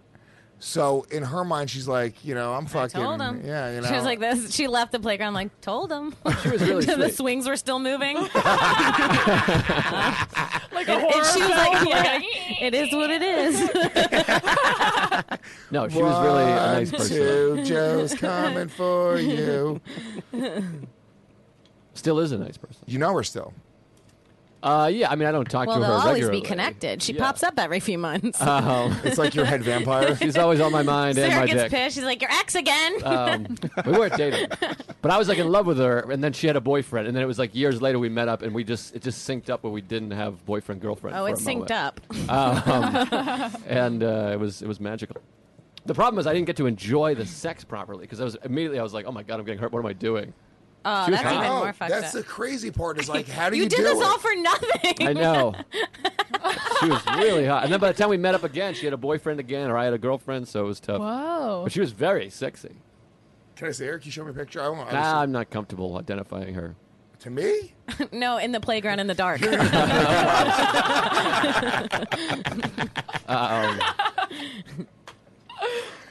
[SPEAKER 4] So in her mind, she's like, you know, I'm fucking.
[SPEAKER 8] Told him.
[SPEAKER 4] Yeah, you know.
[SPEAKER 8] She was like this. She left the playground. Like told him.
[SPEAKER 5] She was really
[SPEAKER 8] the
[SPEAKER 5] sweet.
[SPEAKER 8] swings were still moving. and,
[SPEAKER 6] Like a horror
[SPEAKER 8] she was
[SPEAKER 6] film.
[SPEAKER 8] like, yeah, "It is what it is."
[SPEAKER 5] No, she was really a nice
[SPEAKER 4] One,
[SPEAKER 5] person.
[SPEAKER 4] Two, Joe's coming for you.
[SPEAKER 5] Still is a nice person.
[SPEAKER 4] You know her still.
[SPEAKER 5] Uh, yeah, I mean, I don't talk
[SPEAKER 8] well,
[SPEAKER 5] to
[SPEAKER 8] they'll
[SPEAKER 5] her
[SPEAKER 8] always
[SPEAKER 5] regularly.
[SPEAKER 8] be connected. She
[SPEAKER 5] Yeah.
[SPEAKER 8] pops up every few months.
[SPEAKER 5] Um,
[SPEAKER 4] It's like your head vampire.
[SPEAKER 5] she's always on my mind and
[SPEAKER 8] Sarah
[SPEAKER 5] my
[SPEAKER 8] gets
[SPEAKER 5] dick.
[SPEAKER 8] pissed. She's like, "Your ex again."
[SPEAKER 5] Um, we weren't dating, but I was like in love with her, and then she had a boyfriend, and then it was like years later we met up, and we just it just synced up where we didn't have boyfriend girlfriend.
[SPEAKER 8] oh,
[SPEAKER 5] for
[SPEAKER 8] it
[SPEAKER 5] a moment.
[SPEAKER 8] synced up.
[SPEAKER 5] and uh, it was it was magical. The problem is I didn't get to enjoy the sex properly because I was immediately I was like, oh my god, I'm getting hurt. What am I doing?
[SPEAKER 8] Oh,
[SPEAKER 5] She was
[SPEAKER 8] that's even
[SPEAKER 5] hot.
[SPEAKER 8] more fucked
[SPEAKER 4] that's the
[SPEAKER 8] up.
[SPEAKER 4] crazy part. Is like, how do you,
[SPEAKER 8] You, did
[SPEAKER 4] do
[SPEAKER 8] this
[SPEAKER 4] it?
[SPEAKER 8] all for nothing.
[SPEAKER 5] I know. she was really hot. And then by the time we met up again, she had a boyfriend again, or I had a girlfriend, so it was tough.
[SPEAKER 6] Whoa.
[SPEAKER 5] But she was very sexy.
[SPEAKER 4] Can I say, Eric? You show me a picture. I want
[SPEAKER 5] Nah,
[SPEAKER 4] obviously-
[SPEAKER 5] I'm not comfortable identifying her.
[SPEAKER 4] to me.
[SPEAKER 8] no, in the playground in the dark.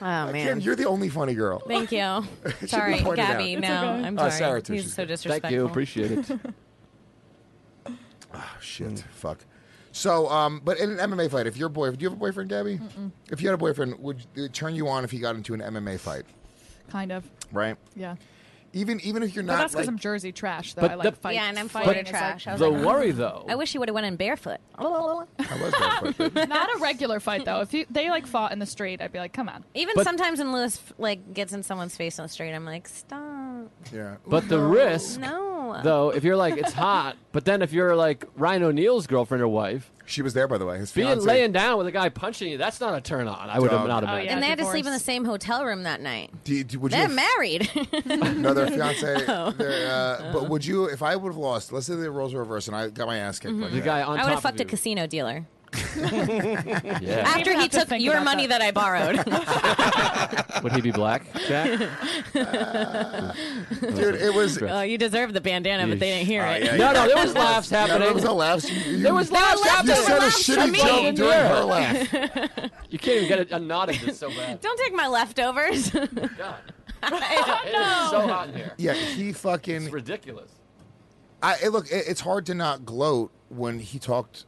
[SPEAKER 8] Oh
[SPEAKER 4] Kim,
[SPEAKER 8] man.
[SPEAKER 4] you're the only funny girl.
[SPEAKER 8] Thank you.
[SPEAKER 4] be
[SPEAKER 8] sorry,
[SPEAKER 4] pointed out.
[SPEAKER 8] Gabby. No, I'm
[SPEAKER 4] Oh,
[SPEAKER 8] sorry.
[SPEAKER 4] Sarah too,
[SPEAKER 8] He's
[SPEAKER 4] she's
[SPEAKER 8] so
[SPEAKER 4] good.
[SPEAKER 8] disrespectful.
[SPEAKER 5] Thank you. Appreciate it.
[SPEAKER 4] Oh, shit. Fuck. So, um, but in an MMA fight, if your boyfriend, do you have a boyfriend, Gabby? If you had a boyfriend, would it would turn you on if he got into an MMA fight?
[SPEAKER 6] Kind of.
[SPEAKER 4] Right.
[SPEAKER 6] Yeah.
[SPEAKER 4] Even even if you're
[SPEAKER 6] But
[SPEAKER 4] not
[SPEAKER 6] that's because
[SPEAKER 4] like,
[SPEAKER 6] I'm Jersey trash, though.
[SPEAKER 5] But
[SPEAKER 6] I
[SPEAKER 5] the-
[SPEAKER 6] like fights.
[SPEAKER 8] Yeah, and I'm
[SPEAKER 6] Fighting
[SPEAKER 8] fighter
[SPEAKER 6] is, like,
[SPEAKER 8] trash. I was
[SPEAKER 5] The
[SPEAKER 8] like, "Oh,
[SPEAKER 5] worry, though.
[SPEAKER 8] I wish he would have went in barefoot.
[SPEAKER 4] I was barefoot.
[SPEAKER 6] not a regular fight though. If you, they like fought in the street, I'd be like, come on.
[SPEAKER 8] Even
[SPEAKER 5] But-
[SPEAKER 8] sometimes when Lewis like gets in someone's face on the street, I'm like, stop.
[SPEAKER 4] yeah.
[SPEAKER 5] But the risk,
[SPEAKER 8] No.
[SPEAKER 5] though, if you're like, it's hot, but then if you're like Ryan O'Neal's girlfriend or wife,
[SPEAKER 4] She was there, by the way. His
[SPEAKER 5] being
[SPEAKER 4] fiance.
[SPEAKER 5] laying down with a guy punching you, that's not a turn on. I would
[SPEAKER 4] Dog.
[SPEAKER 5] have not have
[SPEAKER 6] Oh,
[SPEAKER 5] been.
[SPEAKER 6] yeah.
[SPEAKER 8] and they had to sleep in the
[SPEAKER 6] divorce.
[SPEAKER 8] same hotel room that night.
[SPEAKER 4] Do you, do, would you
[SPEAKER 8] They're
[SPEAKER 4] have-
[SPEAKER 8] married.
[SPEAKER 4] No, their fiance. their,
[SPEAKER 5] Uh-huh.
[SPEAKER 4] uh, But would you, if I would have lost, let's say the roles were reversed and I got my ass kicked. like
[SPEAKER 5] The
[SPEAKER 4] that.
[SPEAKER 5] guy on
[SPEAKER 8] I would
[SPEAKER 5] top
[SPEAKER 8] have fucked a
[SPEAKER 5] of you.
[SPEAKER 8] casino dealer
[SPEAKER 5] Yeah.
[SPEAKER 8] after
[SPEAKER 6] even
[SPEAKER 8] he
[SPEAKER 6] have to
[SPEAKER 8] took
[SPEAKER 6] think
[SPEAKER 8] your
[SPEAKER 6] about
[SPEAKER 8] money that.
[SPEAKER 6] that.
[SPEAKER 8] I borrowed.
[SPEAKER 5] would he be black? Jack?
[SPEAKER 4] Dude, it was.
[SPEAKER 8] oh, you deserve the bandana, but they didn't hear
[SPEAKER 4] Oh,
[SPEAKER 8] it.
[SPEAKER 4] yeah,
[SPEAKER 5] No,
[SPEAKER 4] yeah.
[SPEAKER 5] no, there was laughs
[SPEAKER 4] No,
[SPEAKER 5] happening.
[SPEAKER 4] there was no laughs. You, you,
[SPEAKER 5] There was laughs
[SPEAKER 4] you
[SPEAKER 5] happening.
[SPEAKER 4] said a
[SPEAKER 8] laughs at
[SPEAKER 4] shitty
[SPEAKER 8] me.
[SPEAKER 4] joke during
[SPEAKER 5] Yeah.
[SPEAKER 4] her laugh.
[SPEAKER 5] You can't even get a, a nod of this so bad.
[SPEAKER 8] Don't take my leftovers.
[SPEAKER 5] God.
[SPEAKER 8] I
[SPEAKER 5] It is so hot in here.
[SPEAKER 4] Yeah, he
[SPEAKER 5] It's
[SPEAKER 4] fucking.
[SPEAKER 5] ridiculous.
[SPEAKER 4] I it, look. It, it's hard to not gloat when he talked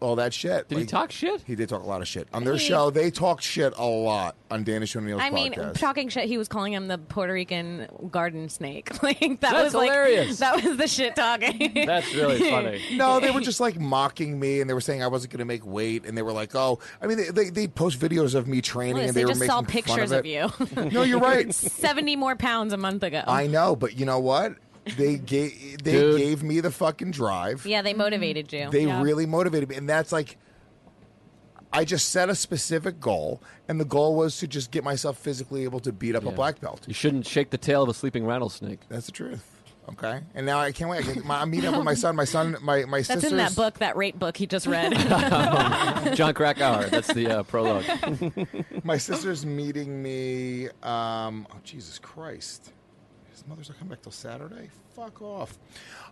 [SPEAKER 4] all that shit.
[SPEAKER 5] Did he
[SPEAKER 4] Like,
[SPEAKER 5] talk shit?
[SPEAKER 4] He did talk a lot of shit on their show. They talked shit a lot on Danish O'Neill's
[SPEAKER 8] I mean,
[SPEAKER 4] podcast.
[SPEAKER 8] talking shit. He was calling him the Puerto Rican garden snake. Like that
[SPEAKER 5] That's
[SPEAKER 8] was like
[SPEAKER 5] hilarious.
[SPEAKER 8] that was the shit talking.
[SPEAKER 5] That's really funny.
[SPEAKER 4] No, they were just like mocking me, and they were saying I wasn't going to make weight, and they were like, "Oh, I mean, they they, they post videos of me training,
[SPEAKER 8] Lewis,
[SPEAKER 4] and they,
[SPEAKER 8] they
[SPEAKER 4] were
[SPEAKER 8] just
[SPEAKER 4] making
[SPEAKER 8] saw
[SPEAKER 4] fun
[SPEAKER 8] pictures
[SPEAKER 4] of,
[SPEAKER 8] of,
[SPEAKER 4] it.
[SPEAKER 8] you.
[SPEAKER 4] No, you're right.
[SPEAKER 8] Seventy more pounds a month ago.
[SPEAKER 4] I know, but you know what? They gave they
[SPEAKER 5] Dude.
[SPEAKER 4] gave me the fucking drive.
[SPEAKER 8] yeah, they motivated
[SPEAKER 5] Oh,
[SPEAKER 8] you.
[SPEAKER 4] They
[SPEAKER 6] Yeah.
[SPEAKER 4] really motivated me, and that's like. I just set a specific goal, and the goal was to just get myself physically able to beat up a black belt.
[SPEAKER 5] You shouldn't shake the tail of a sleeping rattlesnake.
[SPEAKER 4] That's the truth. Okay, and now I can't wait. I can, my, I'm meeting up with my son. My son, my my
[SPEAKER 8] That's
[SPEAKER 4] sisters.
[SPEAKER 8] in that book, that rape book he just read.
[SPEAKER 5] John Krakauer. That's the uh, prologue.
[SPEAKER 4] My sister's meeting me. Um, oh Jesus Christ! His mother's not coming back till Saturday. Fuck off.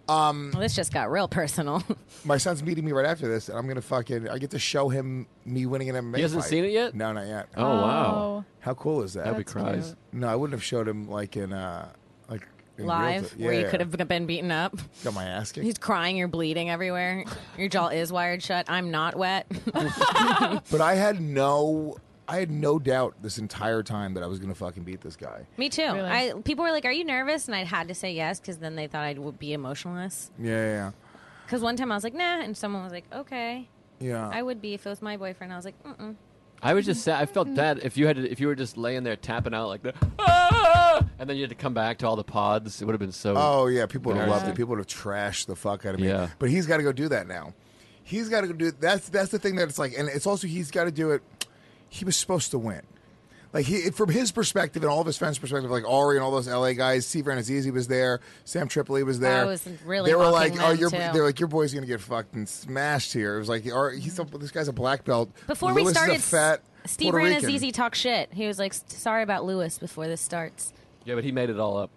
[SPEAKER 8] Well, this just got real personal.
[SPEAKER 4] My son's meeting me right after this, and I'm gonna fucking. I get to show him me winning an MMA.
[SPEAKER 5] He hasn't
[SPEAKER 4] fight.
[SPEAKER 5] seen it yet?
[SPEAKER 4] No, not yet.
[SPEAKER 5] Oh, wow.
[SPEAKER 6] Oh,
[SPEAKER 4] How cool is that?
[SPEAKER 5] That'd be cries.
[SPEAKER 4] no, I wouldn't have showed him like in uh like in real
[SPEAKER 8] Live,
[SPEAKER 4] t-
[SPEAKER 8] where you
[SPEAKER 4] yeah.
[SPEAKER 8] could have been beaten up.
[SPEAKER 4] got my ass kicked.
[SPEAKER 8] He's crying. You're bleeding everywhere. Your jaw is wired shut. I'm not wet.
[SPEAKER 4] But I had no, I had no doubt this entire time that I was gonna fucking beat this guy.
[SPEAKER 8] Me too.
[SPEAKER 6] Really?
[SPEAKER 8] I people were like, "Are you nervous?" And I had to say yes because then they thought I would be emotionless.
[SPEAKER 4] Yeah, yeah,
[SPEAKER 8] Because one time I was like, "Nah," and someone was like, "Okay."
[SPEAKER 4] yeah. yeah.
[SPEAKER 8] I would be if it was my boyfriend. I was like, mm-mm.
[SPEAKER 5] I was just sad. I felt bad if you had if you were just laying there tapping out like that, "Ah!" and then you had to come back to all the pods. It would have been so.
[SPEAKER 4] Oh yeah, people would have loved
[SPEAKER 5] Embarrassing.
[SPEAKER 4] it. People would have trashed the fuck out of me.
[SPEAKER 5] Yeah.
[SPEAKER 4] But he's got to go do that now. He's got to go do that's that's the thing that it's like, and it's also he's got to do it. He was supposed to win. Like he, from his perspective and all of his fans' perspective, like Ari and all those LA guys, Steve Ranazizi was there, Sam Tripoli was there.
[SPEAKER 8] I was really
[SPEAKER 4] They were like,
[SPEAKER 8] mocking
[SPEAKER 4] "Oh,
[SPEAKER 8] them,
[SPEAKER 4] your
[SPEAKER 8] too.
[SPEAKER 4] they're like your boy's gonna get fucking smashed here." It was like, "All right, he's a, this guy's a black belt."
[SPEAKER 8] Before
[SPEAKER 4] Lewis is
[SPEAKER 8] we
[SPEAKER 4] a
[SPEAKER 8] started, S-
[SPEAKER 4] fat
[SPEAKER 8] Steve
[SPEAKER 4] Puerto Rican.
[SPEAKER 8] Ranazizi talked shit. He was like, "S- "Sorry about Lewis." Before this starts,
[SPEAKER 5] Yeah, but he made it all up.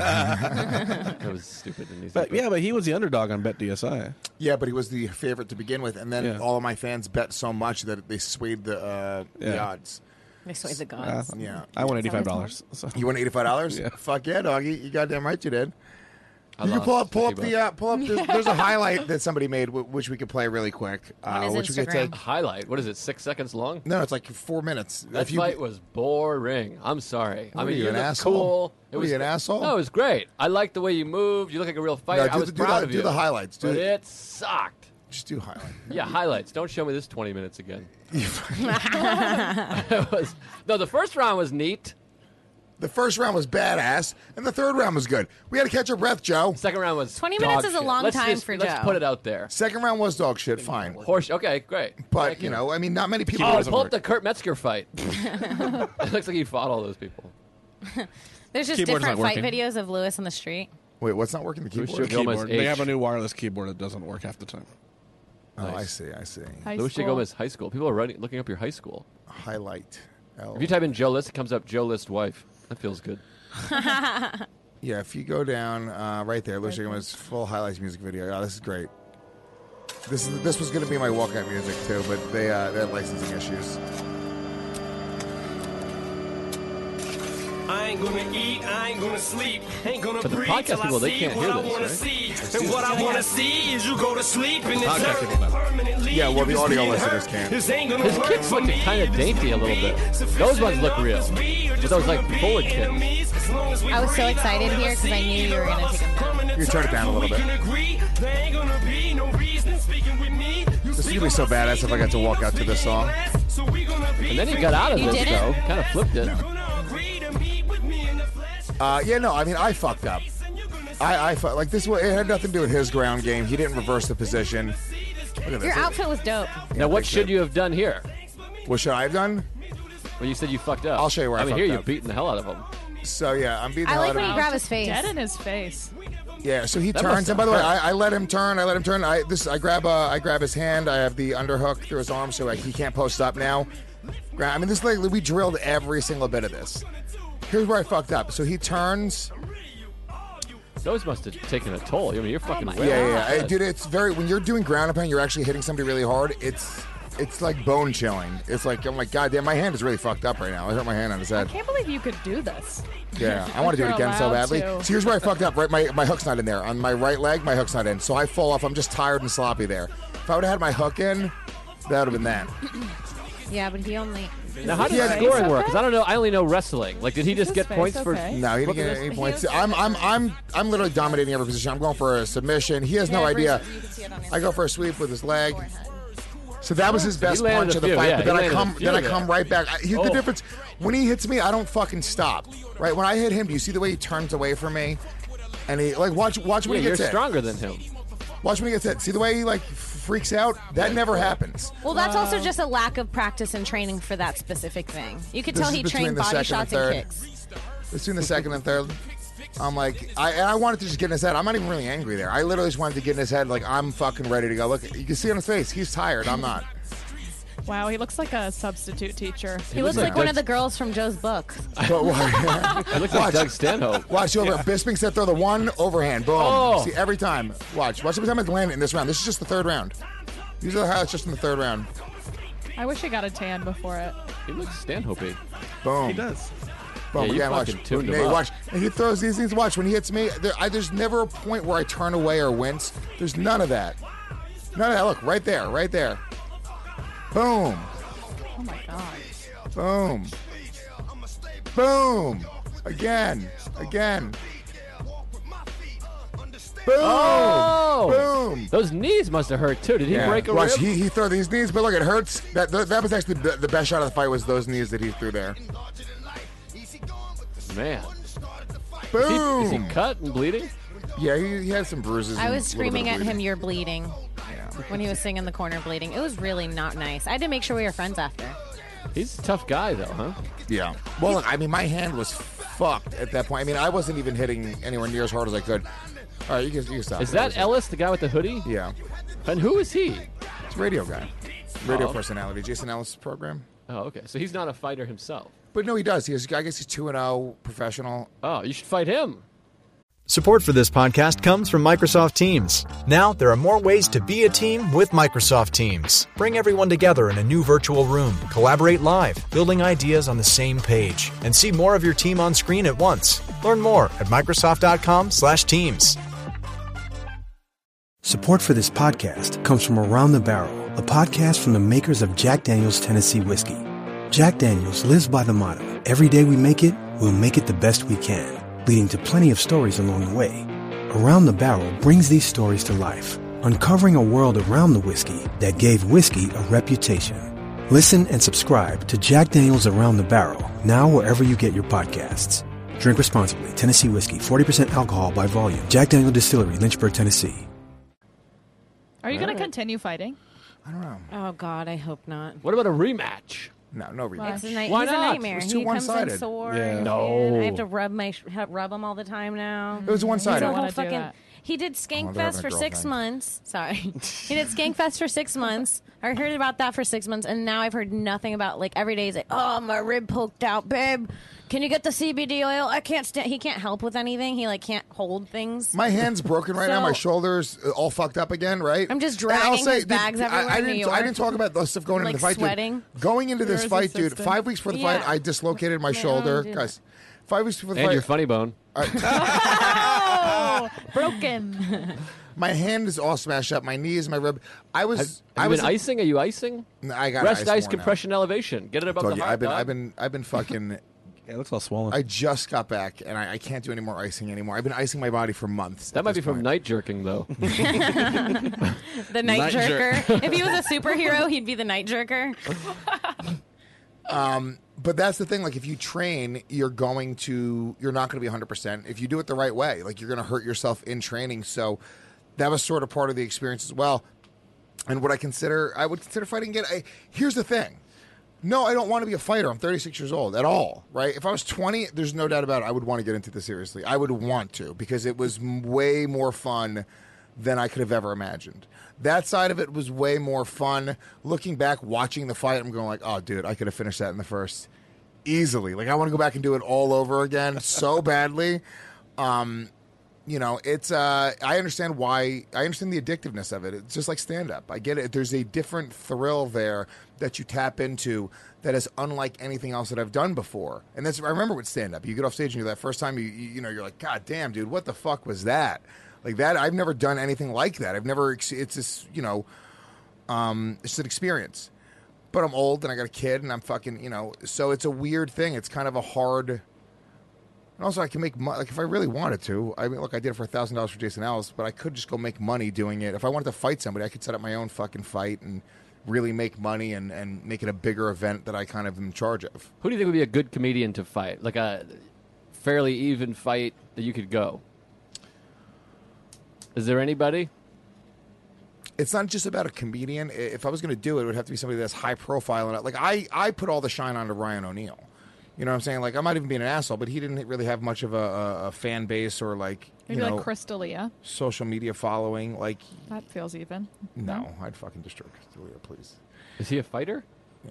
[SPEAKER 5] that was stupid. And easy,
[SPEAKER 7] But yeah, but he was the underdog on Bet DSI.
[SPEAKER 4] Yeah, but he was the favorite to begin with, and then
[SPEAKER 7] Yeah.
[SPEAKER 4] all of my fans bet so much that they swayed the uh, the
[SPEAKER 7] Yeah.
[SPEAKER 4] odds.
[SPEAKER 8] they swayed the
[SPEAKER 7] Uh,
[SPEAKER 8] gods.
[SPEAKER 4] Yeah.
[SPEAKER 7] I won eighty five dollars.
[SPEAKER 4] You won eighty five dollars.
[SPEAKER 7] Yeah.
[SPEAKER 4] Fuck yeah, doggy! You goddamn right you did.
[SPEAKER 5] I
[SPEAKER 4] you can pull
[SPEAKER 5] lost
[SPEAKER 4] up, pull up
[SPEAKER 5] 50
[SPEAKER 4] the, uh, pull up. There's, there's a highlight that somebody made, w- which we could play really quick. Uh,
[SPEAKER 8] his
[SPEAKER 4] which we could
[SPEAKER 8] Instagram.
[SPEAKER 4] take.
[SPEAKER 5] highlight. What is it? Six seconds long.
[SPEAKER 4] No, it's like four minutes.
[SPEAKER 5] That
[SPEAKER 4] if you,
[SPEAKER 5] fight was boring. I'm sorry. I
[SPEAKER 4] What are
[SPEAKER 5] mean,
[SPEAKER 4] you, an
[SPEAKER 5] looked
[SPEAKER 4] asshole?
[SPEAKER 5] cool. It
[SPEAKER 4] What are
[SPEAKER 5] was
[SPEAKER 4] you, an asshole?
[SPEAKER 5] No, it was great. I liked the way you moved. You look like a real fighter.
[SPEAKER 4] do
[SPEAKER 5] I was
[SPEAKER 4] the- do
[SPEAKER 5] proud
[SPEAKER 4] the-
[SPEAKER 5] of
[SPEAKER 4] do
[SPEAKER 5] you.
[SPEAKER 4] the highlights. Do
[SPEAKER 5] but
[SPEAKER 4] the-
[SPEAKER 5] it sucked.
[SPEAKER 4] just do highlight.
[SPEAKER 5] Yeah, highlights. Don't show me this 20 minutes again. It was- no, the first round was neat.
[SPEAKER 4] the first round was badass, and the third round was good. We had to catch our breath, Joe.
[SPEAKER 5] Second round was
[SPEAKER 8] 20 minutes
[SPEAKER 5] dog
[SPEAKER 8] is a
[SPEAKER 5] shit.
[SPEAKER 8] long
[SPEAKER 5] Let's
[SPEAKER 8] time
[SPEAKER 5] just-
[SPEAKER 8] for
[SPEAKER 5] Let's
[SPEAKER 8] Joe.
[SPEAKER 5] put it out there.
[SPEAKER 4] Second round was dog shit. Fine,
[SPEAKER 5] Horse. Okay, great.
[SPEAKER 4] but
[SPEAKER 5] Thank
[SPEAKER 4] you know, I mean, not many people.
[SPEAKER 5] Oh, pull up the Kurt Metzger fight. it looks like he fought all those people.
[SPEAKER 8] There's just
[SPEAKER 7] Keyboard's
[SPEAKER 8] different
[SPEAKER 7] not
[SPEAKER 8] fight
[SPEAKER 7] working.
[SPEAKER 8] videos of Lewis on the street.
[SPEAKER 4] Wait, what's not working? The
[SPEAKER 5] Who's
[SPEAKER 4] keyboard.
[SPEAKER 5] your- Gomez
[SPEAKER 7] Keyboard. They
[SPEAKER 5] H.
[SPEAKER 7] have a new wireless keyboard that doesn't work half the time.
[SPEAKER 4] Oh, I
[SPEAKER 5] Nice.
[SPEAKER 4] see. I see.
[SPEAKER 6] high
[SPEAKER 5] Luis
[SPEAKER 6] school.
[SPEAKER 5] Gomez High School. People are running, looking up your high school.
[SPEAKER 4] Highlight. L.
[SPEAKER 5] If you type in Joe List, it comes up Joe List wife. That feels good.
[SPEAKER 4] Yeah, if you go down uh, right there, Lucia Gomez full highlights music video. Oh, this is great. This is this was going to be my walkout music too, but they uh, they had licensing issues.
[SPEAKER 10] I ain't gonna eat, I ain't gonna sleep, ain't gonna
[SPEAKER 5] For the
[SPEAKER 10] breathe
[SPEAKER 5] podcast
[SPEAKER 10] till
[SPEAKER 5] people,
[SPEAKER 10] I
[SPEAKER 5] they
[SPEAKER 10] see
[SPEAKER 5] can't
[SPEAKER 10] what
[SPEAKER 5] hear
[SPEAKER 10] I
[SPEAKER 5] this,
[SPEAKER 10] wanna
[SPEAKER 5] right?
[SPEAKER 10] see. And what I wanna see is you go to sleep and it's
[SPEAKER 7] Podcast
[SPEAKER 10] hurt
[SPEAKER 7] people know.
[SPEAKER 10] permanently.
[SPEAKER 4] Yeah, well, the
[SPEAKER 10] You just
[SPEAKER 4] audio
[SPEAKER 10] get
[SPEAKER 4] listeners
[SPEAKER 10] hurt.
[SPEAKER 4] can't.
[SPEAKER 10] This ain't gonna
[SPEAKER 5] His
[SPEAKER 10] work
[SPEAKER 5] kicks
[SPEAKER 10] for
[SPEAKER 5] look
[SPEAKER 10] me.
[SPEAKER 5] kinda
[SPEAKER 10] This
[SPEAKER 5] dainty a
[SPEAKER 10] gonna
[SPEAKER 5] little
[SPEAKER 10] be
[SPEAKER 5] bit.
[SPEAKER 10] sufficient
[SPEAKER 5] Those ones look
[SPEAKER 10] enough
[SPEAKER 5] real.
[SPEAKER 10] as we are
[SPEAKER 5] But
[SPEAKER 10] just
[SPEAKER 5] those, like,
[SPEAKER 10] gonna be
[SPEAKER 5] forward kicks.
[SPEAKER 10] enemies. As long as we
[SPEAKER 8] I was so
[SPEAKER 10] breathe,
[SPEAKER 8] excited
[SPEAKER 10] I'll
[SPEAKER 8] here
[SPEAKER 10] never
[SPEAKER 8] 'cause I
[SPEAKER 10] see
[SPEAKER 8] knew you were gonna
[SPEAKER 10] the
[SPEAKER 8] take 'em down.
[SPEAKER 10] permanent
[SPEAKER 4] You turn it down a
[SPEAKER 10] hurt,
[SPEAKER 4] little bit.
[SPEAKER 10] we can agree. There ain't gonna be no reason speaking with me. You
[SPEAKER 4] This is
[SPEAKER 10] speak
[SPEAKER 4] gonna be
[SPEAKER 10] on
[SPEAKER 4] so
[SPEAKER 10] my
[SPEAKER 4] badass if I got to
[SPEAKER 10] speaking,
[SPEAKER 4] walk
[SPEAKER 10] no
[SPEAKER 4] out to this
[SPEAKER 10] speaking
[SPEAKER 4] song.
[SPEAKER 10] glass. So we gonna be
[SPEAKER 5] And then he got out of
[SPEAKER 8] You
[SPEAKER 5] this,
[SPEAKER 8] did it?
[SPEAKER 5] though. Kind of flipped it.
[SPEAKER 4] Uh, yeah, no, I mean, I fucked up. I, I fu- like this. wa- It had nothing to do with his ground game. He didn't reverse the position. Look at this.
[SPEAKER 8] Your outfit was dope.
[SPEAKER 5] Now, what
[SPEAKER 4] thanks,
[SPEAKER 5] should
[SPEAKER 4] babe.
[SPEAKER 5] you have done here?
[SPEAKER 4] What should I have done?
[SPEAKER 5] Well, you said you fucked up.
[SPEAKER 4] I'll show you where I
[SPEAKER 5] mean,
[SPEAKER 4] fucked
[SPEAKER 5] here you're
[SPEAKER 4] up.
[SPEAKER 5] beating the hell out of him.
[SPEAKER 4] So yeah, I'm beating the
[SPEAKER 8] I
[SPEAKER 4] hell
[SPEAKER 8] like
[SPEAKER 4] out of
[SPEAKER 8] when
[SPEAKER 4] him.
[SPEAKER 8] you grab his face.
[SPEAKER 6] Dead in his face.
[SPEAKER 4] Yeah, so he
[SPEAKER 5] That must
[SPEAKER 4] turns, and by the way,
[SPEAKER 5] have hurt.
[SPEAKER 4] I, I let him turn. I let him turn. I this I grab uh, I grab his hand. I have the underhook through his arm, so like he can't post up now. Gra- I mean, this like we drilled every single bit of this. Here's where I fucked up. So he turns.
[SPEAKER 5] Those must have taken a toll. I mean,
[SPEAKER 8] Oh
[SPEAKER 5] you're fucking.
[SPEAKER 6] my
[SPEAKER 5] way
[SPEAKER 4] Yeah,
[SPEAKER 5] out.
[SPEAKER 4] yeah, yeah. I- Ah, dude. It's very when you're doing ground and pound, you're actually hitting somebody really hard. It's it's like bone chilling. It's like I'm like, goddamn, my hand is really fucked up right now. I hurt my hand on his
[SPEAKER 6] I
[SPEAKER 4] head.
[SPEAKER 6] can't believe you could do this.
[SPEAKER 4] Yeah, I want to do it
[SPEAKER 6] You're
[SPEAKER 4] again so
[SPEAKER 6] allowed
[SPEAKER 4] badly.
[SPEAKER 6] to.
[SPEAKER 4] So here's where I fucked up. Right, my my hook's not in there. On my right leg, my hook's not in. So I fall off. I'm just tired and sloppy there. If I would have had my hook in, that would have been that.
[SPEAKER 8] Yeah, but he only.
[SPEAKER 5] Now, how did
[SPEAKER 4] Yeah,
[SPEAKER 5] the
[SPEAKER 4] it's
[SPEAKER 5] scoring
[SPEAKER 6] okay.
[SPEAKER 5] work? Because I don't know. I only know wrestling. Like, did he just
[SPEAKER 6] his
[SPEAKER 5] get points
[SPEAKER 6] face
[SPEAKER 5] for?
[SPEAKER 6] okay?
[SPEAKER 4] No, he didn't
[SPEAKER 5] Looking
[SPEAKER 4] get
[SPEAKER 5] at-
[SPEAKER 4] any points. I'm I'm I'm I'm literally dominating every position. I'm going for a submission. He has no idea. I go for a sweep with his leg. So that was his best
[SPEAKER 5] landed
[SPEAKER 4] punch
[SPEAKER 5] a
[SPEAKER 4] of the
[SPEAKER 5] few,
[SPEAKER 4] fight.
[SPEAKER 5] yeah,
[SPEAKER 4] but
[SPEAKER 5] he
[SPEAKER 4] then I
[SPEAKER 5] landed a
[SPEAKER 4] come,
[SPEAKER 5] few
[SPEAKER 4] then I
[SPEAKER 5] there.
[SPEAKER 4] come right back. I, he, The
[SPEAKER 5] Oh.
[SPEAKER 4] difference when he hits me, I don't fucking stop. Right when I hit him, do you see the way he turns away from me? And he like watch watch
[SPEAKER 5] Yeah,
[SPEAKER 4] when he
[SPEAKER 5] you're
[SPEAKER 4] gets hit.
[SPEAKER 5] stronger than him.
[SPEAKER 4] Watch when he gets hit. See the way he like freaks out. That never happens.
[SPEAKER 8] Well, that's also just a lack of practice and training for that specific thing. You could
[SPEAKER 4] This
[SPEAKER 8] tell
[SPEAKER 4] is
[SPEAKER 8] he
[SPEAKER 4] between
[SPEAKER 8] trained
[SPEAKER 4] the
[SPEAKER 8] body
[SPEAKER 4] second and
[SPEAKER 8] shots and
[SPEAKER 4] third.
[SPEAKER 8] kicks.
[SPEAKER 4] Between the second and third, I'm like, I and I wanted to just get in his head. I'm not even really angry there. I literally just wanted to get in his head. Like I'm fucking ready to go. Look, you can see on his face, he's tired. I'm not.
[SPEAKER 6] Wow, he looks like a substitute teacher.
[SPEAKER 8] He looks
[SPEAKER 5] looks
[SPEAKER 8] like
[SPEAKER 5] like
[SPEAKER 8] one
[SPEAKER 5] Doug-
[SPEAKER 8] of the girls from Joe's book.
[SPEAKER 4] But why-
[SPEAKER 5] It looks like Doug Stanhope.
[SPEAKER 4] watch over Bisping said throw the one overhand. Boom.
[SPEAKER 5] Oh.
[SPEAKER 4] See every time. Watch. Watch every time I land it in this round. This is just the third round. These are the highlights just in the third round.
[SPEAKER 6] I wish he got a tan before it.
[SPEAKER 5] He looks Stanhope.
[SPEAKER 4] Boom.
[SPEAKER 7] He does.
[SPEAKER 4] Boom,
[SPEAKER 5] Yeah, you
[SPEAKER 4] again, watch.
[SPEAKER 5] fucking tuned him
[SPEAKER 4] Yeah,
[SPEAKER 5] up.
[SPEAKER 4] watch. And he throws these things. Watch when he hits me. There, I, there's never a point where I turn away or wince. There's none of that. None of that. Look, right there, right there. Boom,
[SPEAKER 6] Oh my god.
[SPEAKER 4] boom, boom. Again, again. Boom,
[SPEAKER 5] Oh!
[SPEAKER 4] boom.
[SPEAKER 5] Those knees must have hurt too. Did he
[SPEAKER 4] Yeah.
[SPEAKER 5] break a
[SPEAKER 4] Watch,
[SPEAKER 5] rib?
[SPEAKER 4] he, he threw these knees, but look, it hurts. That that, that was actually the, the best shot of the fight was those knees that he threw there.
[SPEAKER 5] Man, is he,
[SPEAKER 4] Boom.
[SPEAKER 5] is he cut and bleeding?
[SPEAKER 4] yeah, he, he had some bruises.
[SPEAKER 8] I
[SPEAKER 4] and
[SPEAKER 8] was
[SPEAKER 4] a little bit
[SPEAKER 8] screaming
[SPEAKER 4] of
[SPEAKER 8] at
[SPEAKER 4] bleeding.
[SPEAKER 8] him, "You're bleeding!" when he was sitting in the corner bleeding. It was really not nice. I had to make sure we were friends after.
[SPEAKER 5] He's a tough guy though, huh?
[SPEAKER 4] Yeah. Well, look, I mean, my hand was fucked at that point. I mean, I wasn't even hitting anywhere near as hard as I could. All right, you can, you can stop.
[SPEAKER 5] Is that Ellis, the guy with the hoodie?
[SPEAKER 4] Yeah.
[SPEAKER 5] And who is he?
[SPEAKER 4] It's a radio guy. Radio
[SPEAKER 5] Oh.
[SPEAKER 4] personality. Jason Ellis' program.
[SPEAKER 5] Oh, okay. So he's not a fighter himself.
[SPEAKER 4] But no, he does. He is, I guess he's 2 and 0 professional.
[SPEAKER 5] Oh, you should fight him.
[SPEAKER 11] Support for this podcast comes from Microsoft Teams. Now, there are more ways to be a team with Microsoft Teams. Bring everyone together in a new virtual room, collaborate live, building ideas on the same page, and see more of your team on screen at once. Learn more at microsoft.com/teams.
[SPEAKER 2] Support for this podcast comes from Around the Barrel, a podcast from the makers of Jack Daniels Tennessee Whiskey. Jack Daniels lives by the motto every day we make it, we'll make it the best we can, leading to plenty of stories along the way. Around the Barrel brings these stories to life, uncovering a world around the whiskey that gave whiskey a reputation. Listen and subscribe to Jack Daniels Around the Barrel, now wherever you get your podcasts. Drink responsibly. Tennessee Whiskey, 40% alcohol by volume. Jack Daniel Distillery, Lynchburg, Tennessee.
[SPEAKER 6] Are you going to continue fighting?
[SPEAKER 4] I don't know.
[SPEAKER 8] Oh God, I hope not.
[SPEAKER 5] What about a rematch?
[SPEAKER 4] No, no
[SPEAKER 8] It's
[SPEAKER 4] rematch.
[SPEAKER 8] a night-
[SPEAKER 5] Why
[SPEAKER 8] he's a
[SPEAKER 5] not?
[SPEAKER 8] nightmare.
[SPEAKER 4] It's too
[SPEAKER 8] He comes in
[SPEAKER 4] one-sided.
[SPEAKER 8] sore.
[SPEAKER 7] Yeah.
[SPEAKER 8] and
[SPEAKER 5] No.
[SPEAKER 8] I have to rub my sh- rub him all the time now.
[SPEAKER 4] It was one
[SPEAKER 8] He's a
[SPEAKER 4] sided.
[SPEAKER 6] wanna
[SPEAKER 8] whole
[SPEAKER 6] do
[SPEAKER 8] fucking.
[SPEAKER 6] that.
[SPEAKER 8] He did
[SPEAKER 4] Oh,
[SPEAKER 8] Skankfest
[SPEAKER 4] they're having
[SPEAKER 8] for
[SPEAKER 4] a
[SPEAKER 8] six
[SPEAKER 4] girl thing.
[SPEAKER 8] months. Sorry, he did Skankfest for six months. I heard about that for six months, and now I've heard nothing about. Like every day, he's like, "Oh, my rib poked out, babe. Can you get the CBD oil? I can't stand." He can't help with anything. He like can't hold things.
[SPEAKER 4] My hand's broken right now. My
[SPEAKER 8] So-
[SPEAKER 4] shoulders uh, all fucked up again. Right.
[SPEAKER 8] I'm just
[SPEAKER 4] And I'll
[SPEAKER 8] dragging
[SPEAKER 4] say,
[SPEAKER 8] his bags
[SPEAKER 4] dude,
[SPEAKER 8] everywhere
[SPEAKER 4] I, I
[SPEAKER 8] in New
[SPEAKER 4] didn't. I
[SPEAKER 8] York.
[SPEAKER 4] didn't talk about the stuff going
[SPEAKER 8] Like
[SPEAKER 4] into the fight. dude.
[SPEAKER 8] sweating.
[SPEAKER 4] Going into this
[SPEAKER 6] Yours
[SPEAKER 4] fight, dude.
[SPEAKER 6] assistant.
[SPEAKER 4] Five weeks before the
[SPEAKER 8] Yeah.
[SPEAKER 4] fight, I dislocated my
[SPEAKER 8] Yeah, I don't
[SPEAKER 4] shoulder,
[SPEAKER 8] do that.
[SPEAKER 4] guys. Five weeks before the
[SPEAKER 5] And
[SPEAKER 4] fight.
[SPEAKER 5] your funny bone.
[SPEAKER 6] Oh, broken.
[SPEAKER 4] My hand is all smashed up. My knees, my rib. I was.
[SPEAKER 5] Have, have
[SPEAKER 4] I
[SPEAKER 5] you
[SPEAKER 4] was
[SPEAKER 5] been icing? Are you icing?
[SPEAKER 4] No, I got
[SPEAKER 5] rest
[SPEAKER 4] ice
[SPEAKER 5] ice
[SPEAKER 4] worn out.
[SPEAKER 5] compression elevation. Get it above
[SPEAKER 4] Told
[SPEAKER 5] the
[SPEAKER 4] you,
[SPEAKER 5] heart.
[SPEAKER 4] I've been.
[SPEAKER 5] dog.
[SPEAKER 4] I've been. I've been fucking.
[SPEAKER 7] it looks all swollen.
[SPEAKER 4] I just got back, and I, I can't do any more icing anymore. I've been icing my body for months.
[SPEAKER 5] That might be from night jerking though.
[SPEAKER 8] The night,
[SPEAKER 5] Night jerk.
[SPEAKER 8] jerker. if he was a superhero, he'd be the night jerker.
[SPEAKER 4] Um, but that's the thing. Like, if you train, you're going to, you're not going to be 100%. If you do it the right way, like, you're going to hurt yourself in training. So that was sort of part of the experience as well. And what I consider, I would consider fighting again. I, here's the thing. No, I don't want to be a fighter. I'm 36 years old at all, right? If I was 20, there's no doubt about it. I would want to get into this seriously. I would want to because it was m- way more fun than I could have ever imagined. That side of it was way more fun. Looking back, watching the fight, I'm going like, oh, dude, I could have finished that in the first easily. Like, I want to go back and do it all over again so badly. Um, you know, it's uh, I understand why I understand the addictiveness of it. It's just like stand up. I get it. There's a different thrill there that you tap into that is unlike anything else that I've done before. And that's I remember with stand up. You get off stage and you're that first time you you you know you're like, God damn, dude, what the fuck was that? Like that. I've never done anything like that. I've never. ex- It's this you know, um, it's an experience. But I'm old and I got a kid and I'm fucking you know. So it's a weird thing. It's kind of a hard. And also, I can make money. Like, if I really wanted to, I mean, look, I did it for thousand dollars for Jason Ellis, but I could just go make money doing it. If I wanted to fight somebody, I could set up my own fucking fight and really make money and and make it a bigger event that I kind of am in charge of.
[SPEAKER 5] Who do you think would be a good comedian to fight? Like a fairly even fight that you could go. Is there anybody?
[SPEAKER 4] It's not just about a comedian. I- If I was going to do it, it would have to be somebody that's high profile and like I I put all the shine onto Ryan O'Neal. You know what I'm saying? Like, I'm not even being an asshole, but he didn't really have much of a, a, a fan base or like you
[SPEAKER 6] Maybe
[SPEAKER 4] know
[SPEAKER 6] like Crystalia.
[SPEAKER 4] social media following. Like,
[SPEAKER 6] That feels even.
[SPEAKER 4] no, I'd fucking destroy Castillo, please.
[SPEAKER 5] Is he a fighter?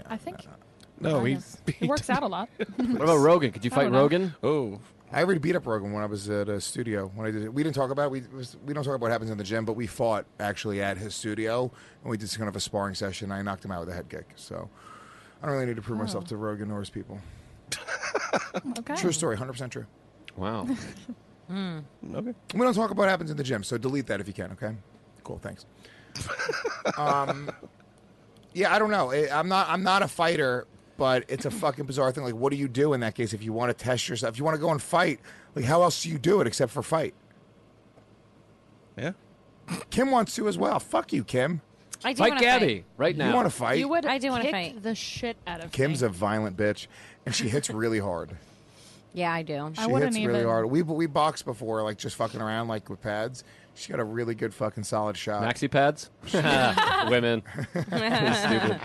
[SPEAKER 6] I think
[SPEAKER 5] Oh,
[SPEAKER 7] no,
[SPEAKER 6] kind
[SPEAKER 7] he,
[SPEAKER 6] of. He works out a lot.
[SPEAKER 5] What about Rogan? Could you
[SPEAKER 6] I
[SPEAKER 5] fight
[SPEAKER 6] don't know.
[SPEAKER 5] Rogan?
[SPEAKER 7] Oh,
[SPEAKER 4] I already beat up Rogan when I was at a studio. When I did, it. we didn't talk about it. we was- we don't talk about what happens in the gym, but we fought actually at his studio and we did kind of a sparring session. I knocked him out with a head kick, so I don't really need to prove myself to Rogan or his people.
[SPEAKER 6] Okay.
[SPEAKER 4] True story, hundred percent true.
[SPEAKER 5] Wow.
[SPEAKER 7] okay.
[SPEAKER 4] We don't talk about what happens in the gym, so delete that if you can. Okay, cool, thanks. um, yeah, I don't know. I- I'm not. I'm not a fighter, but it's a fucking bizarre thing. Like, what do you do in that case if you want to test yourself? If you want to go and fight, like, how else do you do it except for fight?
[SPEAKER 7] Yeah.
[SPEAKER 4] Kim wants to as well. Fuck you, Kim.
[SPEAKER 8] I do
[SPEAKER 5] Fight
[SPEAKER 8] wanna
[SPEAKER 5] Gabby right now.
[SPEAKER 4] You want to fight?
[SPEAKER 6] You would.
[SPEAKER 8] I do wanna
[SPEAKER 6] kick
[SPEAKER 8] fight.
[SPEAKER 6] the shit out of
[SPEAKER 4] Kim's
[SPEAKER 6] me.
[SPEAKER 4] a violent bitch, and she hits really hard.
[SPEAKER 8] Yeah, I do.
[SPEAKER 4] She
[SPEAKER 6] I wouldn't
[SPEAKER 4] hits really
[SPEAKER 6] even-
[SPEAKER 4] hard. We we boxed before, like just fucking around, like with pads. She got a really good fucking solid shot.
[SPEAKER 5] Maxi pads? Women. Stupid.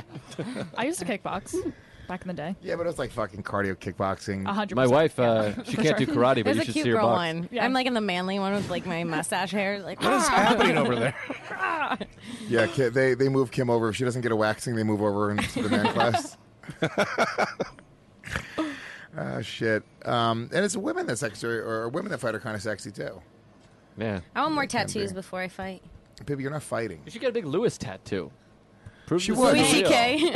[SPEAKER 6] I used to kickbox back in the day.
[SPEAKER 4] Yeah, but it was like fucking cardio kickboxing.
[SPEAKER 6] A hundred.
[SPEAKER 5] My
[SPEAKER 6] percent.
[SPEAKER 5] wife, uh, she can't do karate, but
[SPEAKER 8] There's
[SPEAKER 5] you
[SPEAKER 8] a
[SPEAKER 5] should
[SPEAKER 8] cute
[SPEAKER 5] see her
[SPEAKER 8] girl
[SPEAKER 5] box.
[SPEAKER 8] one.
[SPEAKER 6] Yeah.
[SPEAKER 8] I'm like in the manly one with like my mustache hair. Like, "Ah." what is
[SPEAKER 7] happening over there?
[SPEAKER 4] Yeah, Ki- they they move Kim over. If she doesn't get a waxing, they move over into the man class. Ah, shit. Um, and it's women that sexy, or women that fight are kind of sexy too.
[SPEAKER 5] Yeah.
[SPEAKER 8] I want more tattoos before I fight.
[SPEAKER 4] Pippi, you're not fighting.
[SPEAKER 5] You should get a big Lewis tattoo. Prove
[SPEAKER 4] She
[SPEAKER 5] this
[SPEAKER 4] would.
[SPEAKER 5] is
[SPEAKER 8] Louis
[SPEAKER 5] real.
[SPEAKER 8] C.K.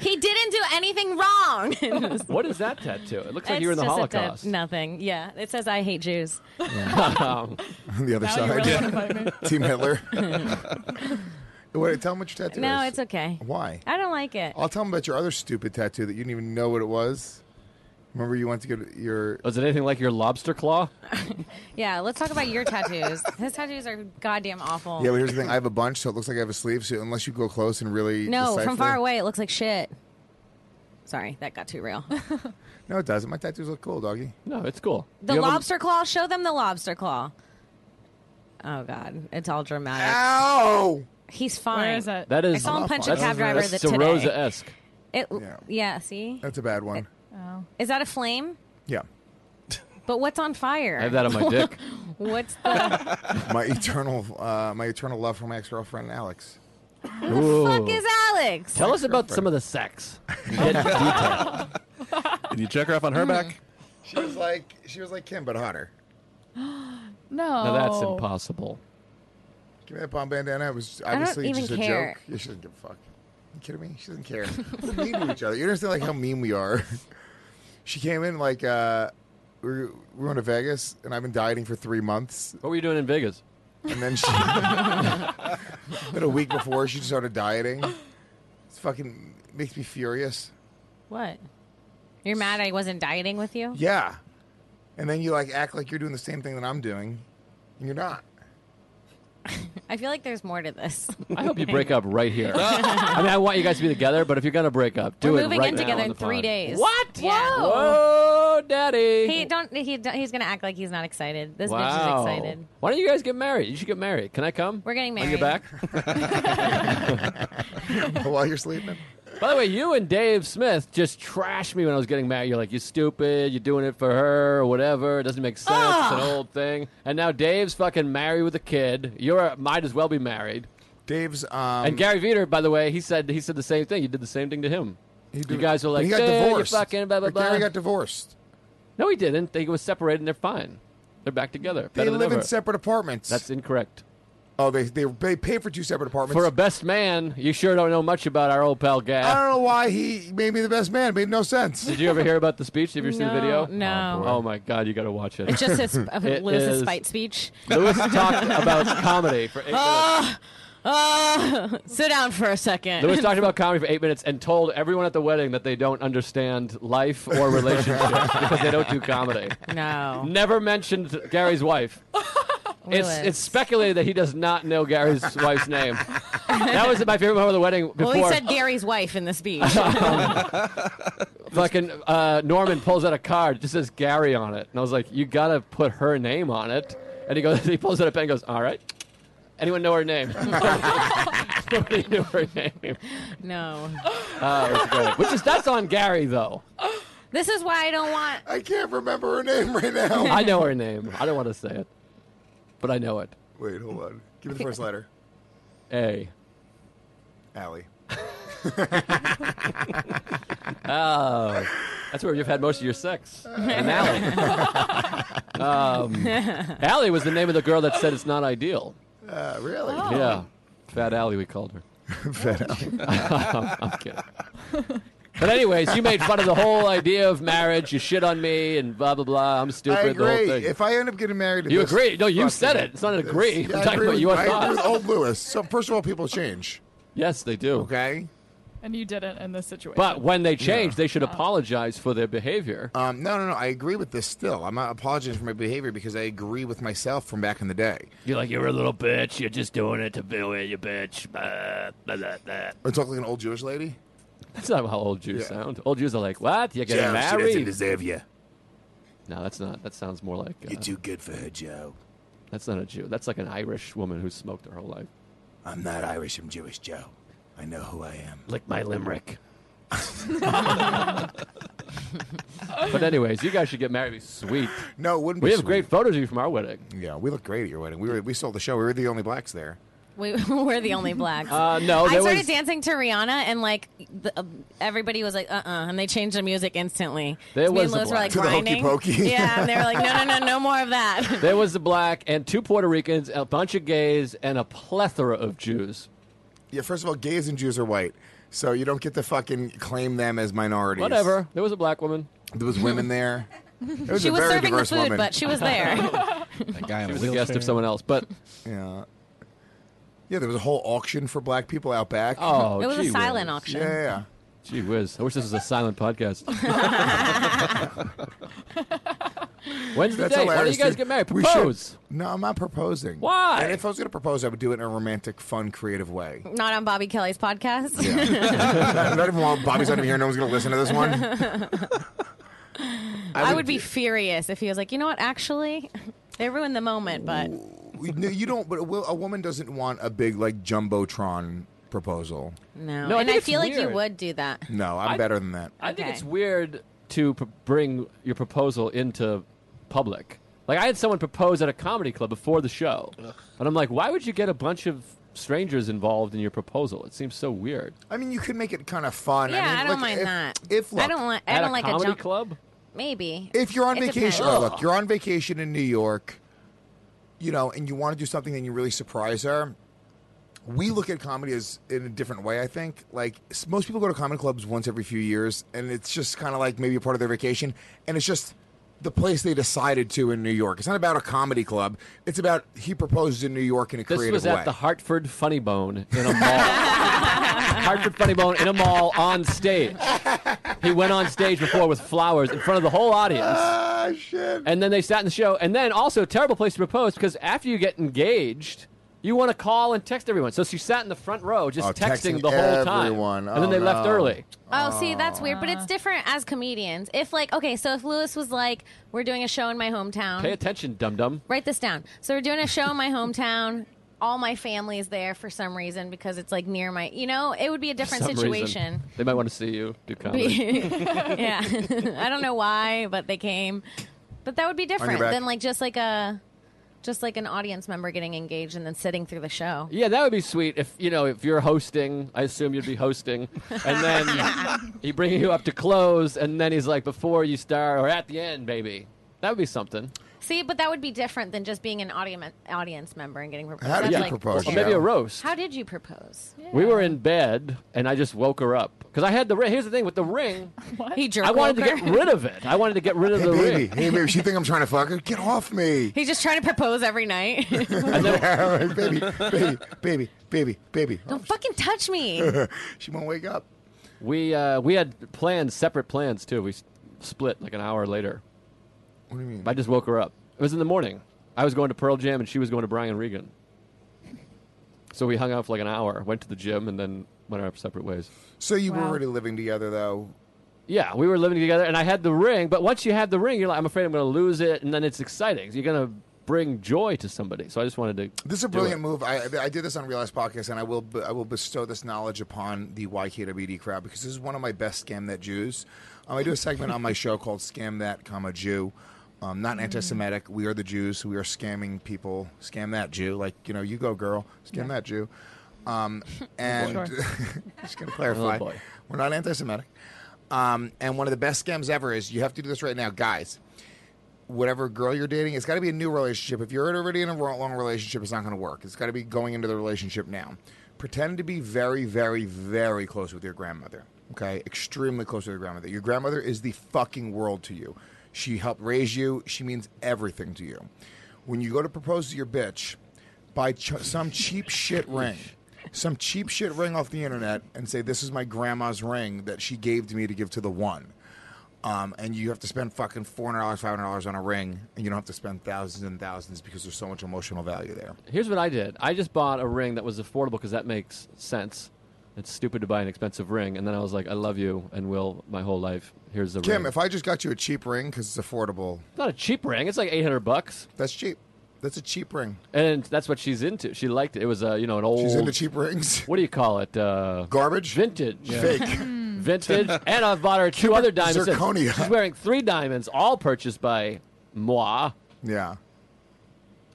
[SPEAKER 8] he didn't do anything wrong. it's
[SPEAKER 5] What is that tattoo? It looks like you were in the
[SPEAKER 8] just a
[SPEAKER 5] Holocaust.
[SPEAKER 8] dead- nothing. Yeah, it says I hate Jews.
[SPEAKER 5] Um,
[SPEAKER 4] On the other
[SPEAKER 6] Now
[SPEAKER 4] side,
[SPEAKER 6] you really want to fight me.
[SPEAKER 4] Team Hitler. Wait, tell them what your tattoo is.
[SPEAKER 8] No, it's okay.
[SPEAKER 4] Why?
[SPEAKER 8] I don't like it.
[SPEAKER 5] Oh.
[SPEAKER 4] I'll tell them about your other stupid tattoo that you didn't even know what it was. Remember, you went to get your.
[SPEAKER 5] was Oh, it anything like your lobster claw?
[SPEAKER 8] Yeah, let's talk about your tattoos. His tattoos are goddamn awful.
[SPEAKER 4] Yeah, but here's the thing. I have a bunch, so it looks like I have a sleeve. So unless you go close and really
[SPEAKER 8] no,
[SPEAKER 4] decipher-
[SPEAKER 8] from far away it looks like shit. Sorry, that got too real.
[SPEAKER 4] no, it doesn't. My tattoos look cool, doggy.
[SPEAKER 5] No, it's cool.
[SPEAKER 8] The
[SPEAKER 5] You have a-
[SPEAKER 8] lobster claw. Show them the lobster claw. Oh God, it's all dramatic.
[SPEAKER 4] Ow!
[SPEAKER 8] He's fine.
[SPEAKER 6] Where is it?
[SPEAKER 5] that is.
[SPEAKER 8] I saw him punch a
[SPEAKER 4] That's-
[SPEAKER 8] cab driver
[SPEAKER 5] That's
[SPEAKER 8] that
[SPEAKER 5] De
[SPEAKER 8] today.
[SPEAKER 5] Rosa esque.
[SPEAKER 8] It,
[SPEAKER 4] Yeah.
[SPEAKER 8] yeah. See,
[SPEAKER 4] That's a bad one.
[SPEAKER 6] Oh.
[SPEAKER 8] is that a flame?
[SPEAKER 4] Yeah,
[SPEAKER 8] But what's on fire?
[SPEAKER 5] I have that on my dick.
[SPEAKER 8] What's the
[SPEAKER 4] my eternal, uh, my eternal love for my ex-girlfriend Alex.
[SPEAKER 5] Ooh.
[SPEAKER 8] fuck is Alex?
[SPEAKER 5] Tell us about some of the sex. Get detail.
[SPEAKER 7] Did you check her off on her back?
[SPEAKER 4] She was like, she was like Kim, but hotter.
[SPEAKER 6] No.
[SPEAKER 5] Now that's
[SPEAKER 8] Oh.
[SPEAKER 5] impossible.
[SPEAKER 4] Give me that bomb bandana. It was
[SPEAKER 8] don't
[SPEAKER 4] obviously
[SPEAKER 8] even
[SPEAKER 4] just a
[SPEAKER 8] care.
[SPEAKER 4] joke. Yeah, she doesn't give a fuck. You kidding me? She doesn't care. We're mean to each other. You understand like how mean we are. She came in like uh, we were, we went to Vegas, and I've been dieting for three months.
[SPEAKER 5] What were you doing in Vegas?
[SPEAKER 4] And then she, then a week before, she started dieting. It's fucking makes me furious.
[SPEAKER 8] What? You're mad I wasn't dieting with you?
[SPEAKER 4] Yeah. And then you like act like you're doing the same thing that I'm doing, and you're not.
[SPEAKER 8] I feel like there's more to this.
[SPEAKER 5] I hope you break up right here. I mean, I want you guys to be together, but if you're gonna break up, do
[SPEAKER 8] We're
[SPEAKER 5] it
[SPEAKER 8] moving
[SPEAKER 5] right
[SPEAKER 8] in
[SPEAKER 5] now
[SPEAKER 8] together
[SPEAKER 5] on
[SPEAKER 8] in
[SPEAKER 5] the
[SPEAKER 8] three
[SPEAKER 5] pod.
[SPEAKER 8] days.
[SPEAKER 5] What?
[SPEAKER 8] Yeah.
[SPEAKER 5] Whoa, daddy.
[SPEAKER 8] He don't. He don't- he's gonna act like he's not excited. This bitch
[SPEAKER 5] wow.
[SPEAKER 8] is excited.
[SPEAKER 5] Why don't you guys get married? You should get married. Can I come?
[SPEAKER 8] We're getting
[SPEAKER 5] On your
[SPEAKER 8] married.
[SPEAKER 5] back.
[SPEAKER 4] While you're sleeping.
[SPEAKER 5] By the way, you and Dave Smith just trashed me when I was getting mad. You're like, you're stupid. You're doing it for her or whatever. It doesn't make sense. It's an old thing. And now Dave's fucking married with a kid. You're might as well be married.
[SPEAKER 4] Dave's um,
[SPEAKER 5] and Gary Veter, by the way, he said he said the same thing. You did the same thing to him. You guys were
[SPEAKER 4] But
[SPEAKER 5] like,
[SPEAKER 4] he got
[SPEAKER 5] "Yeah,
[SPEAKER 4] divorced.
[SPEAKER 5] You fucking blah blah
[SPEAKER 4] But Gary
[SPEAKER 5] blah."
[SPEAKER 4] got divorced.
[SPEAKER 5] no, he didn't. They were separated and they're fine. They're back together.
[SPEAKER 4] They
[SPEAKER 5] Better than
[SPEAKER 4] live in
[SPEAKER 5] ever.
[SPEAKER 4] separate apartments.
[SPEAKER 5] That's incorrect.
[SPEAKER 4] Oh, they they they pay for two separate apartments.
[SPEAKER 5] For a best man, you sure don't know much about our old pal Gav.
[SPEAKER 4] I don't know why he made me the best man. It made no sense.
[SPEAKER 5] Did you ever hear about the speech? Have you seen the
[SPEAKER 8] No,
[SPEAKER 5] video?
[SPEAKER 8] no.
[SPEAKER 5] Oh, boy. Oh, my God, you got to watch it.
[SPEAKER 8] It's just his
[SPEAKER 5] It
[SPEAKER 8] Lewis's
[SPEAKER 5] is-
[SPEAKER 8] fight speech.
[SPEAKER 5] Lewis talked about comedy for eight
[SPEAKER 8] Ah!
[SPEAKER 5] minutes.
[SPEAKER 8] Uh, sit down for a second.
[SPEAKER 5] Lewis talked about comedy for eight minutes and told everyone at the wedding that they don't understand life or relationships because they don't do comedy.
[SPEAKER 8] no.
[SPEAKER 5] Never mentioned Gary's wife. It's,
[SPEAKER 8] Lewis.
[SPEAKER 5] it's speculated that he does not know Gary's wife's name. That was my favorite moment of the wedding. Before
[SPEAKER 8] Well, he said Gary's wife in the speech.
[SPEAKER 5] fucking uh, Norman pulls out a card, it just says Gary on it, and I was like, "You gotta put her name on it." And he goes, he pulls out a pen, and goes, "All right, anyone know her name?" Nobody knew her name.
[SPEAKER 8] no.
[SPEAKER 5] Uh, it was great. Which is that's on Gary though.
[SPEAKER 8] This is why I don't want.
[SPEAKER 4] I can't remember her name right now.
[SPEAKER 5] I know her name. I don't want to say it, but I know it.
[SPEAKER 4] Wait, hold on. Give me the first letter.
[SPEAKER 5] A.
[SPEAKER 4] Allie.
[SPEAKER 5] Oh, that's where you've had most of your sex. In Allie. um, Allie was the name of the girl that said it's not ideal.
[SPEAKER 4] Uh, really?
[SPEAKER 5] Yeah, Fat Allie, we called her.
[SPEAKER 4] Fat Allie.
[SPEAKER 5] I'm kidding. But anyways, you made fun of the whole idea of marriage. You shit on me and blah blah blah. I'm
[SPEAKER 4] I
[SPEAKER 5] stupid. The whole
[SPEAKER 4] agree.
[SPEAKER 5] thing.
[SPEAKER 4] If I end up getting married, to
[SPEAKER 5] You
[SPEAKER 4] this
[SPEAKER 5] agree. No, you
[SPEAKER 4] fucking-
[SPEAKER 5] said it. It's not an agree.
[SPEAKER 4] Yeah,
[SPEAKER 5] I'm
[SPEAKER 4] I
[SPEAKER 5] talking
[SPEAKER 4] agree
[SPEAKER 5] about
[SPEAKER 4] with-
[SPEAKER 5] your
[SPEAKER 4] I agree
[SPEAKER 5] thoughts.
[SPEAKER 4] with old Lewis. So first of all, people change.
[SPEAKER 5] yes, they do.
[SPEAKER 4] Okay.
[SPEAKER 6] and you didn't in this situation.
[SPEAKER 5] But when they change, they should apologize for their behavior.
[SPEAKER 4] Um, no, no, no. I agree with this. Still, I'm not apologizing for my behavior because I agree with myself from back in the day.
[SPEAKER 5] You're like you're a little bitch. You're just doing it to do it. You bitch. Blah, blah, blah, blah.
[SPEAKER 4] I talk like an old Jewish lady.
[SPEAKER 5] That's not how old Jews
[SPEAKER 4] Yeah.
[SPEAKER 5] sound. Old Jews are like, "What? You're
[SPEAKER 4] Joe,
[SPEAKER 5] getting
[SPEAKER 4] She doesn't
[SPEAKER 5] married?"
[SPEAKER 4] deserve you.
[SPEAKER 5] No, that's not. That sounds more like uh,
[SPEAKER 4] You're too good for her, Joe.
[SPEAKER 5] that's not a Jew. That's like an Irish woman who smoked her whole life.
[SPEAKER 4] I'm not Irish. I'm Jewish, Joe. I know who I am.
[SPEAKER 5] Lick my limerick. but anyways, you guys should get married. It'd Be sweet.
[SPEAKER 4] No, it wouldn't.
[SPEAKER 5] We
[SPEAKER 4] be
[SPEAKER 5] have great photos of you from our wedding.
[SPEAKER 4] sweet. Yeah, we looked great at your wedding. We were we sold the show. We were the only blacks there.
[SPEAKER 8] We, we're the only blacks.
[SPEAKER 5] Uh, no,
[SPEAKER 8] I
[SPEAKER 5] there
[SPEAKER 8] started
[SPEAKER 5] was-
[SPEAKER 8] dancing to Rihanna, and like the, uh, everybody was like, "uh, uh and they changed the music instantly.
[SPEAKER 5] There
[SPEAKER 8] Me
[SPEAKER 5] was
[SPEAKER 8] and
[SPEAKER 5] a
[SPEAKER 8] Liz were
[SPEAKER 5] black.
[SPEAKER 8] like
[SPEAKER 4] To the hokey
[SPEAKER 8] grinding.
[SPEAKER 4] pokey.
[SPEAKER 8] Yeah, and they were like, "no, no, no, no more of that."
[SPEAKER 5] There was the black and two Puerto Ricans, a bunch of gays, and a plethora of Jews.
[SPEAKER 4] Yeah, first of all, gays and Jews are white, so you don't get to fucking claim them as minorities.
[SPEAKER 5] Whatever. There was a black woman.
[SPEAKER 4] There was women there. It was
[SPEAKER 8] she
[SPEAKER 4] a
[SPEAKER 8] was
[SPEAKER 4] very
[SPEAKER 8] serving the
[SPEAKER 4] diverse
[SPEAKER 8] food,
[SPEAKER 4] woman.
[SPEAKER 8] but she was there.
[SPEAKER 7] That guy in
[SPEAKER 5] She
[SPEAKER 7] a
[SPEAKER 5] was a
[SPEAKER 7] wheelchair.
[SPEAKER 5] guest of someone else, but
[SPEAKER 4] yeah. Yeah, there was a whole auction for black people out back.
[SPEAKER 5] oh,
[SPEAKER 8] it was
[SPEAKER 5] gee
[SPEAKER 8] a silent
[SPEAKER 5] whiz.
[SPEAKER 8] auction.
[SPEAKER 4] Yeah, yeah, yeah.
[SPEAKER 5] Gee whiz! I wish this was a silent podcast. When's the
[SPEAKER 4] That's
[SPEAKER 5] date?
[SPEAKER 4] hilarious.
[SPEAKER 5] Why do you guys
[SPEAKER 4] dude.
[SPEAKER 5] get married?
[SPEAKER 4] We should-
[SPEAKER 5] Propose.
[SPEAKER 4] No, I'm not proposing.
[SPEAKER 5] Why?
[SPEAKER 4] And if I was going to propose, I would do it in a romantic, fun, creative way.
[SPEAKER 8] Not on Bobby Kelly's podcast.
[SPEAKER 4] I don't even want Bobby's out of here. No one's going to listen to this one. I
[SPEAKER 8] I would be furious if he was like, "you know what? Actually, they ruined the moment, but
[SPEAKER 4] No, you don't. But a, will- a woman doesn't want a big like jumbotron proposal.
[SPEAKER 8] no."
[SPEAKER 5] No, I
[SPEAKER 8] and
[SPEAKER 5] think
[SPEAKER 8] I
[SPEAKER 5] it's
[SPEAKER 8] feel like you
[SPEAKER 5] weird.
[SPEAKER 8] would do that.
[SPEAKER 4] No, I'm
[SPEAKER 5] I-
[SPEAKER 4] better than that.
[SPEAKER 5] I think
[SPEAKER 8] Okay.
[SPEAKER 5] it's weird to pr- bring your proposal into public. Like I had someone propose at a comedy club before the show, and I'm like, why would you get a bunch of strangers involved in your proposal? It seems so weird.
[SPEAKER 4] I mean, you could make it kind of fun.
[SPEAKER 8] Yeah, I,
[SPEAKER 4] mean,
[SPEAKER 8] don't
[SPEAKER 4] look,
[SPEAKER 8] mind
[SPEAKER 4] if,
[SPEAKER 8] that.
[SPEAKER 4] If look,
[SPEAKER 8] I don't like, I
[SPEAKER 5] at
[SPEAKER 8] don't
[SPEAKER 5] a
[SPEAKER 8] like
[SPEAKER 5] comedy
[SPEAKER 8] a jump.
[SPEAKER 5] club.
[SPEAKER 8] Maybe
[SPEAKER 4] if you're on
[SPEAKER 8] It
[SPEAKER 4] vacation,
[SPEAKER 8] depends.
[SPEAKER 4] oh, look, you're on vacation in New York, you know, and you want to do something and you really surprise her. we look at comedy as in a different way. I think like s- most people go to comedy clubs once every few years, and it's just kind of like maybe a part of their vacation, and it's just the place they decided to in New York. It's not about a comedy club. It's about he proposed in New York in a
[SPEAKER 5] This
[SPEAKER 4] creative
[SPEAKER 5] was
[SPEAKER 4] way.
[SPEAKER 5] at the Hartford Funny Bone in a mall. Hartford Funny Bone in a mall on stage. He went on stage before with flowers in front of the whole audience.
[SPEAKER 4] Ah, shit.
[SPEAKER 5] And then they sat in the show. And then also, terrible place to propose because after you get engaged, you want to call and text everyone. So she sat in the front row just
[SPEAKER 4] Oh,
[SPEAKER 5] texting,
[SPEAKER 4] texting
[SPEAKER 5] the whole
[SPEAKER 4] everyone.
[SPEAKER 5] time. And then
[SPEAKER 4] Oh,
[SPEAKER 5] they left
[SPEAKER 4] no.
[SPEAKER 5] early.
[SPEAKER 8] Oh, see, that's weird, but it's different as comedians. If like, okay, so if Lewis was like, "We're doing a show in my hometown,"
[SPEAKER 5] Pay attention, dum dum.
[SPEAKER 8] write this down. So we're doing a show in my hometown. All my family is there for some reason because it's like near my, you know, it would be a different situation.
[SPEAKER 5] They might want to see you do comedy.
[SPEAKER 8] yeah, I don't know why, but they came. But that would be different
[SPEAKER 5] back.
[SPEAKER 8] than like just like a, just like an audience member getting engaged and then sitting through the show.
[SPEAKER 5] Yeah, that would be sweet if you know if you're hosting. I assume you'd be hosting, and then he bring you up to close, and then he's like, "Before you start, or at the end, baby." That would be something.
[SPEAKER 8] See, but that would be different than just being an audience audience member and getting proposed.
[SPEAKER 5] How did
[SPEAKER 8] That's
[SPEAKER 5] you
[SPEAKER 8] like
[SPEAKER 5] propose,
[SPEAKER 8] bullshit.
[SPEAKER 5] Or maybe a roast.
[SPEAKER 8] How did you propose?
[SPEAKER 5] We were in bed, and I just woke her up because I had the ring. Here's the thing with the ring.
[SPEAKER 8] He jerk
[SPEAKER 5] I wanted to
[SPEAKER 8] walker.
[SPEAKER 5] get rid of it. I wanted to get rid of
[SPEAKER 4] Hey
[SPEAKER 5] the
[SPEAKER 4] baby,
[SPEAKER 5] ring.
[SPEAKER 4] hey baby, she think I'm trying to fuck her. Get off me.
[SPEAKER 8] He's just trying to propose every night.
[SPEAKER 4] baby, baby, baby, baby, baby.
[SPEAKER 8] Don't fucking touch me.
[SPEAKER 4] she won't wake up.
[SPEAKER 5] We uh, we had plans, separate plans too. We s- split like an hour later.
[SPEAKER 4] What do you mean?
[SPEAKER 5] I just woke her up. It was in the morning. I was going to Pearl Jam, and she was going to Brian Regan. So we hung out for like an hour, went to the gym, and then went our separate ways.
[SPEAKER 4] So you were
[SPEAKER 5] Wow.
[SPEAKER 4] already living together though.
[SPEAKER 5] Yeah, we were living together, and I had the ring. But once you have the ring, you're like, I'm afraid I'm going to lose it, and then it's exciting. You're going to bring joy to somebody. So I just wanted to.
[SPEAKER 4] This is a
[SPEAKER 5] do
[SPEAKER 4] brilliant
[SPEAKER 5] it.
[SPEAKER 4] move. I, I did this on Real Life Podcast, and I will I will bestow this knowledge upon the YKWd crowd because this is one of my best scam that Jews. Um, I do a segment on my show called "Scam That, comma Jew." Um, not
[SPEAKER 12] Mm.
[SPEAKER 4] anti-Semitic. We are the Jews. We are scamming people. Scam that Jew. Like you know, you go girl. Scam
[SPEAKER 12] Yeah.
[SPEAKER 4] that Jew. Um, and
[SPEAKER 12] Sure.
[SPEAKER 4] just gonna clarify,
[SPEAKER 12] Oh, boy.
[SPEAKER 4] we're not anti-Semitic. Um, and one of the best scams ever is you have to do this right now, guys whatever girl you're dating, it's got to be a new relationship. If you're already in a ro- long relationship, it's not going to work. It's got to be going into the relationship now. Pretend to be very, very, very close with your grandmother. Okay, extremely close with your grandmother. Your grandmother is the fucking world to you. She helped raise you. She means everything to you. When you go to propose to your bitch, buy ch- some cheap shit ring, some cheap shit ring off the internet, and say this is my grandma's ring that she gave to me to give to the one um, and you have to spend fucking four hundred dollars, five hundred dollars on a ring, and you don't have to spend thousands and thousands because there's so much emotional value there.
[SPEAKER 5] Here's what I did I just bought a ring that was affordable because that makes sense. It's stupid to buy an expensive ring. And then I was like, I love you and will my whole life. Here's the
[SPEAKER 4] Kim,
[SPEAKER 5] ring.
[SPEAKER 4] if I just got you a cheap ring because it's affordable,
[SPEAKER 5] It's not a cheap ring. It's like 800 bucks.
[SPEAKER 4] That's cheap. That's a cheap ring.
[SPEAKER 5] And that's what she's into. She liked it. It was, uh, you know, an old.
[SPEAKER 4] She's into cheap rings.
[SPEAKER 5] What do you call it? Uh,
[SPEAKER 4] Garbage.
[SPEAKER 5] Vintage.
[SPEAKER 4] Fake.
[SPEAKER 8] Hmm.
[SPEAKER 5] vintage. And I've bought her two other diamonds. since.
[SPEAKER 4] zirconia.
[SPEAKER 5] She's wearing three diamonds, all purchased by moi.
[SPEAKER 4] Yeah.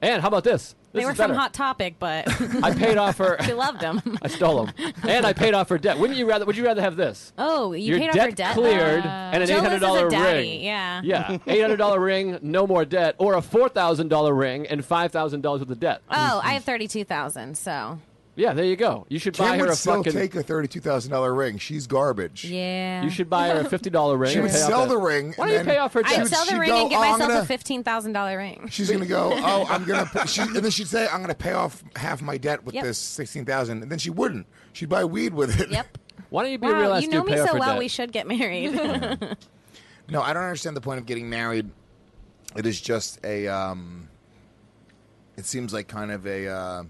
[SPEAKER 5] And how about this?
[SPEAKER 8] They
[SPEAKER 5] This
[SPEAKER 8] were
[SPEAKER 5] is
[SPEAKER 8] from
[SPEAKER 5] better.
[SPEAKER 8] Hot Topic, but
[SPEAKER 5] I paid off her.
[SPEAKER 8] she loved them.
[SPEAKER 5] I stole them, and I paid off her debt. Wouldn't you rather? Would you rather have this?
[SPEAKER 8] Oh, you
[SPEAKER 5] Your
[SPEAKER 8] paid off
[SPEAKER 5] debt
[SPEAKER 8] your debt
[SPEAKER 5] cleared
[SPEAKER 8] Uh,
[SPEAKER 5] and an
[SPEAKER 8] Joe
[SPEAKER 5] eight
[SPEAKER 8] Liz
[SPEAKER 5] hundred
[SPEAKER 8] is a
[SPEAKER 5] dollar
[SPEAKER 8] daddy,
[SPEAKER 5] ring.
[SPEAKER 8] yeah.
[SPEAKER 5] yeah, eight hundred dollar ring, no more debt, or a four thousand dollar ring and five thousand dollars worth of debt.
[SPEAKER 8] Oh, I have thirty-two thousand. So
[SPEAKER 5] Yeah, there you go. You should buy
[SPEAKER 4] Kim
[SPEAKER 5] her
[SPEAKER 4] would
[SPEAKER 5] a
[SPEAKER 4] still
[SPEAKER 5] fucking.
[SPEAKER 4] take a thirty-two thousand dollar ring. She's garbage.
[SPEAKER 8] yeah,
[SPEAKER 5] You should buy her a fifty dollar ring.
[SPEAKER 4] She
[SPEAKER 5] and
[SPEAKER 4] would
[SPEAKER 5] pay off
[SPEAKER 4] sell
[SPEAKER 5] that-
[SPEAKER 4] the ring.
[SPEAKER 5] Why
[SPEAKER 4] and
[SPEAKER 5] don't you
[SPEAKER 4] then
[SPEAKER 5] pay off her debt?
[SPEAKER 8] I'd sell the
[SPEAKER 4] she'd
[SPEAKER 8] ring
[SPEAKER 4] go,
[SPEAKER 8] and get
[SPEAKER 4] "Oh, I'm
[SPEAKER 8] myself
[SPEAKER 4] gonna-"
[SPEAKER 8] a fifteen thousand dollar ring.
[SPEAKER 4] She's gonna go. Oh, I'm gonna. She, and then she'd say, "I'm gonna pay off half my debt with
[SPEAKER 8] Yep.
[SPEAKER 4] this sixteen thousand. And then she wouldn't. She'd buy weed with it.
[SPEAKER 8] Yep.
[SPEAKER 5] Why don't you
[SPEAKER 8] wow, you know me so well. We should get married.
[SPEAKER 4] No, I don't understand the point of getting married. It is just a. Um, it seems like kind of a uh,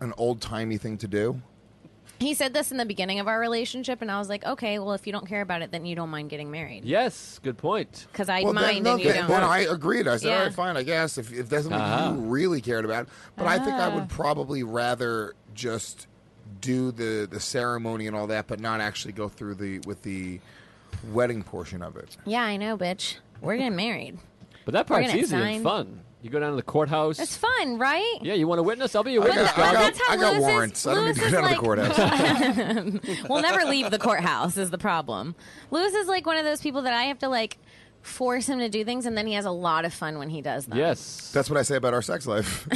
[SPEAKER 4] an old timey thing to do.
[SPEAKER 8] he said this in the beginning of our relationship, and I was like, okay, well, if you don't care about it, then you don't mind getting married.
[SPEAKER 5] Yes, good point.
[SPEAKER 8] Because I
[SPEAKER 4] well,
[SPEAKER 8] mind
[SPEAKER 4] then, no,
[SPEAKER 8] and you
[SPEAKER 4] then,
[SPEAKER 8] don't.
[SPEAKER 4] then I agreed. I said,
[SPEAKER 8] Yeah.
[SPEAKER 4] all right, fine, I guess if, if that's something
[SPEAKER 5] Ah.
[SPEAKER 4] you really cared about. But I think I
[SPEAKER 8] Ah.
[SPEAKER 4] would probably rather just do the the ceremony and all that, but not actually go through the with the wedding portion of it.
[SPEAKER 8] Yeah, I know, bitch. We're getting married.
[SPEAKER 5] But that
[SPEAKER 8] We're
[SPEAKER 5] part's
[SPEAKER 8] gonna
[SPEAKER 5] easy
[SPEAKER 8] sign.
[SPEAKER 5] and fun. You go down to the courthouse.
[SPEAKER 8] It's fun, right?
[SPEAKER 5] yeah, you want to witness? I'll be your
[SPEAKER 8] But
[SPEAKER 5] witness,
[SPEAKER 8] the- but
[SPEAKER 5] dog.
[SPEAKER 8] that's how
[SPEAKER 4] I got
[SPEAKER 8] Lewis is-
[SPEAKER 4] warrants. I don't need to
[SPEAKER 8] Lewis
[SPEAKER 4] go
[SPEAKER 8] is
[SPEAKER 4] down to the
[SPEAKER 8] like-
[SPEAKER 4] courthouse.
[SPEAKER 8] we'll never leave the courthouse is the problem. Lewis is like one of those people that I have to like force him to do things, and then he has a lot of fun when he does them.
[SPEAKER 4] Yes. That's what I say about our sex life.